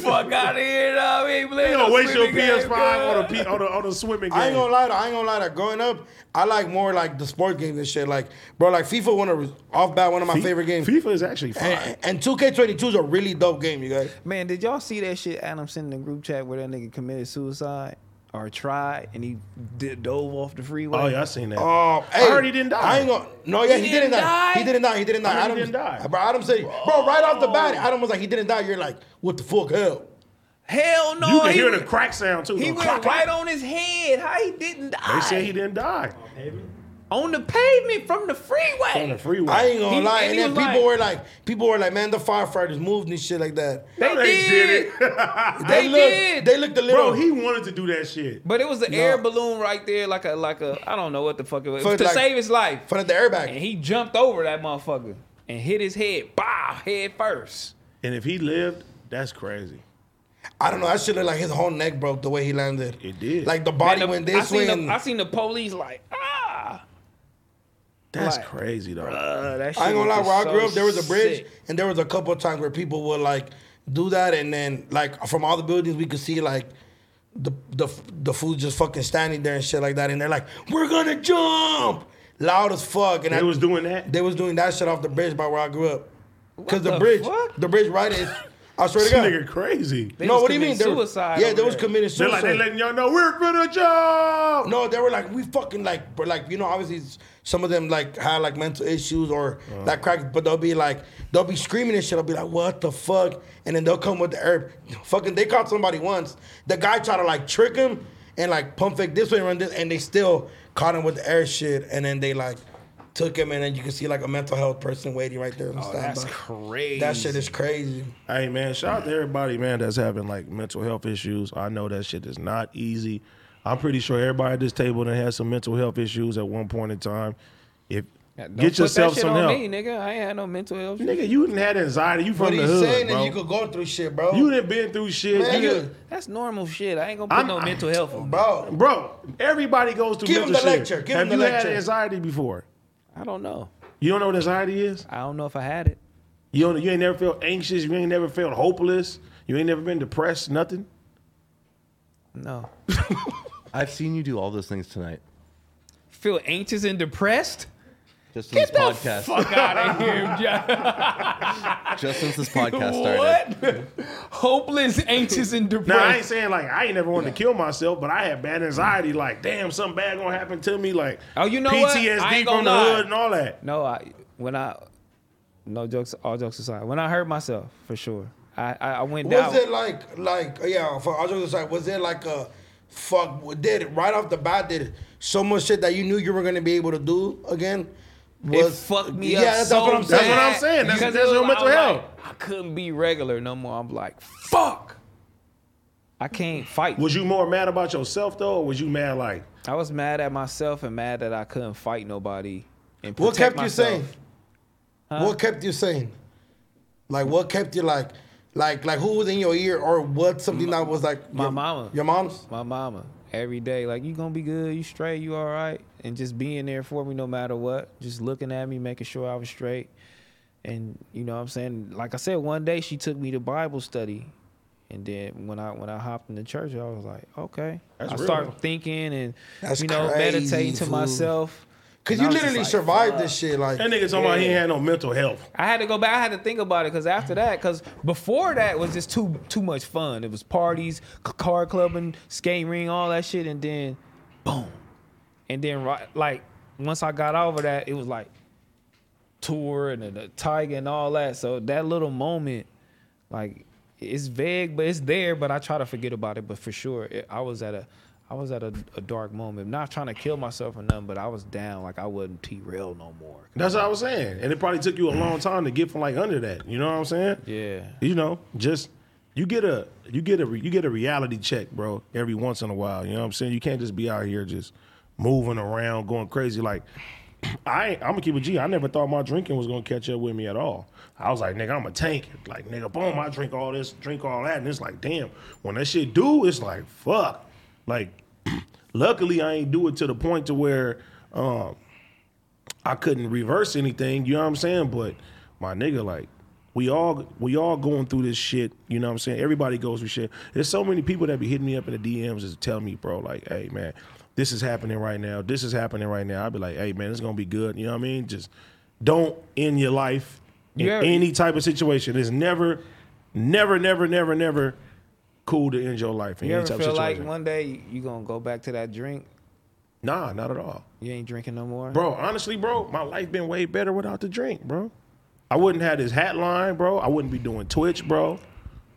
Speaker 1: fuck out of here, dog. We ain't playing
Speaker 3: uh, You
Speaker 1: no
Speaker 3: don't waste your
Speaker 1: swimming game,
Speaker 3: PS5 on
Speaker 1: girl.
Speaker 3: a, P, on, a, on a swimming game.
Speaker 2: I ain't gonna lie. To, I ain't gonna lie. To, growing up, I like more like the sport games and shit. Like, bro, like FIFA. One of off bat, one of my
Speaker 3: Fi-
Speaker 2: favorite games.
Speaker 3: FIFA is actually fine.
Speaker 2: And, and 2K22 is a really dope game, you guys.
Speaker 1: Man, did y'all see that shit Adam sent in the group chat where that nigga committed suicide or tried and he did, dove off the freeway?
Speaker 3: Oh yeah, I seen that.
Speaker 2: Oh,
Speaker 3: I
Speaker 2: hey,
Speaker 3: heard he didn't die.
Speaker 2: I ain't gonna. No, yeah, he,
Speaker 1: didn't
Speaker 2: didn't die.
Speaker 1: die?
Speaker 2: He didn't die. He didn't die.
Speaker 3: heard he
Speaker 2: Adam
Speaker 3: didn't die.
Speaker 2: Bro, Adam said, bro, right off the bat, Adam was like, he didn't die. You're like, what the fuck, hell?
Speaker 1: Hell no.
Speaker 3: you can
Speaker 1: he
Speaker 3: hear
Speaker 1: went-
Speaker 3: the crack sound too.
Speaker 1: He
Speaker 3: though.
Speaker 1: went
Speaker 3: Clack,
Speaker 1: right
Speaker 3: clack.
Speaker 1: on his head. How he didn't die?
Speaker 3: They said he didn't die
Speaker 1: on the pavement from the freeway.
Speaker 3: on the freeway.
Speaker 2: I ain't gonna
Speaker 1: He-
Speaker 2: lie.
Speaker 1: and
Speaker 2: And,
Speaker 1: he
Speaker 2: then
Speaker 1: was
Speaker 2: people
Speaker 1: like-
Speaker 2: were like, people were like, man, the firefighters moved and shit like that.
Speaker 1: They,
Speaker 3: They
Speaker 1: did.
Speaker 3: did
Speaker 1: they
Speaker 2: looked,
Speaker 1: did.
Speaker 2: They looked a little.
Speaker 3: Bro, he wanted to do that shit.
Speaker 1: but it was an air balloon right there, like a like a I don't know what the fuck it was
Speaker 2: For
Speaker 1: to
Speaker 2: like-
Speaker 1: save his life.
Speaker 2: front of the airbag.
Speaker 1: and he jumped over that motherfucker and hit his head, bah, head first.
Speaker 3: And if he lived, that's crazy.
Speaker 2: I don't know. That shit looked like his whole neck broke the way he landed.
Speaker 3: It did.
Speaker 2: Like the body
Speaker 1: And the-
Speaker 2: went
Speaker 1: I
Speaker 2: this
Speaker 1: seen
Speaker 2: way.
Speaker 1: the-
Speaker 2: and-
Speaker 1: I seen the police like ah.
Speaker 3: That's
Speaker 1: Like,
Speaker 3: crazy though.
Speaker 1: Uh, that shit
Speaker 2: I ain't gonna lie,
Speaker 1: was
Speaker 2: where I
Speaker 1: so
Speaker 2: grew up, there was a bridge,
Speaker 1: sick.
Speaker 2: and there was a couple of times where people would like do that, and then like from all the buildings we could see like the the the food just fucking standing there and shit like that, and they're like, "We're gonna jump!" Loud as fuck, and
Speaker 3: they
Speaker 2: I,
Speaker 3: was doing that.
Speaker 2: they was doing that shit off the bridge by where I grew up, because the,
Speaker 1: the
Speaker 2: bridge,
Speaker 1: fuck?
Speaker 2: the bridge right is. I swear
Speaker 3: This
Speaker 2: to God.
Speaker 3: nigga crazy.
Speaker 1: They
Speaker 2: no,
Speaker 1: was
Speaker 2: what do you mean?
Speaker 1: committing
Speaker 2: They were-
Speaker 1: Suicide.
Speaker 2: yeah,
Speaker 1: over
Speaker 2: they was
Speaker 1: there.
Speaker 2: committing
Speaker 3: They're
Speaker 2: suicide.
Speaker 3: like they letting y'all know we're finna jump.
Speaker 2: No, they were like, we fucking like, but like, you know, obviously some of them like had like mental issues or
Speaker 3: Uh-huh.
Speaker 2: like crack, but they'll be like, they'll be screaming and shit. I'll be like, what the fuck? And then they'll come with the herb. Fucking, they caught somebody once. The guy tried to like trick him and like pump fake this way and run this, and they still caught him with the air shit. And then they like took him, and then you can see like a mental health person waiting right there. Oh,
Speaker 1: That's crazy.
Speaker 2: That shit is crazy.
Speaker 3: Hey man, shout out to everybody, man, that's having like mental health issues. I know that shit is not easy. I'm pretty sure everybody at this table that has some mental health issues at one point in time. If
Speaker 1: Yeah, don't put
Speaker 3: get
Speaker 1: that
Speaker 3: yourself
Speaker 1: shit
Speaker 3: some
Speaker 1: on
Speaker 3: help,
Speaker 1: Me, nigga, I ain't had no mental health. shit.
Speaker 3: nigga, you didn't had anxiety. You from
Speaker 2: But
Speaker 3: the
Speaker 2: he's
Speaker 3: hood,
Speaker 2: saying
Speaker 3: bro.
Speaker 2: that you could go through shit, bro.
Speaker 3: You done been through shit,
Speaker 2: Oh. Man,
Speaker 3: nigga.
Speaker 2: you-
Speaker 1: That's normal shit. I ain't gonna put
Speaker 3: I'm-
Speaker 1: no
Speaker 3: I-
Speaker 1: mental health on. me.
Speaker 2: bro.
Speaker 3: bro. Everybody goes through
Speaker 2: Give him
Speaker 3: mental
Speaker 2: the
Speaker 3: shit.
Speaker 2: lecture. Give
Speaker 3: Have
Speaker 2: him the
Speaker 3: you
Speaker 2: lecture.
Speaker 3: had anxiety before?
Speaker 1: I don't know.
Speaker 3: You don't know what anxiety is.
Speaker 1: I don't know if I had it.
Speaker 3: You don't, you ain't never felt anxious. You ain't never felt hopeless. You ain't never been depressed. Nothing.
Speaker 1: No.
Speaker 4: I've seen you do all those things tonight.
Speaker 1: Feel anxious and depressed.
Speaker 4: Just since this podcast.
Speaker 1: Fuck out of here, Jack.
Speaker 4: Just since this podcast started.
Speaker 1: What? Hopeless, anxious, and depressed.
Speaker 3: Now I ain't saying like I ain't never wanted to kill myself, but I had bad anxiety. Like, damn, something bad gonna happen to me. Like,
Speaker 1: Oh, you know what?
Speaker 3: PTSD
Speaker 1: I ain't gonna
Speaker 3: from the
Speaker 1: lie.
Speaker 3: hood and all that.
Speaker 1: No, I when I no jokes, all jokes aside, when I hurt myself for sure, I I, I went down.
Speaker 2: Was it like like oh, yeah? For I was just like, was it like a fuck? Did right off the bat did so much shit that you knew you were gonna be able to do again?
Speaker 1: it fucked me
Speaker 2: yeah,
Speaker 1: up.
Speaker 2: that's, that's what I'm
Speaker 1: so
Speaker 2: saying.
Speaker 3: That's what I'm
Speaker 1: bad.
Speaker 3: saying. That's-
Speaker 1: Because
Speaker 3: that's
Speaker 1: it was-
Speaker 3: your mental
Speaker 1: I was
Speaker 3: health.
Speaker 1: like, I couldn't be regular no more. I'm like, fuck. I can't fight.
Speaker 3: Was you more mad about yourself though, or was you mad like
Speaker 1: I was mad at myself and mad that I couldn't fight nobody. And
Speaker 2: What
Speaker 1: protect
Speaker 2: kept
Speaker 1: myself.
Speaker 2: you sane? What kept you sane? Like what kept you like like like who was in your ear or what something that was like
Speaker 1: my
Speaker 2: your,
Speaker 1: mama.
Speaker 2: your mom's?
Speaker 1: My mama every day, like you gonna be good, you straight, you all right, and just being there for me no matter what, just looking at me, making sure I was straight, and you know what I'm saying. Like I said, one day she took me to Bible study, and then when I when I hopped in the church, I was like, okay,
Speaker 3: That's
Speaker 1: I
Speaker 3: real.
Speaker 1: start thinking and
Speaker 2: That's
Speaker 1: you know
Speaker 2: crazy,
Speaker 1: meditating to
Speaker 2: fool.
Speaker 1: myself.
Speaker 2: Cause
Speaker 1: And I
Speaker 2: you
Speaker 1: was just
Speaker 2: literally
Speaker 1: like,
Speaker 2: survived this shit. Like
Speaker 3: that nigga talking about he ain't had no mental health?
Speaker 1: I had to go back. I had to think about it because after that, because before that was just too too much fun. It was parties, c- car clubbing, skating ring, all that shit, and then boom, and then right like once I got over that, it was like tour and the, the tiger and all that. So that little moment, like, it's vague, but it's there. But I try to forget about it. But for sure, it, I was at a, I was at a, a dark moment. Not trying to kill myself or nothing, but I was down. Like I wasn't T rail no more.
Speaker 3: That's what I was saying. And it probably took you a long
Speaker 1: Mm.
Speaker 3: time to get from like under that. You know what I'm saying?
Speaker 1: Yeah.
Speaker 3: You know, just you get a you get a re- you get a reality check, bro, every once in a while. You know what I'm saying? You can't just be out here just moving around, going crazy like I I'm gonna keep it G. I never thought my drinking was gonna catch up with me at all. I was like, nigga, I'm a tank. Like, nigga, boom, I drink all this, drink all that, and it's like, damn. When that shit do, it's like, fuck. Like, luckily, I ain't do it to the point to where um, I couldn't reverse anything. You know what I'm saying? But my nigga, like, we all we all going through this shit. You know what I'm saying? Everybody goes through shit. There's so many people that be hitting me up in the DMs and tell me, bro, like, hey man, this is happening right now. This is happening right now. I'd be like, hey man, it's gonna be good. You know what I mean? Just don't end your life in
Speaker 1: Yeah.
Speaker 3: any type of situation. It's never, never, never, never, never cool to end your life in
Speaker 1: You
Speaker 3: any
Speaker 1: ever
Speaker 3: type of
Speaker 1: feel like
Speaker 3: situation.
Speaker 1: one day you gonna go back to that drink?
Speaker 3: nah, not at all.
Speaker 1: You ain't drinking no more,
Speaker 3: Bro, honestly, bro, my life been way better without the drink, bro. I wouldn't have this hat line, bro. I wouldn't be doing Twitch, bro.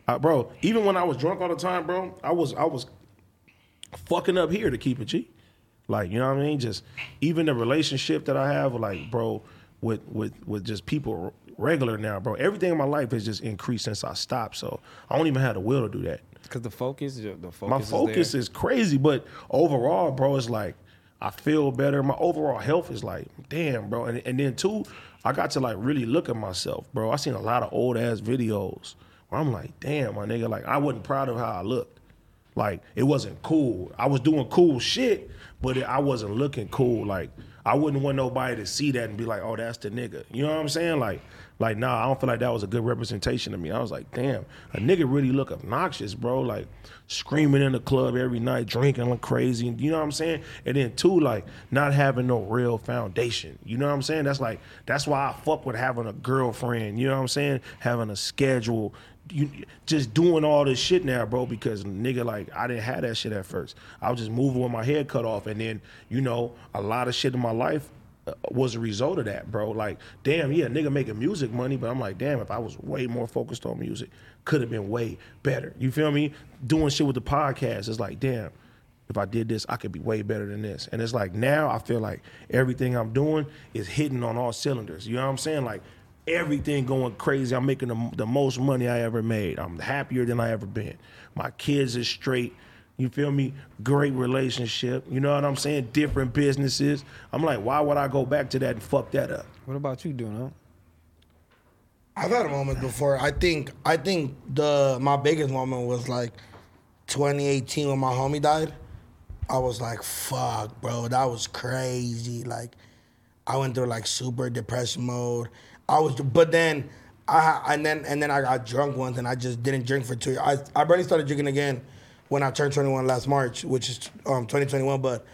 Speaker 3: Uh, bro, even when I was drunk all the time, bro, I was I was fucking up here to keep it G. Like, you know what I mean? Just even the relationship that I have, like, bro, with with with just people regular now, bro. Everything in my life has just increased since I stopped. So I don't even have the will to do that
Speaker 1: Because the focus, the focus.
Speaker 3: my focus is, crazy, but overall, bro, it's like I feel better. My overall health is like, damn, bro. And, and then two, I got to like really look at myself, bro. I seen a lot of old ass videos where I'm like, damn, my nigga, like I wasn't proud of how I looked. Like it wasn't cool. I was doing cool shit, but it, I wasn't looking cool. Like I wouldn't want nobody to see that and be like, "Oh, that's the nigga." You know what I'm saying? Like, like nah, I don't feel like that was a good representation of me. I was like, "Damn, a nigga really look obnoxious, bro." Like screaming in the club every night, drinking like crazy. You know what I'm saying? And then two, like not having no real foundation. You know what I'm saying? That's like that's why I fuck with having a girlfriend. You know what I'm saying? Having a schedule you just doing all this shit now, bro, because nigga, like I didn't have that shit at first. I was just moving with my head cut off, and then you know a lot of shit in my life uh, was a result of that, bro. Like, damn, yeah, nigga making music money, but I'm like, damn, if I was way more focused on music, could have been way better. You feel me? Doing shit with the podcast, it's like, damn, if I did this, I could be way better than this. And it's like now I feel like everything I'm doing is hitting on all cylinders. You know what I'm saying? Like everything going crazy. I'm making the, the most money I ever made. I'm happier than I ever been. My kids is straight. You feel me? Great relationship. You know what I'm saying? Different businesses. I'm like, why would I go back to that and fuck that up?
Speaker 1: What about you, Duno?
Speaker 2: I've had a moment before. I think I think the my biggest moment was like 2018 when my homie died. I was like, fuck, bro, that was crazy. Like, I went through like super depression mode. I was, but then I and then and then I got drunk once, and I just didn't drink for two. years. I I barely started drinking again when I turned 21 last March, which is um 2021. But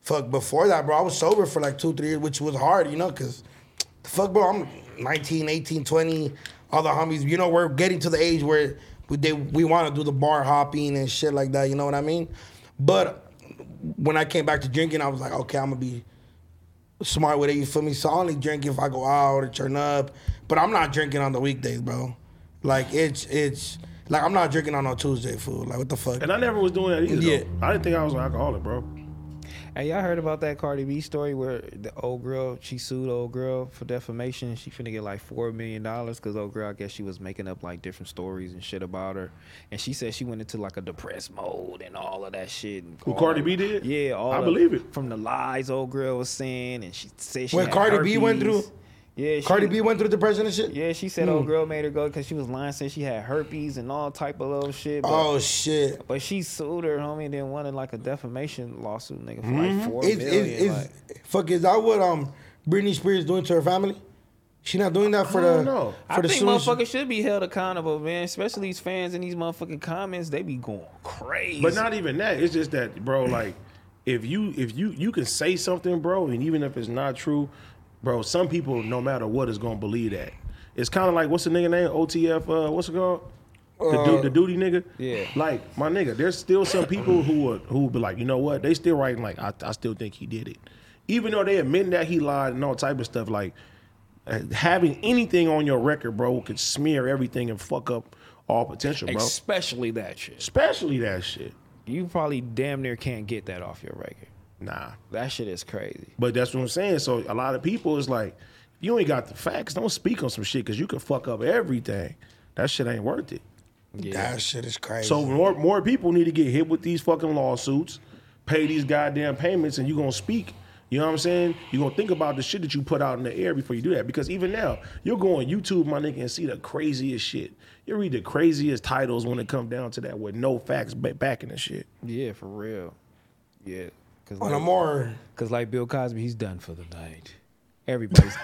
Speaker 2: fuck, before that, bro, I was sober for like two three years, which was hard, you know, cause the fuck, bro, I'm 19, 18, 20. All the homies, you know, we're getting to the age where we, they, we want to do the bar hopping and shit like that. You know what I mean? But when I came back to drinking, I was like, okay, I'm gonna be smart with it. You feel me? So I only drink if I go out or turn up, but I'm not drinking on the weekdays, bro. Like it's it's like I'm not drinking on no Tuesday, fool. Like what the fuck?
Speaker 3: And I never was doing that either.
Speaker 2: Yeah.
Speaker 3: Yeah. I didn't think I was an alcoholic, bro.
Speaker 1: Hey, y'all heard about that Cardi B story where the old girl she sued old girl for defamation. She finna get like four million dollars because old girl, I guess she was making up like different stories and shit about her, and she said she went into like a depressed mode and all of that shit. And
Speaker 3: Who
Speaker 1: all-
Speaker 3: Cardi B did?
Speaker 1: Yeah, all
Speaker 3: I
Speaker 1: the-
Speaker 3: believe it.
Speaker 1: from the lies old girl was saying, and she said she
Speaker 2: When
Speaker 1: had
Speaker 2: Cardi B went
Speaker 1: herpes.
Speaker 2: through-
Speaker 1: Yeah, she,
Speaker 2: Cardi B went through depression and shit.
Speaker 1: Yeah, she said
Speaker 3: Hmm.
Speaker 1: old girl made her go because she was lying, saying she had herpes and all type of little shit. But,
Speaker 2: Oh shit.
Speaker 1: but she sued her homie and then wanted like a defamation lawsuit, nigga, for like four
Speaker 2: Is
Speaker 1: million.
Speaker 2: is,
Speaker 1: like-
Speaker 2: is fuck is that what um Britney Spears doing to her family? She not doing that for
Speaker 3: I
Speaker 2: the
Speaker 3: don't know.
Speaker 2: for
Speaker 1: I
Speaker 2: the
Speaker 1: think
Speaker 2: suit-
Speaker 1: motherfuckers should be held accountable, man. Especially these fans and these motherfucking comments, they be going crazy.
Speaker 3: But not even that. It's just that, bro. Like, if you if you you can say something, bro, and even if it's not true, bro, some people, no matter what, is gonna believe that. It's kind of like what's the nigga name? OTF. Uh, what's it called? The, du- the duty nigga.
Speaker 1: yeah.
Speaker 3: Like my nigga, there's still some people who would who would be like, you know what? They still writing like, I, I still think he did it, even though they admitting that he lied and all type of stuff. Like uh, having anything on your record, bro, could smear everything and fuck up all potential, bro.
Speaker 1: Especially that shit.
Speaker 3: Especially that shit.
Speaker 1: You probably damn near can't get that off your record.
Speaker 3: Nah.
Speaker 1: That shit is crazy.
Speaker 3: But that's what I'm saying. So a lot of people is like, you ain't got the facts. Don't speak on some shit because you could fuck up everything. That shit ain't worth it.
Speaker 2: That shit is crazy.
Speaker 3: So more more people need to get hit with these fucking lawsuits, pay these goddamn payments, and you gonna speak. You know what I'm saying? You're gonna think about the shit that you put out in the air before you do that. Because even now, you'll go on YouTube, my nigga, and see the craziest shit. You read the craziest titles when it come down to that with no facts ba- backing the shit.
Speaker 1: Yeah, for real. Yeah. Cause
Speaker 2: on a
Speaker 1: like,
Speaker 2: more,
Speaker 1: Cause like Bill Cosby, he's done for the night. Everybody's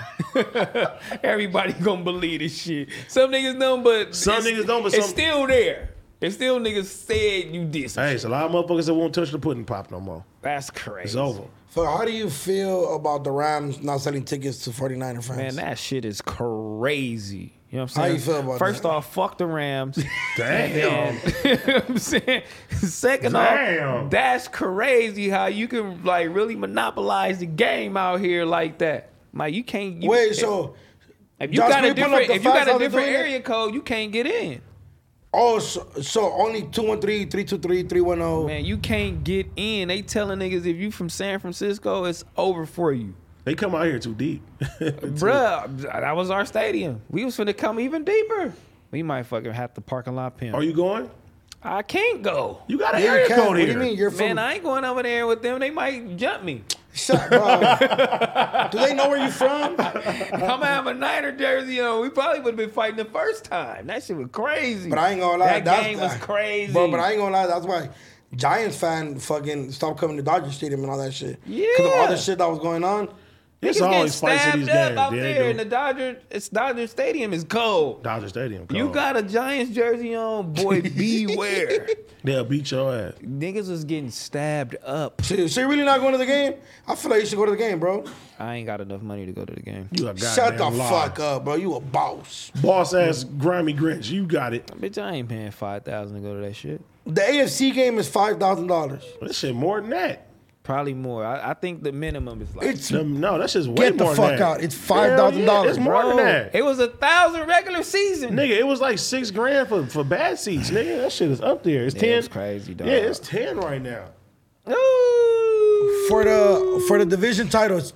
Speaker 1: everybody gonna believe this shit. Some niggas don't, but
Speaker 3: Some
Speaker 1: it's-
Speaker 3: niggas don't, but
Speaker 1: it's
Speaker 3: some-
Speaker 1: still there. It's still niggas said you did. some
Speaker 3: Hey,
Speaker 1: shit.
Speaker 3: it's a lot of motherfuckers that won't touch the pudding pop no more.
Speaker 1: That's crazy.
Speaker 3: It's over.
Speaker 2: so how do you feel about the Rams not selling tickets to 49er fans?
Speaker 1: Man, that shit is crazy. You know what I'm
Speaker 2: How
Speaker 1: saying?
Speaker 2: you feel about
Speaker 1: First
Speaker 2: that?
Speaker 1: off, fuck the Rams.
Speaker 3: Damn.
Speaker 1: And- you know what I'm saying? Second
Speaker 3: Damn.
Speaker 1: off, that's crazy how you can like really monopolize the game out here like that. Like you can't. You,
Speaker 2: Wait,
Speaker 1: if-
Speaker 2: so
Speaker 1: if you
Speaker 2: Josh,
Speaker 1: got
Speaker 2: can
Speaker 1: a
Speaker 2: we pull up
Speaker 1: different,
Speaker 2: the
Speaker 1: if you got
Speaker 2: facts
Speaker 1: a
Speaker 2: how they're
Speaker 1: different
Speaker 2: doing it?
Speaker 1: area code, you can't get in.
Speaker 2: oh, so, so only two one three three two three three one oh. zero.
Speaker 1: Man, you can't get in. They telling niggas if you from San Francisco, it's over for you.
Speaker 3: They come out here too deep.
Speaker 1: Bruh, that was our stadium. We was finna come even deeper. We might fucking have to parking lot pimp.
Speaker 3: Are you going?
Speaker 1: I can't go.
Speaker 3: You got an
Speaker 2: Yeah, you
Speaker 3: area
Speaker 2: can.
Speaker 3: code
Speaker 2: What do
Speaker 3: here.
Speaker 2: you mean? You're
Speaker 1: Man,
Speaker 2: from?
Speaker 1: I ain't going over there with them. They might jump me.
Speaker 2: Shut, bro. do they know where you from?
Speaker 1: I'm gonna have a Niner jersey on. We probably would have been fighting the first time. That shit was crazy.
Speaker 2: But I ain't gonna lie,
Speaker 1: that
Speaker 2: that's
Speaker 1: game
Speaker 2: the-
Speaker 1: was crazy.
Speaker 2: Bro, but I ain't gonna lie, that's why Giants fan fucking stopped coming to Dodger Stadium and all that shit. of all
Speaker 1: Yeah.
Speaker 2: the shit that was going on.
Speaker 1: Niggas
Speaker 3: It's
Speaker 1: getting
Speaker 3: always spicy
Speaker 1: stabbed
Speaker 3: these
Speaker 1: up
Speaker 3: games.
Speaker 1: out
Speaker 3: Yeah, they
Speaker 1: there,
Speaker 3: do.
Speaker 1: and the Dodger, it's Dodger Stadium is cold.
Speaker 3: Dodger Stadium.
Speaker 1: You
Speaker 3: call.
Speaker 1: got a Giants jersey on, boy. beware.
Speaker 3: They'll beat your ass.
Speaker 1: Niggas was getting stabbed up.
Speaker 2: So, so you really not going to the game? I feel like you should go to the game, bro.
Speaker 1: I ain't got enough money to go to the game.
Speaker 3: You a goddamn
Speaker 2: Shut the
Speaker 3: liar.
Speaker 2: fuck up, bro. You a boss.
Speaker 3: boss ass grimy Grinch. You got it.
Speaker 1: Bitch, I ain't paying five thousand to go to that shit.
Speaker 2: The AFC game is five thousand dollars.
Speaker 3: That shit more than that.
Speaker 1: Probably more. I, I think the minimum is like
Speaker 2: It's
Speaker 3: No, No, that shit's way
Speaker 2: Get the
Speaker 3: more
Speaker 2: fuck
Speaker 3: than that.
Speaker 2: out. It's $5,000,
Speaker 3: Hell It's more
Speaker 1: Bro,
Speaker 3: than that.
Speaker 1: It was a thousand regular season.
Speaker 3: Nigga, it was like six grand for, for bad seats. Nigga, that shit is up there. It's ten.
Speaker 1: it was crazy, dog.
Speaker 3: Yeah, it's ten right now.
Speaker 1: Ooh.
Speaker 2: for the for the division titles.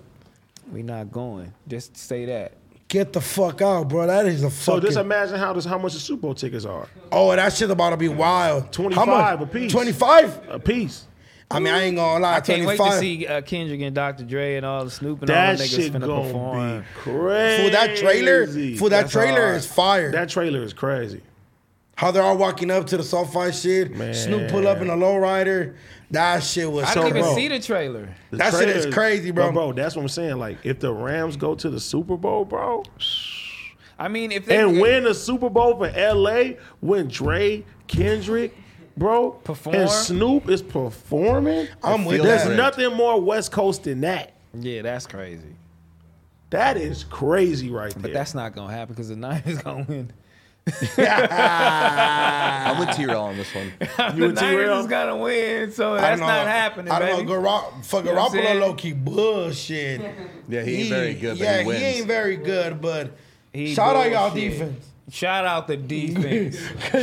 Speaker 1: We not going. Just say that.
Speaker 2: Get the fuck out, bro. That is a
Speaker 3: So
Speaker 2: fucking.
Speaker 3: just imagine how this how much the Super Bowl tickets are.
Speaker 2: oh, that shit about to be wild.
Speaker 3: 25 apiece.
Speaker 2: Twenty five.
Speaker 3: A piece.
Speaker 2: I mean, I ain't gonna lie.
Speaker 1: I can't
Speaker 2: Twenty
Speaker 1: wait to
Speaker 2: five.
Speaker 1: see uh, Kendrick and Dr. Dre and all the Snoop and all
Speaker 3: That
Speaker 1: the niggas
Speaker 3: shit
Speaker 1: finna
Speaker 3: gonna
Speaker 1: perform.
Speaker 3: be crazy.
Speaker 2: For that trailer, for that
Speaker 1: That's
Speaker 2: trailer
Speaker 1: hard.
Speaker 2: is fire.
Speaker 3: that trailer is crazy.
Speaker 2: How they're all walking up to the Soulfly shit. Snoop pull up in a lowrider. That shit was
Speaker 1: I
Speaker 2: so
Speaker 1: didn't even
Speaker 2: bro.
Speaker 1: see the trailer.
Speaker 3: The
Speaker 2: That shit
Speaker 3: trailer
Speaker 2: is crazy, bro.
Speaker 3: But bro, that's what I'm saying. Like, if the Rams go to the Super Bowl, bro,
Speaker 1: I mean, if they
Speaker 3: and win the Super Bowl for LA when Dre, Kendrick, bro,
Speaker 1: Perform.
Speaker 3: and Snoop is performing.
Speaker 2: I'm with
Speaker 4: feel
Speaker 2: that.
Speaker 3: There's
Speaker 4: that.
Speaker 3: nothing more West Coast than that.
Speaker 1: yeah, that's crazy.
Speaker 3: That is crazy right there.
Speaker 1: But that's not gonna happen because the Niners gonna win.
Speaker 4: I'm with T-Rail on this one.
Speaker 1: the
Speaker 3: and T-Rail?
Speaker 1: Niners is gonna win, so that's not happening,
Speaker 2: I don't
Speaker 1: baby.
Speaker 2: know. Garopp- for
Speaker 1: You know what I'm
Speaker 2: Garoppolo,
Speaker 1: saying?
Speaker 2: low key bullshit.
Speaker 4: Yeah, he ain't very good, but
Speaker 2: yeah,
Speaker 4: he wins.
Speaker 2: ain't very good. But
Speaker 1: He
Speaker 2: shout out y'all
Speaker 1: bullshit.
Speaker 2: defense.
Speaker 1: Shout out the defense.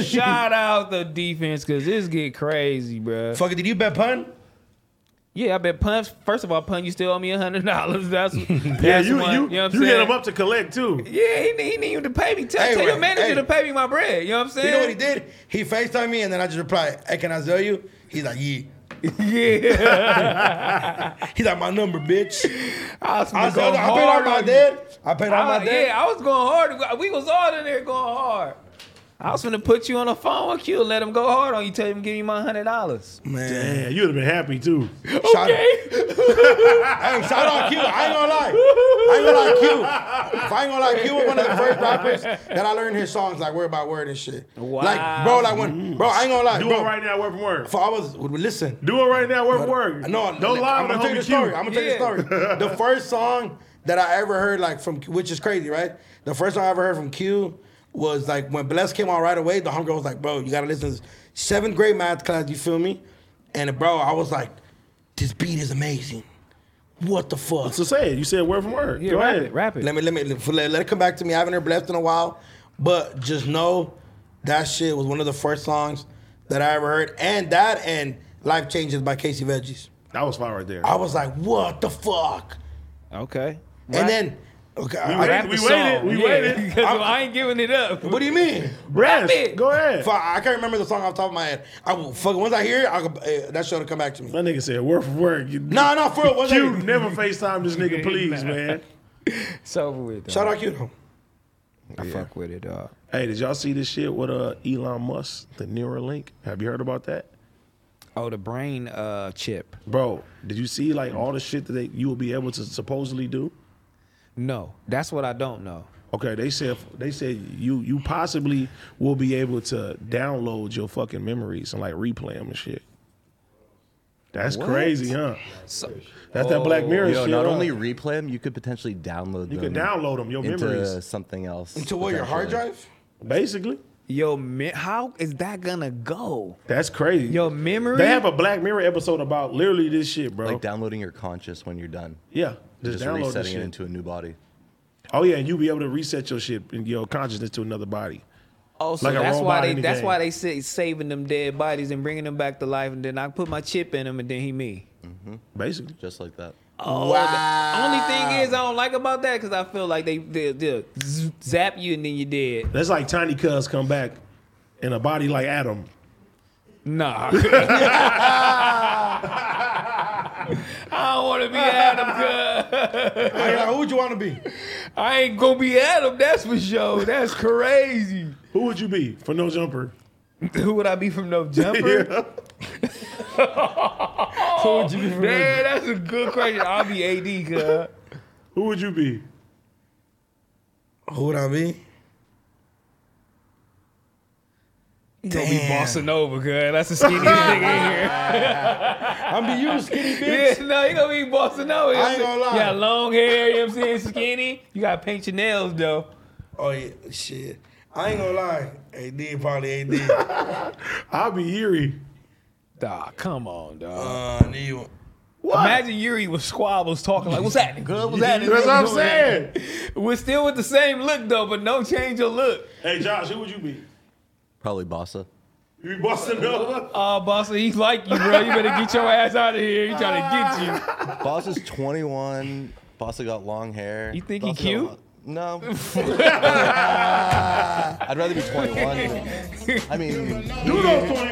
Speaker 1: Shout out the defense because this get crazy, bruh.
Speaker 2: Fuck it, did you bet pun?
Speaker 1: Yeah, I bet Pun. First of all, Pun, you still owe me a hundred dollars. That's
Speaker 3: yeah,
Speaker 1: that's
Speaker 3: you
Speaker 1: one, know
Speaker 3: you,
Speaker 1: what I'm
Speaker 3: you hit
Speaker 1: saying?
Speaker 3: him up to collect too.
Speaker 1: Yeah, he, need- he need you to pay me. Tell,
Speaker 2: Hey,
Speaker 1: tell your
Speaker 2: right,
Speaker 1: manager
Speaker 2: hey.
Speaker 1: to pay me my bread. You know what I'm saying?
Speaker 2: You know what he did? He FaceTimed me and then I just replied, "Hey, can I tell you?" He's like, "Yeah."
Speaker 1: Yeah,
Speaker 2: He's like, "My number, bitch."
Speaker 1: I was
Speaker 2: I,
Speaker 1: gonna go
Speaker 2: said, I paid all
Speaker 1: hard
Speaker 2: my
Speaker 1: on you.
Speaker 2: debt. I paid all
Speaker 1: I-
Speaker 2: my debt.
Speaker 1: yeah, I was going hard. We was all in there going hard. I was gonna put you on the phone with Q and let him go hard on you. Tell him to give you my hundred dollars.
Speaker 2: Man,
Speaker 3: Yeah, you would have been happy too.
Speaker 2: shout out. Hey, shout out Q. I ain't gonna lie. I ain't gonna lie, Q. If I ain't gonna lie, Q was one of the first rappers that I learned his songs like word by word and shit.
Speaker 1: Wow.
Speaker 2: Like, bro, like when, bro, I ain't gonna lie,
Speaker 3: Do
Speaker 2: bro.
Speaker 3: it right now, word for word.
Speaker 2: For I was listen.
Speaker 3: Do it right now, word for word.
Speaker 2: No,
Speaker 3: don't lie
Speaker 2: I'm
Speaker 3: to
Speaker 2: gonna tell you
Speaker 3: homie
Speaker 2: the story. I'm
Speaker 3: Q.
Speaker 2: gonna tell you the
Speaker 1: Yeah.
Speaker 2: story. The first song that I ever heard, like from, which is crazy, right? The first song I ever heard from Q was like when Bless came out right away. The homegirl was like, "Bro, you gotta listen." to this Seventh grade math class, you feel me? And bro, I was like, "This beat is amazing."
Speaker 5: What the fuck?
Speaker 3: So say it. You said word for word.
Speaker 1: Yeah,
Speaker 3: Go
Speaker 1: rap
Speaker 3: ahead.
Speaker 1: it, rap it.
Speaker 5: Let me let me let, let it come back to me. I haven't heard blessed in a while, but just know that shit was one of the first songs that I ever heard, and that and Life Changes by Casey Veggies.
Speaker 3: That was fire right there.
Speaker 5: I was like, what the fuck?
Speaker 1: Okay.
Speaker 5: And then okay,
Speaker 3: we
Speaker 5: I,
Speaker 3: waited.
Speaker 5: I,
Speaker 3: We
Speaker 1: The
Speaker 3: waited.
Speaker 1: song.
Speaker 3: We
Speaker 1: Yeah,
Speaker 3: waited.
Speaker 1: 'cause I ain't giving it up.
Speaker 5: what do you mean?
Speaker 3: Rest.
Speaker 1: it.
Speaker 3: Go ahead.
Speaker 5: If I, I can't remember the song off the top of my head. I will fuck once I hear it, I'll, uh, that shit will come back to me.
Speaker 3: That nigga said word for word. You,
Speaker 5: No, no, for real. Once I
Speaker 3: you
Speaker 5: hear it.
Speaker 3: never FaceTime this nigga, please, man.
Speaker 1: It's over with. Dog.
Speaker 5: Shout out Q.
Speaker 1: I fuck with it, dog.
Speaker 3: Hey, did y'all see this shit with uh, Elon Musk, the Neuralink? Have you heard about that?
Speaker 1: Oh, the brain uh, chip.
Speaker 3: Bro, did you see like all the shit that they, you will be able to supposedly do?
Speaker 1: No, that's what I don't know.
Speaker 3: Okay, they said they said you you possibly will be able to download your fucking memories and like replay them and shit. That's
Speaker 1: What?
Speaker 3: crazy, huh?
Speaker 1: So,
Speaker 3: That's that Black Mirror
Speaker 4: Yo,
Speaker 3: shit.
Speaker 4: not
Speaker 3: huh?
Speaker 4: only replay them, you could potentially download them.
Speaker 3: You could download 'em, your
Speaker 4: into
Speaker 3: memories.
Speaker 4: something else.
Speaker 5: Into what your hard
Speaker 4: potentially.
Speaker 5: drive?
Speaker 3: basically,
Speaker 1: yo, me- how is that gonna go?
Speaker 3: that's crazy.
Speaker 1: Your memory.
Speaker 3: they have a Black Mirror episode about literally this shit, bro.
Speaker 4: Like downloading your conscious when you're done.
Speaker 3: yeah,
Speaker 4: Just,
Speaker 3: just, download this
Speaker 4: resetting
Speaker 3: shit.
Speaker 4: it into a new body.
Speaker 3: oh yeah, and you'll be able to reset your shit and your consciousness to another body.
Speaker 1: oh, so
Speaker 3: like a
Speaker 1: that's
Speaker 3: robot
Speaker 1: why they.
Speaker 3: in the
Speaker 1: that's
Speaker 3: game.
Speaker 1: why they say saving them dead bodies and bringing them back to life, and then I put my chip in them, and then he me.
Speaker 3: Basically,
Speaker 4: Just like that.
Speaker 1: Oh, the only thing is I don't like about that because I feel like they they they'll z- zap you and then you're dead.
Speaker 3: that's like Tiny Cuz come back in a body like Adam.
Speaker 1: Nah. I don't want to be Adam. cuz.
Speaker 5: Like, who would you want to be?
Speaker 1: I ain't gonna be Adam. That's for sure. That's crazy.
Speaker 3: Who would you be for no jumper?
Speaker 1: Who would I be from No Jumper?
Speaker 3: Yeah.
Speaker 1: Oh, Man, that's a good question. I'll be AD, cuz.
Speaker 3: Who would you be?
Speaker 5: Who would I be?
Speaker 1: You gonna be bossing over, cuz. That's the skinniest nigga
Speaker 5: I'm be you, skinny
Speaker 1: in
Speaker 5: bitch.
Speaker 1: here. Yeah, no, you gonna be bossing over.
Speaker 5: I ain't gonna lie.
Speaker 1: You got long hair, you know what I'm saying? Skinny. You gotta paint your nails, though.
Speaker 5: Oh yeah, shit. I ain't gonna lie. AD probably AD.
Speaker 3: I'll be Yuri.
Speaker 1: Nah, come on, dog.
Speaker 5: uh, need one.
Speaker 1: Imagine Yuri with squabbles talking like, "What's happening, girl? What's happening?"
Speaker 3: That's what I'm saying.
Speaker 1: We're still with the same look though, but no change of look.
Speaker 3: Hey Josh, who would you be?
Speaker 4: Probably Bossa.
Speaker 3: You be Boston over?
Speaker 1: Oh, bossa, he like you, bro. You better get your ass out of here. He trying to get
Speaker 4: Bossa's 21. Bossa got long hair.
Speaker 1: You think he
Speaker 4: Bossa got
Speaker 1: cute?
Speaker 4: long- No. I'd rather be 21. I mean,
Speaker 3: Dudo's 21.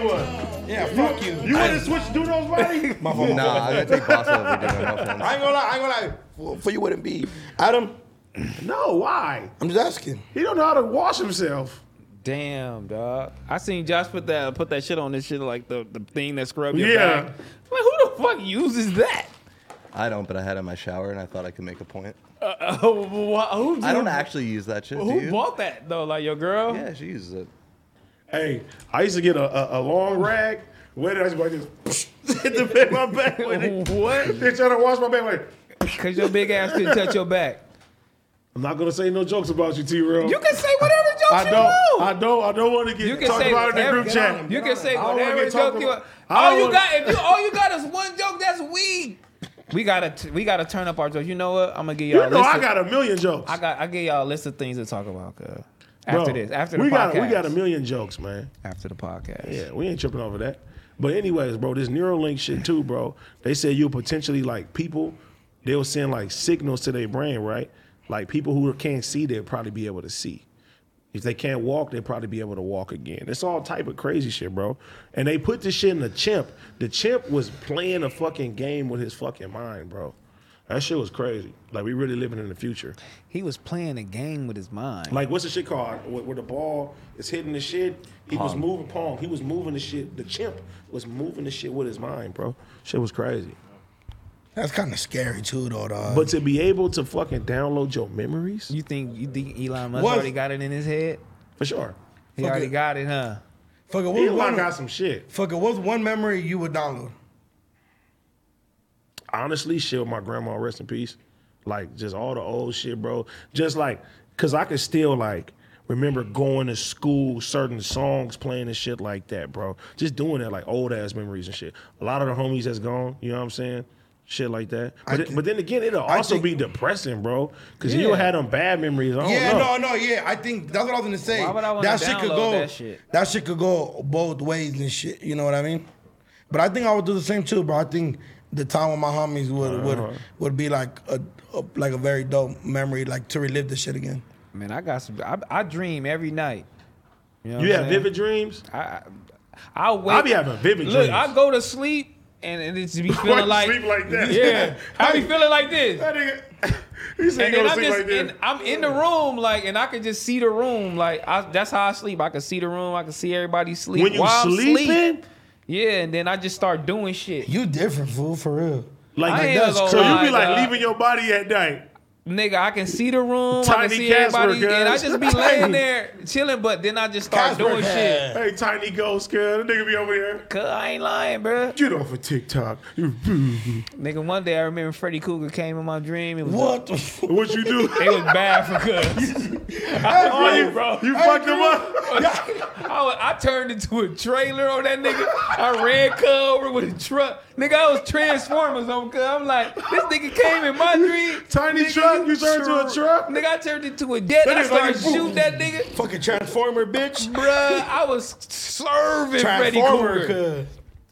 Speaker 5: Yeah, fuck you.
Speaker 3: You wouldn't switch Dudo's body?
Speaker 5: My fault.
Speaker 4: nah, I'm gonna take Bossa over Dudo. No offense.
Speaker 5: I ain't gonna lie. I ain't gonna lie. Well, For you wouldn't be Adam.
Speaker 3: no, why?
Speaker 5: I'm just asking.
Speaker 3: He don't know how to wash himself.
Speaker 1: you. Damn, dog. I seen Josh put that put that shit on this shit like the, the thing that scrub your
Speaker 3: Yeah.
Speaker 1: back. Like, who the fuck uses that?
Speaker 4: I don't, but I had it in my shower and I thought I could make a point.
Speaker 1: Uh, who, who-
Speaker 4: I don't actually use that shit. do
Speaker 1: Who
Speaker 4: you?
Speaker 1: bought that though? Like your girl?
Speaker 4: Yeah, she uses it.
Speaker 3: Hey, I used to get a, a, a long rag. Where did I used to go like this? Hit the back of my back with it.
Speaker 1: What?
Speaker 3: They trying to wash my back like,
Speaker 1: Because your big ass couldn't touch your back.
Speaker 3: I'm not gonna say no jokes about you, T Real.
Speaker 1: You can say whatever jokes
Speaker 3: I
Speaker 1: you
Speaker 3: don't,
Speaker 1: want.
Speaker 3: I don't, I don't want to
Speaker 1: You
Speaker 3: get
Speaker 1: can
Speaker 3: talked
Speaker 1: say
Speaker 3: about in the
Speaker 1: whatever-
Speaker 3: group chat.
Speaker 1: You can say
Speaker 3: I don't wanna
Speaker 1: whatever
Speaker 3: get talked
Speaker 1: joke you want.
Speaker 3: about. I
Speaker 1: All
Speaker 3: don't
Speaker 1: you
Speaker 3: wanna-
Speaker 1: got, if you all you got is one joke, that's weak. We gotta t- we gotta turn up our jokes. You know what? I'm gonna give y'all.
Speaker 3: You
Speaker 1: a
Speaker 3: know
Speaker 1: list
Speaker 3: I
Speaker 1: of-
Speaker 3: got a million jokes.
Speaker 1: I got. I give y'all a list of things to talk about. Cause
Speaker 3: Bro,
Speaker 1: after this, after the
Speaker 3: we
Speaker 1: podcast,
Speaker 3: got, we got a million jokes, man.
Speaker 1: after the podcast.
Speaker 3: Yeah, we ain't tripping over that. But anyways, bro, this Neuralink shit too, bro. They said you potentially like people, they'll send like signals to their brain, right? Like people who can't see, they'll probably be able to see. If they can't walk, they'll probably be able to walk again. It's all type of crazy shit, bro. And they put this shit in the chimp. The chimp was playing a fucking game with his fucking mind, bro. That shit was crazy. Like we really living in the future.
Speaker 1: He was playing a game with his mind.
Speaker 3: Like what's the shit called? Where, where the ball is hitting the shit. He was
Speaker 4: Pong.
Speaker 3: moving pong. He was moving the shit. The chimp was moving the shit with his mind, bro. Shit was crazy.
Speaker 5: That's kind of scary too, though, dog.
Speaker 3: But to be able to fucking download your memories,
Speaker 1: you think you think Elon Musk
Speaker 5: What?
Speaker 1: already got it in his head?
Speaker 3: for sure.
Speaker 1: He
Speaker 5: Fuck
Speaker 1: already
Speaker 5: it.
Speaker 1: got it, huh?
Speaker 5: fuck it, what's
Speaker 3: Elon
Speaker 5: one,
Speaker 3: got some shit.
Speaker 5: fuck it, what's one memory you would download?
Speaker 3: Honestly, shit with my grandma, rest in peace. Like just all the old shit, bro. Just like, cause I could still like remember going to school, certain songs playing and shit like that, bro. Just doing that, like old ass memories and shit. A lot of the homies that's gone, you know what I'm saying? Shit like that, but, th- but then again, it'll also
Speaker 2: think-
Speaker 3: be depressing, bro. Because you'll have them bad memories. I don't
Speaker 2: Yeah,
Speaker 3: know.
Speaker 2: no, no, yeah. I think that's what I was gonna say.
Speaker 1: Oh, Why would I wanna
Speaker 2: that shit could
Speaker 1: download
Speaker 2: go.
Speaker 1: that shit?
Speaker 2: that shit could go both ways and shit. You know what I mean? But I think I would do the same too, bro. I think the time with my homies would
Speaker 3: Uh-huh.
Speaker 2: would would be like a, a like a very dope memory, like to relive the shit again.
Speaker 1: Man, I got some. I, I dream every night. know what
Speaker 3: You have
Speaker 1: I'm saying?
Speaker 3: vivid dreams.
Speaker 1: I, I I'll wait.
Speaker 3: I be having vivid
Speaker 1: Look,
Speaker 3: dreams.
Speaker 1: I go to sleep and, and it's be feeling like
Speaker 3: sleep like that.
Speaker 1: Yeah, I be feeling like this.
Speaker 3: That nigga,
Speaker 1: And
Speaker 3: he said he
Speaker 1: then
Speaker 3: gonna
Speaker 1: I'm
Speaker 3: sleep
Speaker 1: just
Speaker 3: like
Speaker 1: in,
Speaker 3: that.
Speaker 1: I'm in the room like, and I can just see the room like. I, that's how I sleep. I can see the room. I can see everybody sleep.
Speaker 3: When you
Speaker 1: While I'm
Speaker 3: sleeping,
Speaker 1: sleep, yeah, and then I just start doing shit.
Speaker 2: You different fool for real.
Speaker 3: like
Speaker 1: I ain't
Speaker 3: that's-
Speaker 1: gonna
Speaker 3: so you
Speaker 1: lie,
Speaker 3: be like
Speaker 1: dog.
Speaker 3: leaving your body at night.
Speaker 1: Nigga, I can see the room. I can
Speaker 3: Tiny
Speaker 1: see
Speaker 3: Casper,
Speaker 1: everybody,
Speaker 3: cuz.
Speaker 1: and I just be laying there chilling. But then I just start
Speaker 2: Casper,
Speaker 1: doing
Speaker 2: cuz.
Speaker 1: shit.
Speaker 3: Hey, tiny ghost, girl, the nigga be over here.
Speaker 1: Cause I ain't lying, bruh.
Speaker 3: Get off of TikTok. You-
Speaker 1: Nigga, one day I remember Freddy Cougar came in my dream. It was
Speaker 2: What? the f-
Speaker 3: what you do?
Speaker 1: It was bad for cuz.
Speaker 3: Oh, you, you fucked him up.
Speaker 1: I, was- I turned into a trailer on that nigga. I ran cuz over with a truck. Nigga, I was Transformers on cuz. I'm like, this nigga came in my dream.
Speaker 3: Tiny truck, you turned to a truck.
Speaker 1: Nigga, I turned into a dead. I
Speaker 3: nigga like,
Speaker 1: started shooting that nigga.
Speaker 2: Fucking transformer, bitch.
Speaker 1: Bruh, I was serving Freddy
Speaker 2: Transformer.
Speaker 1: Cougar.
Speaker 2: cuz.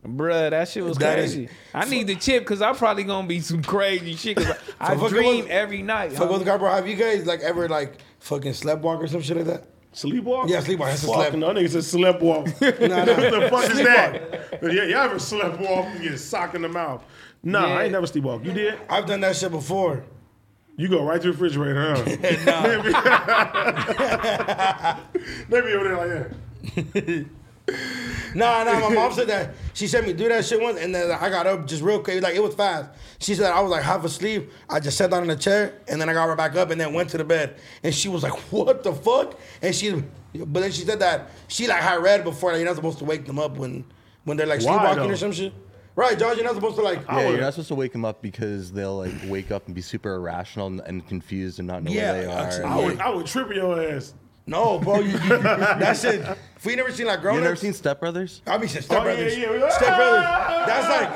Speaker 1: Bruh, that shit was
Speaker 2: That is-
Speaker 1: crazy. I need the chip because I'm probably gonna be some crazy shit. 'cause I, I
Speaker 2: fuck it
Speaker 1: dream
Speaker 2: was-
Speaker 1: every night.
Speaker 2: Fuck
Speaker 1: homie.
Speaker 2: with the guy, bro. Have you guys like ever like fucking sleptwalk or some shit like that?
Speaker 3: Sleepwalk?
Speaker 2: Yeah, sleepwalk. That's a
Speaker 3: Fuck,
Speaker 2: slap.
Speaker 3: No, nigga said sleptwalk.
Speaker 2: Nah, nah.
Speaker 3: What the fuck is that? Yeah, you ever sleptwalk and get sock in the mouth? Nah, I ain't
Speaker 1: Yeah.
Speaker 3: never sleepwalk. You did?
Speaker 2: I've done that shit before.
Speaker 3: You go right to the refrigerator, huh? Maybe. Maybe over there like that.
Speaker 2: Nah, nah, my mom said that. She said me do that shit once, and then I got up just real quick. Like, it was fast. She said I was like half asleep. I just sat down in a chair, and then I got right back up and then went to the bed. And she was like, what the fuck? And she, but then she said that she like had read before, like, you're not supposed to wake them up when when they're like
Speaker 3: Why,
Speaker 2: sleepwalking
Speaker 3: though? Oh.
Speaker 2: or some shit. Right, George, you're not supposed to like.
Speaker 4: Yeah, you're not supposed to wake them up because they'll like wake up and be super irrational and, and confused and not know
Speaker 2: Yeah,
Speaker 4: where they are.
Speaker 2: actually,
Speaker 4: and,
Speaker 3: I
Speaker 4: like-
Speaker 3: would, I would trip your ass.
Speaker 2: No, bro, you, you, that shit. If we never seen like
Speaker 4: you
Speaker 2: grown
Speaker 4: never
Speaker 2: ups,
Speaker 4: seen Step Brothers?
Speaker 2: I mean, Step
Speaker 3: Oh, yeah,
Speaker 2: Brothers.
Speaker 3: yeah.
Speaker 2: Step Brothers. That's like,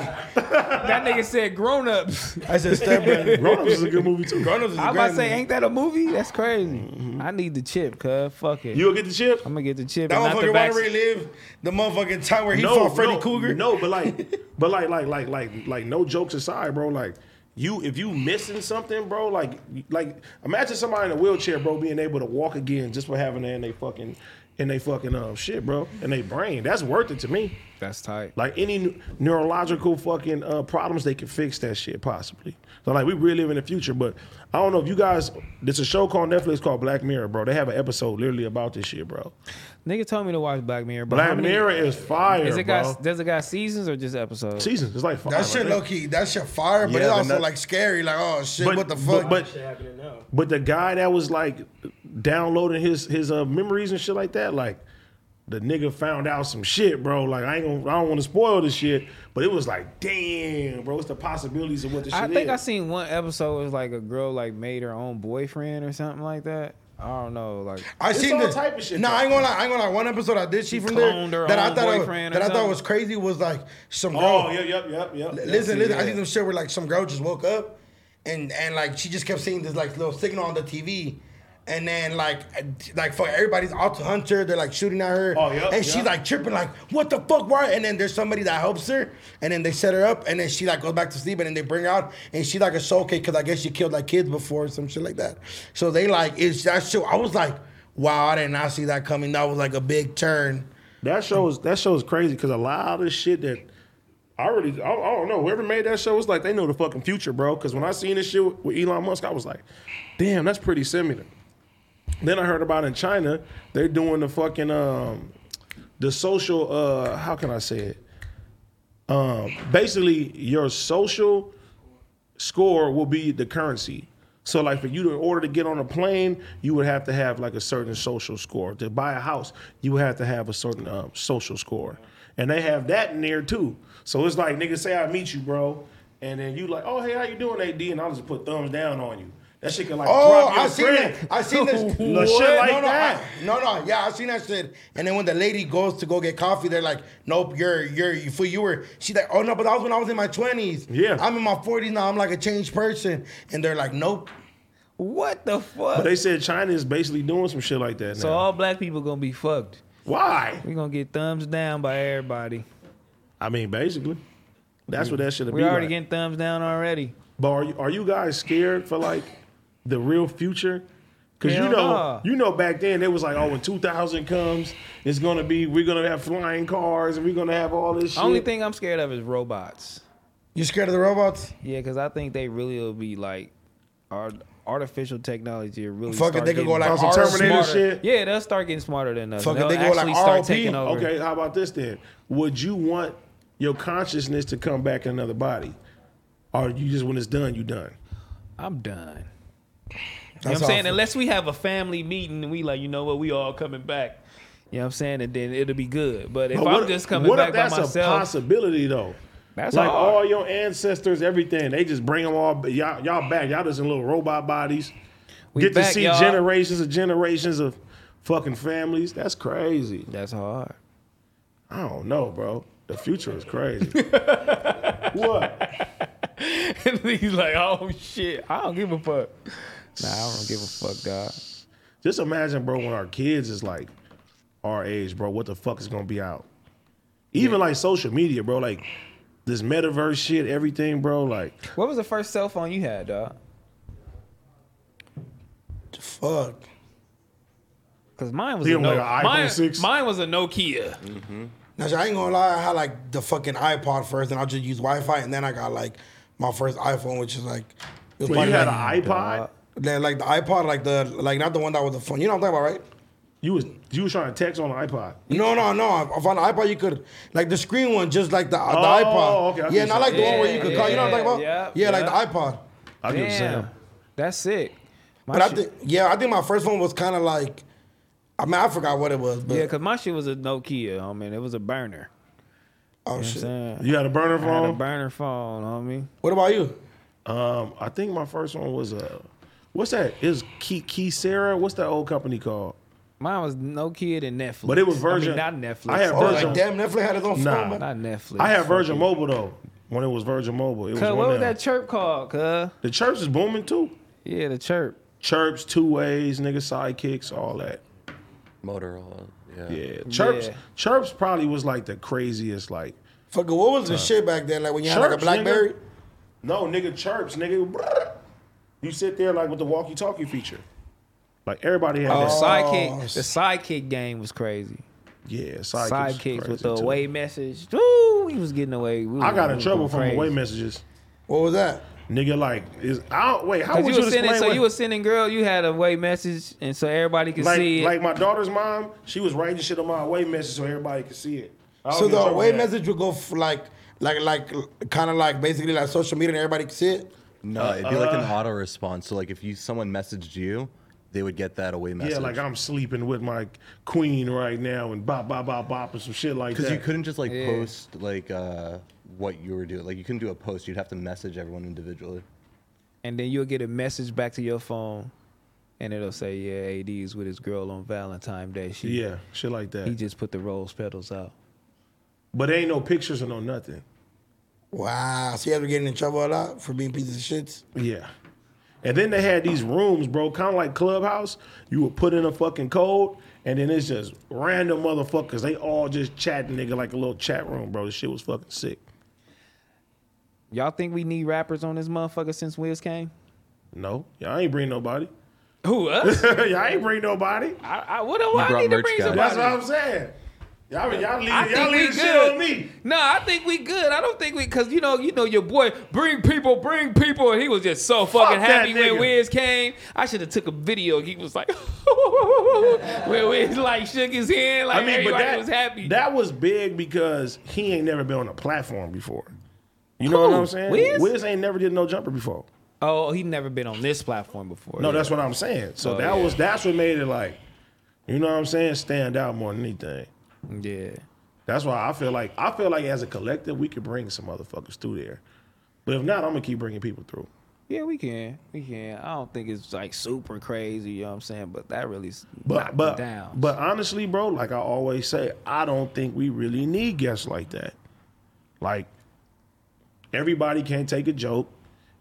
Speaker 1: That nigga said grown ups.
Speaker 2: I said Step Brothers.
Speaker 3: Grown Ups is a good movie too.
Speaker 2: Grown ups is a
Speaker 1: I'm about
Speaker 2: great
Speaker 1: to say,
Speaker 2: movie.
Speaker 1: ain't that a movie? That's crazy.
Speaker 2: Mm-hmm.
Speaker 1: I need the chip, cuz. Fuck it.
Speaker 3: You'll get the chip?
Speaker 1: I'm gonna get the chip.
Speaker 2: That
Speaker 1: and not the
Speaker 2: motherfucker want to
Speaker 1: vaccine.
Speaker 2: relive the motherfucking time where he fought Freddy
Speaker 3: no,
Speaker 2: Cougar.
Speaker 3: No, but like, but like, like, like, like, like, no jokes aside, bro. Like, you if you missing something, bro. Like, like, imagine somebody in a wheelchair, bro, being able to walk again just for having that in they fucking, in they fucking um shit, bro, in they brain. That's worth it to me.
Speaker 1: That's tight.
Speaker 3: Like any n- neurological fucking uh, problems, they can fix that shit possibly. So like we really live in the future, but I don't know if you guys. There's a show called Netflix called Black Mirror, bro. They have an episode literally about this shit, bro.
Speaker 1: Nigga told me to watch Black Mirror. But how
Speaker 3: Black
Speaker 1: many-
Speaker 3: Mirror is fire,
Speaker 1: Is it
Speaker 3: bro.
Speaker 1: got? Does it got seasons or just episodes?
Speaker 3: Seasons, it's like five.
Speaker 2: That
Speaker 3: I
Speaker 2: shit
Speaker 3: think.
Speaker 2: low key, that shit fire, but
Speaker 4: Yeah,
Speaker 2: it's
Speaker 4: but
Speaker 2: also
Speaker 4: not-
Speaker 2: like scary. Like, oh shit, what the fuck?
Speaker 3: But, but, but the guy that was like downloading his his uh, memories and shit like that, like the nigga found out some shit, bro. Like I ain't gonna, I don't want to spoil this shit, but it was like, damn, bro, it's the possibilities of what this shit
Speaker 1: I think I
Speaker 3: is.
Speaker 1: seen one episode was like a girl like made her own boyfriend or something like that. I don't know. Like
Speaker 2: I
Speaker 3: It's
Speaker 2: seen
Speaker 3: all
Speaker 2: the
Speaker 3: type of shit,
Speaker 2: No,
Speaker 3: though.
Speaker 2: I ain't gonna lie. I ain't gonna lie. One episode I did see from there
Speaker 1: cloned her
Speaker 2: that I
Speaker 1: own
Speaker 2: thought I was,
Speaker 1: boyfriend or
Speaker 2: that I thought
Speaker 1: something.
Speaker 2: was crazy was like some girl.
Speaker 3: Oh, yep, yep, yep, yep.
Speaker 2: listen, listen. I
Speaker 1: yeah.
Speaker 2: see some shit where like some girl just woke up, and and like she just kept seeing this like little signal on the TV. And then like like for everybody's out to hunt her, they're like shooting at her.
Speaker 3: Oh, yeah,
Speaker 2: And she's
Speaker 3: yeah.
Speaker 2: like tripping, like, what the fuck, why? And then there's somebody that helps her, and then they set her up, and then she like goes back to sleep, and then they bring her out, and she like a soul kid, cause I guess she killed like kids before or some shit like that. So they like it's that shit. I was like, wow, I did not see that coming. That was like a big turn.
Speaker 3: That shows that show's crazy because a lot of shit that I really I, I don't know whoever made that show was like they know the fucking future, bro. Because when I seen this shit with, with Elon Musk, I was like, damn, that's pretty similar. Then I heard about in China they're doing the fucking um the social uh how can I say it um basically your social score will be the currency. So like for you to in order to get on a plane, you would have to have like a certain social score. To buy a house, you would have to have a certain um, social score, and they have that in there too. So it's like niggas say I meet you, bro, and then you like, oh hey, how you doing, AD? And I'll just put thumbs down on you. That shit can like
Speaker 2: Oh,
Speaker 3: drop your
Speaker 2: I seen
Speaker 3: friend.
Speaker 2: that. I seen this.
Speaker 3: No shit like
Speaker 2: no, no,
Speaker 3: that.
Speaker 2: I- no, no, yeah, I seen that shit. And then when the lady goes to go get coffee, they're like, "Nope, you're you're you for you were." She's like, "Oh no, but that was when I was in my twenties.
Speaker 3: Yeah.
Speaker 2: I'm in my forties now. I'm like a changed person." And they're like, "Nope."
Speaker 1: What the fuck?
Speaker 3: but they said China is basically doing some shit like that now.
Speaker 1: so all black people gonna be fucked.
Speaker 3: Why?
Speaker 1: We gonna get thumbs down by everybody.
Speaker 3: I mean, basically, that's what that should have
Speaker 1: We
Speaker 3: been.
Speaker 1: already
Speaker 3: like.
Speaker 1: getting thumbs down already.
Speaker 3: But are you, are you guys scared for like the real future? Because you
Speaker 1: Hell
Speaker 3: know,
Speaker 1: nah.
Speaker 3: you know, back then it was like, oh, when 2000 comes, it's gonna be we're gonna have flying cars and we're gonna have all this. shit.
Speaker 1: Only thing I'm scared of is robots.
Speaker 2: You scared of the robots?
Speaker 1: Yeah, because I think they really will be like art- artificial technology. will Really,
Speaker 2: Fuck it,
Speaker 1: start
Speaker 2: they could go
Speaker 1: getting-
Speaker 2: like
Speaker 3: On some
Speaker 2: R-
Speaker 3: Terminator
Speaker 2: smarter.
Speaker 3: shit.
Speaker 1: Yeah, they'll start getting smarter than us.
Speaker 2: Fuck it,
Speaker 1: they'll
Speaker 2: they go, like,
Speaker 1: actually start
Speaker 2: ROP?
Speaker 1: taking over.
Speaker 3: Okay, how about this then? Would you want your consciousness to come back in another body, or you just when it's done, you done?
Speaker 1: I'm done. You know
Speaker 2: That's
Speaker 1: what I'm saying?
Speaker 2: awful.
Speaker 1: Unless we have a family meeting and we like, you know what, we all coming back. You know what I'm saying? And then it'll be good. But if
Speaker 3: But
Speaker 1: I'm just coming
Speaker 3: what
Speaker 1: back
Speaker 3: if that's
Speaker 1: by
Speaker 3: a
Speaker 1: myself,
Speaker 3: possibility though?
Speaker 1: That's
Speaker 3: like
Speaker 1: hard.
Speaker 3: all your ancestors, everything. They just bring them all y'all, y'all back. Y'all just in little robot bodies.
Speaker 1: We
Speaker 3: Get
Speaker 1: back,
Speaker 3: to see
Speaker 1: y'all.
Speaker 3: generations and generations of fucking families. That's crazy.
Speaker 1: that's hard.
Speaker 3: I don't know, bro. The future is crazy. what?
Speaker 1: And he's like, oh shit, I don't give a fuck. Nah, I don't give a fuck, dog.
Speaker 3: Just imagine, bro, when our kids is like our age, bro. What the fuck is gonna be out? Even like social media, bro. Like this metaverse shit, everything, bro. Like
Speaker 1: What was the first cell phone you had, dog?
Speaker 2: Fuck.
Speaker 1: Because mine was
Speaker 3: He
Speaker 1: a
Speaker 3: don't
Speaker 1: no-
Speaker 3: like an iPhone
Speaker 1: mine,
Speaker 3: 6.
Speaker 1: mine was a Nokia.
Speaker 2: Now, see, I ain't gonna lie, I had like the fucking iPod first, and I just used Wi-Fi, and then I got like my first iPhone, which is like. It was
Speaker 3: when you
Speaker 2: probably,
Speaker 3: had
Speaker 2: like,
Speaker 3: an iPod,
Speaker 2: the- like the iPod, like the like not the one that was the phone. You know what I'm talking about, right?
Speaker 3: you was you was trying to text on an iPod.
Speaker 2: No, no, no. If on the iPod, you could like the screen one, just like the, uh, the
Speaker 3: Oh,
Speaker 2: iPod.
Speaker 3: okay, I see
Speaker 2: yeah, not
Speaker 3: what
Speaker 2: like
Speaker 3: you're
Speaker 2: the one where
Speaker 1: saying.
Speaker 2: you could call. You know what I'm talking
Speaker 1: Yeah,
Speaker 2: about?
Speaker 1: yeah,
Speaker 2: Yeah,
Speaker 1: yeah.
Speaker 2: like the iPod.
Speaker 3: I do the same.
Speaker 1: Damn, that's it. My
Speaker 2: But I
Speaker 1: shit-
Speaker 2: think, yeah, I think my first one was kind of like, I mean, I forgot what it was, but
Speaker 1: yeah, because my shit was a Nokia. I mean, it was a burner.
Speaker 2: oh
Speaker 1: You know what I'm
Speaker 2: shit.
Speaker 1: saying?
Speaker 3: You had a burner
Speaker 1: I had a
Speaker 3: phone.
Speaker 1: burner phone, homie.
Speaker 2: What about you?
Speaker 3: um, I think my first one was uh, what's that? It was Key Key Sarah. What's that old company called?
Speaker 1: Mine was Nokia and Netflix.
Speaker 3: But it was
Speaker 1: I mean,
Speaker 3: Virgin.
Speaker 1: not Netflix.
Speaker 3: I had
Speaker 2: Oh,
Speaker 3: Virgin.
Speaker 2: like damn, Netflix had its own
Speaker 3: Nah.
Speaker 2: phone. man.
Speaker 1: Not Netflix.
Speaker 3: I had Virgin Mobile though. When it was Virgin Mobile, it was
Speaker 1: Cuz,
Speaker 3: one
Speaker 1: what was
Speaker 3: of them.
Speaker 1: that chirp called, cuz?
Speaker 3: The chirps is booming too.
Speaker 1: Yeah, the chirp.
Speaker 3: Chirps, two ways, nigga, sidekicks, all that.
Speaker 4: Motorola. Yeah.
Speaker 3: Yeah, chirps.
Speaker 1: Yeah.
Speaker 3: Chirps probably was like the craziest. Like
Speaker 2: Fuck, it, what was the shit back then? Like when you had like a
Speaker 3: Chirps,
Speaker 2: BlackBerry.
Speaker 3: nigga. no, nigga, chirps, nigga. You sit there like with the walkie-talkie feature. Like everybody had
Speaker 1: The
Speaker 3: that.
Speaker 1: sidekick. The sidekick game was crazy.
Speaker 3: Yeah, sidekicks,
Speaker 1: Sidekicks
Speaker 3: was
Speaker 1: with the
Speaker 3: crazy, too.
Speaker 1: away message. Woo, he was getting away. We
Speaker 3: I
Speaker 1: was-
Speaker 3: got
Speaker 1: we
Speaker 3: in
Speaker 1: was
Speaker 3: trouble
Speaker 1: going
Speaker 3: from
Speaker 1: crazy.
Speaker 3: away messages.
Speaker 2: What was that?
Speaker 3: Nigga, like, is I don't wait. How
Speaker 1: Cause
Speaker 3: would
Speaker 1: you
Speaker 3: you,
Speaker 1: was sending,
Speaker 3: explain?
Speaker 1: so
Speaker 3: what-
Speaker 1: you was sending girl. You had a away message, and so everybody could
Speaker 3: like,
Speaker 1: see it.
Speaker 3: like my daughter's mom. She was writing shit on my away message so everybody could see it. I was
Speaker 2: So
Speaker 3: in
Speaker 2: the
Speaker 3: trouble for
Speaker 2: away
Speaker 3: that.
Speaker 2: message would go f- like, like, like, kind of like basically like social media, and everybody could see it.
Speaker 4: No, it'd be like an auto response. So like if you someone messaged you, they would get that away message.
Speaker 3: Yeah, like I'm sleeping with my queen right now and bop bop bop bop and some shit like that.
Speaker 4: because you couldn't just like post like uh what you were doing. Like you couldn't do a post. You'd have to message everyone individually.
Speaker 1: and then you'll get a message back to your phone, and it'll say, "Yeah, AD is with his girl on Valentine's Day. She,
Speaker 3: Yeah, shit like that.
Speaker 1: he just put the rose petals out."
Speaker 3: but ain't no pictures or no nothing.
Speaker 2: Wow. So you ever getting in trouble a lot for being pieces of shits?
Speaker 3: Yeah. And then they had these rooms, bro, kind of like Clubhouse. You would put in a fucking code, and then it's just random motherfuckers. They all just chatting, nigga, like a little chat room, bro. This shit was fucking sick.
Speaker 1: Y'all think we need rappers on this motherfucker since Wiz came?
Speaker 3: No, y'all ain't bring nobody.
Speaker 1: Who us?
Speaker 3: y'all ain't bring nobody.
Speaker 1: I, I, what do I
Speaker 4: brought
Speaker 1: need to
Speaker 4: merch
Speaker 1: bring
Speaker 4: guy.
Speaker 1: somebody?
Speaker 3: That's what I'm saying. Y'all, y'all
Speaker 1: I
Speaker 3: leave,
Speaker 1: think
Speaker 3: y'all
Speaker 1: we
Speaker 3: leave the shit
Speaker 1: good.
Speaker 3: on me.
Speaker 1: No, I think we good. I don't think we because you know, you know, your boy bring people, bring people, and he was just so fucking
Speaker 3: that
Speaker 1: happy when
Speaker 3: nigga.
Speaker 1: Wiz came. I should have took a video. He was like, when Wiz like shook his hand, like
Speaker 3: I mean, but
Speaker 1: everybody
Speaker 3: that
Speaker 1: was happy.
Speaker 3: That was big because he ain't never been on a platform before. You know what
Speaker 1: Who?
Speaker 3: I'm saying?
Speaker 1: Wiz?
Speaker 3: ain't never did no jumper before.
Speaker 1: oh, he never been on this platform before.
Speaker 3: No, that's what I'm saying. So
Speaker 1: Oh,
Speaker 3: that
Speaker 1: yeah.
Speaker 3: was that's what made it like, you know what I'm saying, stand out more than anything.
Speaker 1: yeah.
Speaker 3: That's why I feel like I feel like as a collective we could bring some motherfuckers through there. But if not, I'm gonna keep bringing people through.
Speaker 1: Yeah, we can. We can. I don't think it's like super crazy, you know what I'm saying? But that really s- knocked
Speaker 3: But
Speaker 1: it
Speaker 3: but
Speaker 1: down.
Speaker 3: but honestly, bro, like I always say, I don't think we really need guests like that. Like everybody can't take a joke.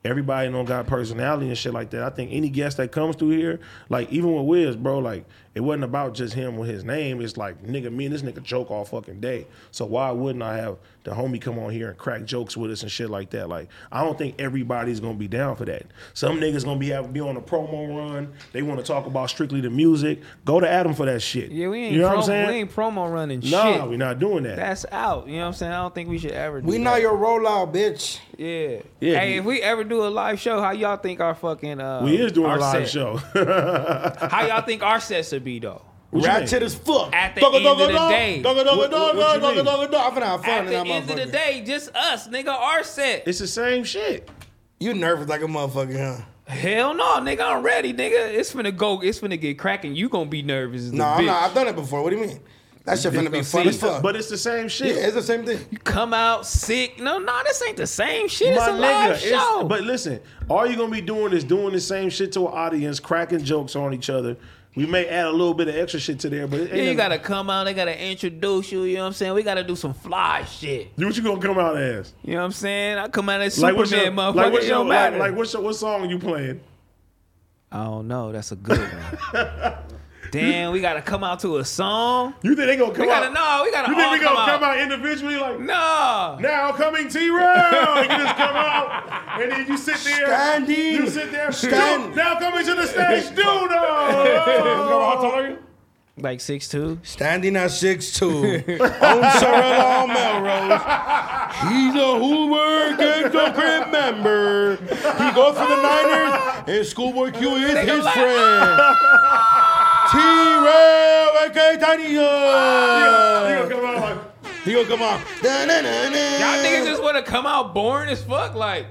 Speaker 3: Everybody don't got personality and shit like that. I think any guest that comes through here, like even with Wiz, bro, like it wasn't about just him with his name. It's like nigga, me and this nigga joke all fucking day. So why wouldn't I have the homie come on here and crack jokes with us and shit like that? Like I don't think everybody's gonna be down for that. Some niggas gonna be have, be on a promo run. They want to talk about strictly the music. Go to Adam for that shit.
Speaker 1: yeah, we ain't
Speaker 3: You know
Speaker 1: promo,
Speaker 3: what I'm saying?
Speaker 1: we ain't promo running
Speaker 3: nah,
Speaker 1: shit.
Speaker 3: we not doing that.
Speaker 1: That's out. You know what I'm saying? I don't think we should ever do
Speaker 2: We
Speaker 1: that.
Speaker 2: know your rollout, bitch.
Speaker 1: Yeah.
Speaker 3: Yeah,
Speaker 1: Hey,
Speaker 3: dude.
Speaker 1: if we ever do a live show, how y'all think our fucking uh
Speaker 3: we is doing
Speaker 1: our
Speaker 3: a live
Speaker 1: set-
Speaker 3: show.
Speaker 1: How y'all think our sets should be though?
Speaker 3: What you
Speaker 2: Ratchet
Speaker 3: mean?
Speaker 2: as fuck.
Speaker 1: At the
Speaker 2: Dugga,
Speaker 1: end of
Speaker 2: dugga,
Speaker 1: the
Speaker 2: dog.
Speaker 1: day.
Speaker 2: Dugga, dugga,
Speaker 3: What-
Speaker 2: dog,
Speaker 3: what you
Speaker 2: dugga,
Speaker 3: mean?
Speaker 2: dogga, dog. I'm finna have
Speaker 1: At
Speaker 2: fun
Speaker 1: the
Speaker 2: in
Speaker 1: end of the
Speaker 2: that motherfucker.
Speaker 1: day, just us, nigga, our set.
Speaker 3: It's the same shit.
Speaker 2: You nervous like a motherfucker, huh?
Speaker 1: Hell no, nigga, I'm ready, nigga. It's finna go, it's finna get cracking. You gonna be nervous as
Speaker 2: No,
Speaker 1: a
Speaker 2: I'm
Speaker 1: bitch.
Speaker 2: not. I've done it before. What do you mean? That shit finna be
Speaker 1: gonna
Speaker 2: fun
Speaker 1: see.
Speaker 2: as fuck.
Speaker 3: But it's the same
Speaker 2: Yeah,
Speaker 3: shit.
Speaker 2: it's the same thing.
Speaker 1: You come out sick. No, no, this ain't the same shit.
Speaker 3: My
Speaker 1: it's a live
Speaker 3: nigga, it's-
Speaker 1: show.
Speaker 3: but listen, all you're gonna be doing is doing the same shit to an audience, cracking jokes on each other. We may add a little bit of extra shit to there, but it ain't
Speaker 1: yeah, you
Speaker 3: nothing-
Speaker 1: gotta come out, they gotta introduce you, you know what I'm saying? We gotta do some fly shit.
Speaker 3: Do what you gonna come out as?
Speaker 1: You know what I'm saying? I come out as Superman,
Speaker 3: Like what's your,
Speaker 1: motherfucker.
Speaker 3: like what's
Speaker 1: it
Speaker 3: your,
Speaker 1: don't
Speaker 3: like,
Speaker 1: matter.
Speaker 3: like what's your, what song you playing?
Speaker 1: I don't know. That's a good one. Damn, we gotta come out to a song.
Speaker 3: You think they gonna come
Speaker 1: We gotta
Speaker 3: out?
Speaker 1: no, we gotta
Speaker 3: You think
Speaker 1: all
Speaker 3: they
Speaker 1: come,
Speaker 3: gonna
Speaker 1: out.
Speaker 3: come out individually? Like
Speaker 1: No,
Speaker 3: now coming T round, you just come out and then you sit there,
Speaker 2: Standing.
Speaker 3: you sit there,
Speaker 2: Standing.
Speaker 3: Dude, now coming to the stage, dude. Oh.
Speaker 1: like six two.
Speaker 2: Standing at 6'2 on Sorrel on Melrose. He's a Hoover Ghetto Crib member. He goes for the Niners, and Schoolboy Q is his friend. T-Rail, aka Tiny
Speaker 3: You
Speaker 2: Hub.
Speaker 3: gonna come out like.
Speaker 2: He gonna come on.
Speaker 1: Y'all niggas just wanna come out boring as fuck. Like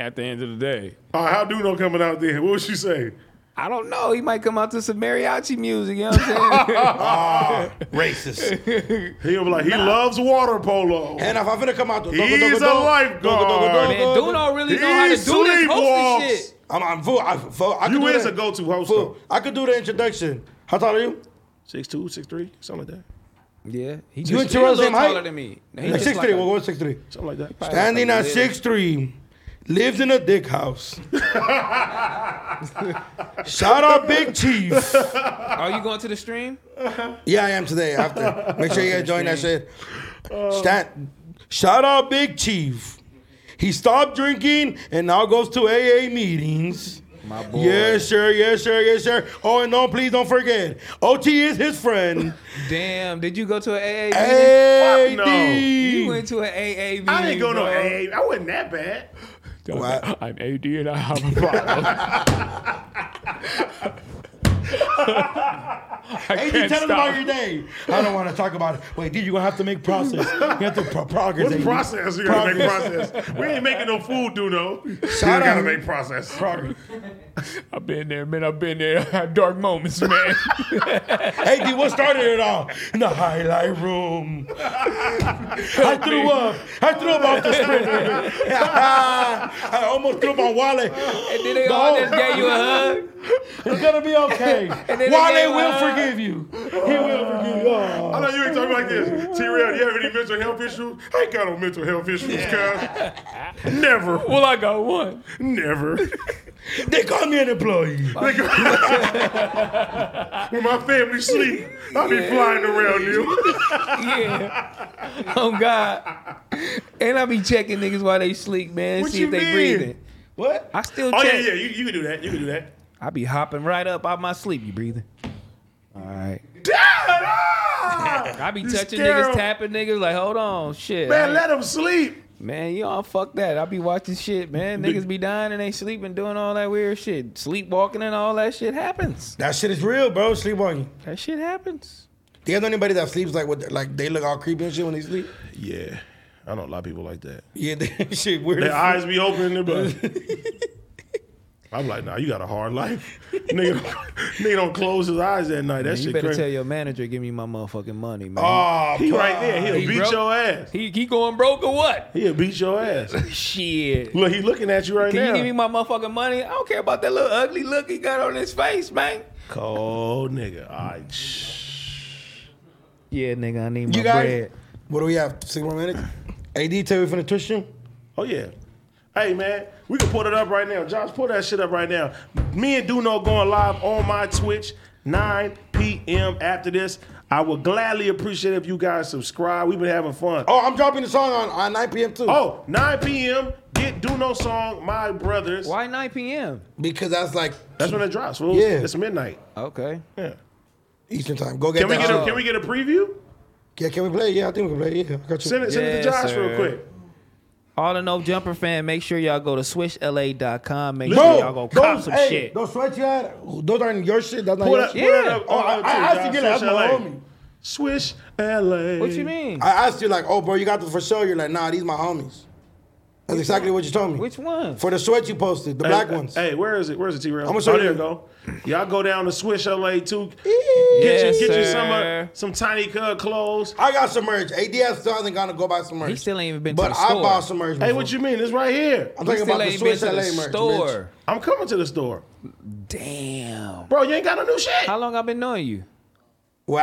Speaker 1: at the end of the day,
Speaker 3: Uh, how do no coming out there? What would you say?
Speaker 1: I don't know. He might come out to some mariachi music. You know what I'm saying?
Speaker 2: Racist.
Speaker 3: He'll be like, he loves water polo.
Speaker 2: And if I'm finna come out, to
Speaker 3: He's a lifeguard.
Speaker 1: Man, Duno really know how to do
Speaker 3: He
Speaker 1: this hosting
Speaker 3: sleepwalks.
Speaker 1: shit.
Speaker 2: I'm, I'm full. I, full. I could
Speaker 3: You
Speaker 2: do
Speaker 3: is
Speaker 2: that.
Speaker 3: a go-to host.
Speaker 2: Full.
Speaker 3: though.
Speaker 2: I could do the introduction. How tall are you?
Speaker 3: Six two, six three, something like that.
Speaker 1: Yeah, he
Speaker 2: You
Speaker 1: he a
Speaker 2: and Terrell
Speaker 1: little
Speaker 2: same height?
Speaker 1: taller than me. He
Speaker 2: Like
Speaker 1: just
Speaker 2: six
Speaker 1: like
Speaker 2: three.
Speaker 1: a-
Speaker 2: We'll go with six three.
Speaker 3: Something like that.
Speaker 2: Standing at six three, lives in a dick house. Shout out Big Chief.
Speaker 1: Are Oh, you going to the stream?
Speaker 2: Yeah, I am today. After, make sure you guys join that shit. Stan, shout out Big Chief. He stopped drinking and now goes to AA meetings.
Speaker 1: My boy.
Speaker 2: Yes, sir. Yes, sir. Yes, sir. Oh, and don't please don't forget. OT is his friend.
Speaker 1: Damn, did you go to an AA meeting?
Speaker 2: AD.
Speaker 3: no.
Speaker 1: You went to an AA meeting.
Speaker 3: I didn't go no
Speaker 1: bro.
Speaker 3: AA. I wasn't that bad.
Speaker 2: Wow.
Speaker 1: I'm AD and I have a problem.
Speaker 2: AD, tell him about your day. I don't want to talk about it. Wait, dude, you're gonna have to make process. You have to pro- progress.
Speaker 3: What's
Speaker 2: AD.
Speaker 3: process? You gotta make process. We ain't making no food, do no. You
Speaker 2: Shout
Speaker 3: gotta
Speaker 2: out.
Speaker 3: make process.
Speaker 1: I've been there, man. I've been there. I had dark moments, man.
Speaker 2: AD, what started it all? In the highlight room. I threw up. I threw up off the sprinter. I almost threw up on Wale.
Speaker 1: and then they
Speaker 2: The
Speaker 1: all
Speaker 2: whole-
Speaker 1: just gave you a hug.
Speaker 2: It's gonna be okay.
Speaker 1: they gave
Speaker 2: Wale will
Speaker 1: up.
Speaker 2: forgive you. He will forgive you.
Speaker 3: I know you ain't talking like this. T Rail, you have any mental health issues? I ain't got no mental health issues, cuz. Never.
Speaker 1: Well, I got one.
Speaker 3: Never.
Speaker 2: They call me an employee.
Speaker 3: when my family sleep, I be flying around you.
Speaker 1: Yeah. oh God. And I be checking niggas while they sleep, man.
Speaker 3: What
Speaker 1: see
Speaker 3: you
Speaker 1: if they
Speaker 3: mean?
Speaker 1: breathing.
Speaker 2: What?
Speaker 1: I still
Speaker 3: Oh
Speaker 1: check.
Speaker 3: yeah, yeah, you, you can do that. You can do that.
Speaker 1: I be hopping right up out my sleep. You breathing? All right.
Speaker 3: Dad, ah!
Speaker 1: I be
Speaker 3: You
Speaker 1: touching
Speaker 3: scare
Speaker 1: niggas,
Speaker 3: 'em.
Speaker 1: tapping niggas. Like, hold on, shit. I
Speaker 3: Man,
Speaker 1: ain't-
Speaker 3: let him sleep.
Speaker 1: Man, you all fuck that. I be watching shit, man. Niggas be dying and they sleeping, doing all that weird shit. Sleepwalking and all that shit happens.
Speaker 2: That shit is real, bro. Sleepwalking.
Speaker 1: That shit happens.
Speaker 2: Do you know anybody that sleeps like with like they look all creepy and shit when they sleep?
Speaker 3: Yeah, I know a lot of people like that.
Speaker 2: Yeah, they, shit weird.
Speaker 3: Their eyes be open in their butt. I'm like, nah, you got a hard life. nigga, don't- nigga don't close his eyes at night. That
Speaker 1: Man, you
Speaker 3: shit
Speaker 1: better
Speaker 3: crazy. Uh,
Speaker 1: tell your manager, give me my motherfucking money, man.
Speaker 9: Oh,
Speaker 3: he right there. He'll
Speaker 1: He
Speaker 3: beat
Speaker 1: broke-
Speaker 3: your ass.
Speaker 1: he, he going broke or what?
Speaker 3: He'll beat your ass.
Speaker 1: Shit.
Speaker 3: Look, he looking at you right
Speaker 1: Can
Speaker 3: now.
Speaker 1: you give me my motherfucking money? I don't care about that little ugly look he got on his face, man.
Speaker 3: Cold nigga. All right. shh.
Speaker 1: Yeah, nigga, I need my
Speaker 2: You guys,
Speaker 1: bread.
Speaker 2: what do we have? Six more minutes. AD, tell me from the Twitch stream.
Speaker 3: Oh yeah. Hey man, we can put it up right now. Josh, pull that shit up right now. Me and Duno going live on my Twitch 9 p.m. after this. I would gladly appreciate if you guys subscribe. We've been having fun.
Speaker 2: Oh, I'm dropping the song on, on 9 p.m. too.
Speaker 3: Oh, 9 p.m. Get Duno song, My Brothers.
Speaker 1: Why 9 p.m.?
Speaker 2: because that's like
Speaker 3: That's when it drops. Fool.
Speaker 2: Yeah.
Speaker 3: It's midnight.
Speaker 1: Okay.
Speaker 3: Yeah.
Speaker 2: Eastern time. Go get
Speaker 3: Can we
Speaker 2: that.
Speaker 3: get a
Speaker 2: shit.
Speaker 3: can we get a preview?
Speaker 2: yeah, can we play? Yeah, I think we can play. Yeah, I got you.
Speaker 3: Send it, send it
Speaker 1: Yes,
Speaker 3: to Josh real
Speaker 1: sir.
Speaker 3: quick.
Speaker 1: All in all, Jumper fan, make sure y'all go to swishla.com. Make
Speaker 2: Bro,
Speaker 1: sure y'all go cop
Speaker 2: those-
Speaker 1: some
Speaker 2: hey,
Speaker 1: shit.
Speaker 2: Those sweats you had, those aren't your shit. That's not
Speaker 3: Pull
Speaker 2: your
Speaker 3: that,
Speaker 2: shit.
Speaker 3: pull that
Speaker 1: Yeah.
Speaker 3: up.
Speaker 2: Oh, I-
Speaker 3: on
Speaker 2: I
Speaker 3: too,
Speaker 2: asked you
Speaker 3: Josh.
Speaker 2: get it. That's
Speaker 3: Swish
Speaker 2: my
Speaker 3: LA.
Speaker 2: homie.
Speaker 3: Swish LA.
Speaker 1: what you mean?
Speaker 2: I asked you like, oh, bro, you got this for sure. You're like, nah, these my homies. That's exactly what you told me.
Speaker 1: Which one?
Speaker 2: For the sweats you posted, the
Speaker 3: Hey,
Speaker 2: black
Speaker 3: hey,
Speaker 2: ones.
Speaker 3: Hey, where is it? Where's the T-Rail?
Speaker 2: I'ma show
Speaker 3: oh,
Speaker 2: you.
Speaker 3: there you go. Y'all go down to Swish LA too. Get
Speaker 1: Yes,
Speaker 3: you get you
Speaker 1: sir.
Speaker 3: some uh, some tiny cut clothes.
Speaker 2: I got some merch. ADF still hasn't gonna go buy some merch.
Speaker 1: He still ain't even been to
Speaker 2: But
Speaker 1: the
Speaker 2: I
Speaker 1: store.
Speaker 2: bought some merch.
Speaker 3: Hey,
Speaker 2: before.
Speaker 3: what you mean? It's right here.
Speaker 2: I'm
Speaker 1: He
Speaker 2: talking
Speaker 1: still
Speaker 2: about the
Speaker 1: ain't been
Speaker 2: Switch
Speaker 1: to
Speaker 2: LA
Speaker 1: the
Speaker 2: merch. bitch.
Speaker 1: store.
Speaker 3: I'm coming to the store,
Speaker 1: Damn.
Speaker 3: bro. You ain't got no new shit.
Speaker 1: How long I been knowing you?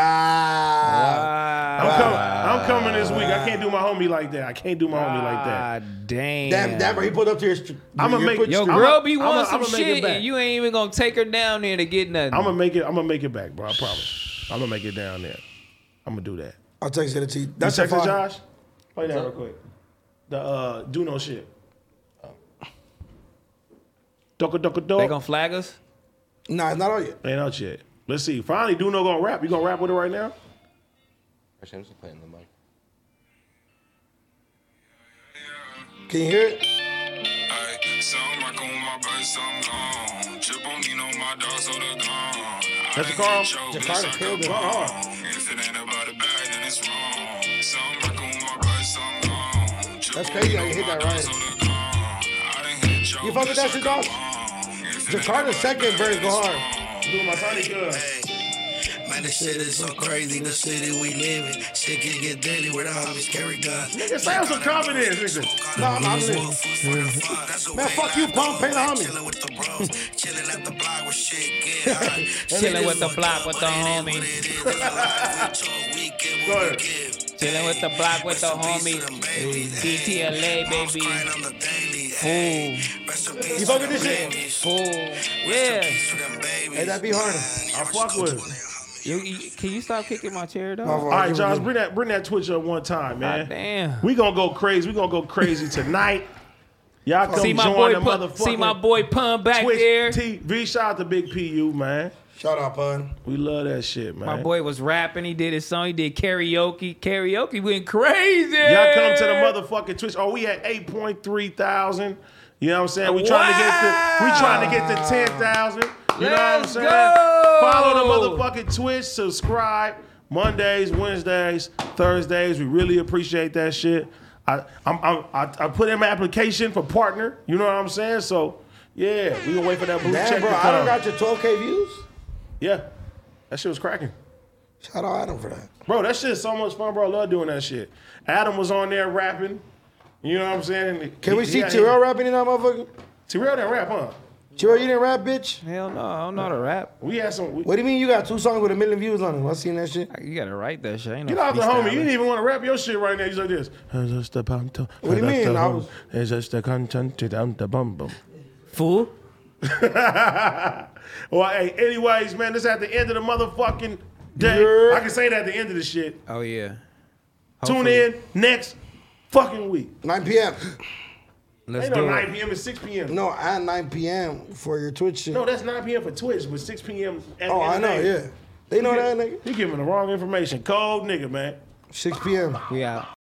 Speaker 2: Wow.
Speaker 1: Ah,
Speaker 3: I'm coming. I'm coming this week. I can't do my homie like that. I can't do my homie like that.
Speaker 1: Ah, damn.
Speaker 2: Damn, damn, bro, he pulled up to your. st-
Speaker 3: I'ma
Speaker 2: your
Speaker 3: make-
Speaker 2: Twitch
Speaker 3: Yo,
Speaker 1: Your
Speaker 2: stream.
Speaker 3: I'ma-
Speaker 1: girl be
Speaker 3: I'ma-
Speaker 1: wanting
Speaker 3: I'ma
Speaker 1: some
Speaker 3: make it
Speaker 1: shit,
Speaker 3: back.
Speaker 1: and you ain't even gonna take her down there to get nothing.
Speaker 3: I'm gonna make it. I'm gonna make it back, bro. I promise. I'm gonna make it down there. I'm gonna do that.
Speaker 2: I'll text it to you.
Speaker 3: You
Speaker 2: That's
Speaker 3: check it,
Speaker 2: fine.
Speaker 3: Josh. Play that real quick. The uh, do no shit. Doka doka
Speaker 1: they
Speaker 3: doka.
Speaker 1: gonna flag us?
Speaker 2: Nah, it's not out yet.
Speaker 3: Ain't out yet. Let's see. Finally, Duno gonna rap. You gonna rap with it right now?
Speaker 4: Actually, I'm just playing the mic.
Speaker 2: Can you hear it?
Speaker 10: Ayy, Sound like on my place, I'm gone. Chip on me, on my dog, so they're gone.
Speaker 3: That's Carl.
Speaker 2: Jakarta killed it.
Speaker 10: If it ain't about the bag, then it's wrong. Sound like on my place, I'm gone. Chip
Speaker 2: That's
Speaker 10: on
Speaker 2: crazy
Speaker 10: me,
Speaker 2: how you
Speaker 10: on
Speaker 2: hit
Speaker 10: my
Speaker 2: that
Speaker 10: dog,
Speaker 2: right.
Speaker 10: so they're gone. I done hit your
Speaker 2: You fuck with that
Speaker 10: bitch
Speaker 2: shit,
Speaker 10: like
Speaker 2: dog?
Speaker 10: a bomb. If it ain't about
Speaker 2: Jakarta's second verse go hard.
Speaker 3: Doing my Sonic good.
Speaker 11: Man, this shit is so crazy. The city we live in. Shit can get dirty without homies carry guns.
Speaker 3: Nigga, sound some confidence, nigga.
Speaker 11: No,
Speaker 2: I'm not listening. Man, fuck you, punk, pay the homie.
Speaker 11: Chilling with the bros. Chilling at the block with shit get high.
Speaker 1: Chilling with the block with the homie.
Speaker 3: Go ahead.
Speaker 1: Chilling with the block with the homie. DTLA, baby.
Speaker 11: You
Speaker 2: fuck with this shit?
Speaker 1: Fool. Yeah.
Speaker 11: Hey,
Speaker 2: Hey, that be harder.
Speaker 3: I fuck with it.
Speaker 1: You, you- can you stop kicking my chair though?
Speaker 2: All
Speaker 3: All right, Josh, bring that bring that Twitch up one time, man.
Speaker 1: God damn.
Speaker 3: We gonna go crazy. We gonna go crazy tonight. Y'all come
Speaker 1: see my
Speaker 3: join
Speaker 1: boy.
Speaker 3: the
Speaker 1: Pun,
Speaker 3: motherfucking
Speaker 1: see my boy Pun back
Speaker 3: Twitch
Speaker 1: there.
Speaker 3: TV. Shout out to Big PU, man.
Speaker 2: Shout out, pun.
Speaker 3: We love that shit, man.
Speaker 1: my boy was rapping. He did his song. He did karaoke. Karaoke went crazy.
Speaker 3: Y'all come to the motherfucking Twitch. Oh, we at 8.3 thousand. You know what I'm saying? We trying to get to we trying to get to 10,000. You know what I'm
Speaker 1: Let's
Speaker 3: saying?
Speaker 1: go.
Speaker 3: Follow the motherfucking Twitch, subscribe. Mondays, Wednesdays, Thursdays. We really appreciate that shit. I I'm, I'm, I I put in my application for partner. You know what I'm saying? So yeah, we gonna wait for that blue
Speaker 2: Damn,
Speaker 3: check
Speaker 2: bro,
Speaker 3: to
Speaker 2: I
Speaker 3: come.
Speaker 2: don't got your 12K views.
Speaker 3: yeah, that shit was cracking.
Speaker 2: Shout out Adam for that.
Speaker 3: Bro, that shit is so much fun, bro. I love doing that shit. Adam was on there rapping. You know what I'm saying?
Speaker 2: Can we
Speaker 3: He-
Speaker 2: see
Speaker 3: yeah,
Speaker 2: Terrell
Speaker 3: he-
Speaker 2: rapping in that motherfucker?
Speaker 3: Terrell didn't rap, huh?
Speaker 2: Terrell, you didn't rap, bitch.
Speaker 1: Hell no, I don't know how to rap.
Speaker 3: We had some. We,
Speaker 2: What do you mean you got two songs with a million views on them? I seen that shit.
Speaker 1: You gotta write that shit. Ain't no
Speaker 3: get off the homie. You
Speaker 1: freestyling.
Speaker 3: didn't even want to rap your shit right now. You like this. What
Speaker 2: do you mean? I was-
Speaker 3: It's just the content to them, the bum bum.
Speaker 1: fool.
Speaker 3: Well, hey, anyways, man, this at the end of the motherfucking day.
Speaker 2: Yeah.
Speaker 3: I can say that at the end of the shit.
Speaker 1: Oh yeah.
Speaker 3: Tune in next fucking week.
Speaker 2: 9 p.m.
Speaker 1: Let's
Speaker 3: Ain't
Speaker 1: do
Speaker 3: no
Speaker 1: it.
Speaker 3: 9 p.m. It's 6 p.m.
Speaker 2: No, at 9 p.m. for your Twitch shit.
Speaker 3: No, that's 9 p.m. for Twitch, but 6 p.m. At
Speaker 2: oh,
Speaker 3: the end
Speaker 2: I
Speaker 3: of
Speaker 2: know,
Speaker 3: the day.
Speaker 2: yeah. They know that, nigga.
Speaker 3: You giving the wrong information. Cold nigga, man.
Speaker 2: 6 p.m.
Speaker 1: We out.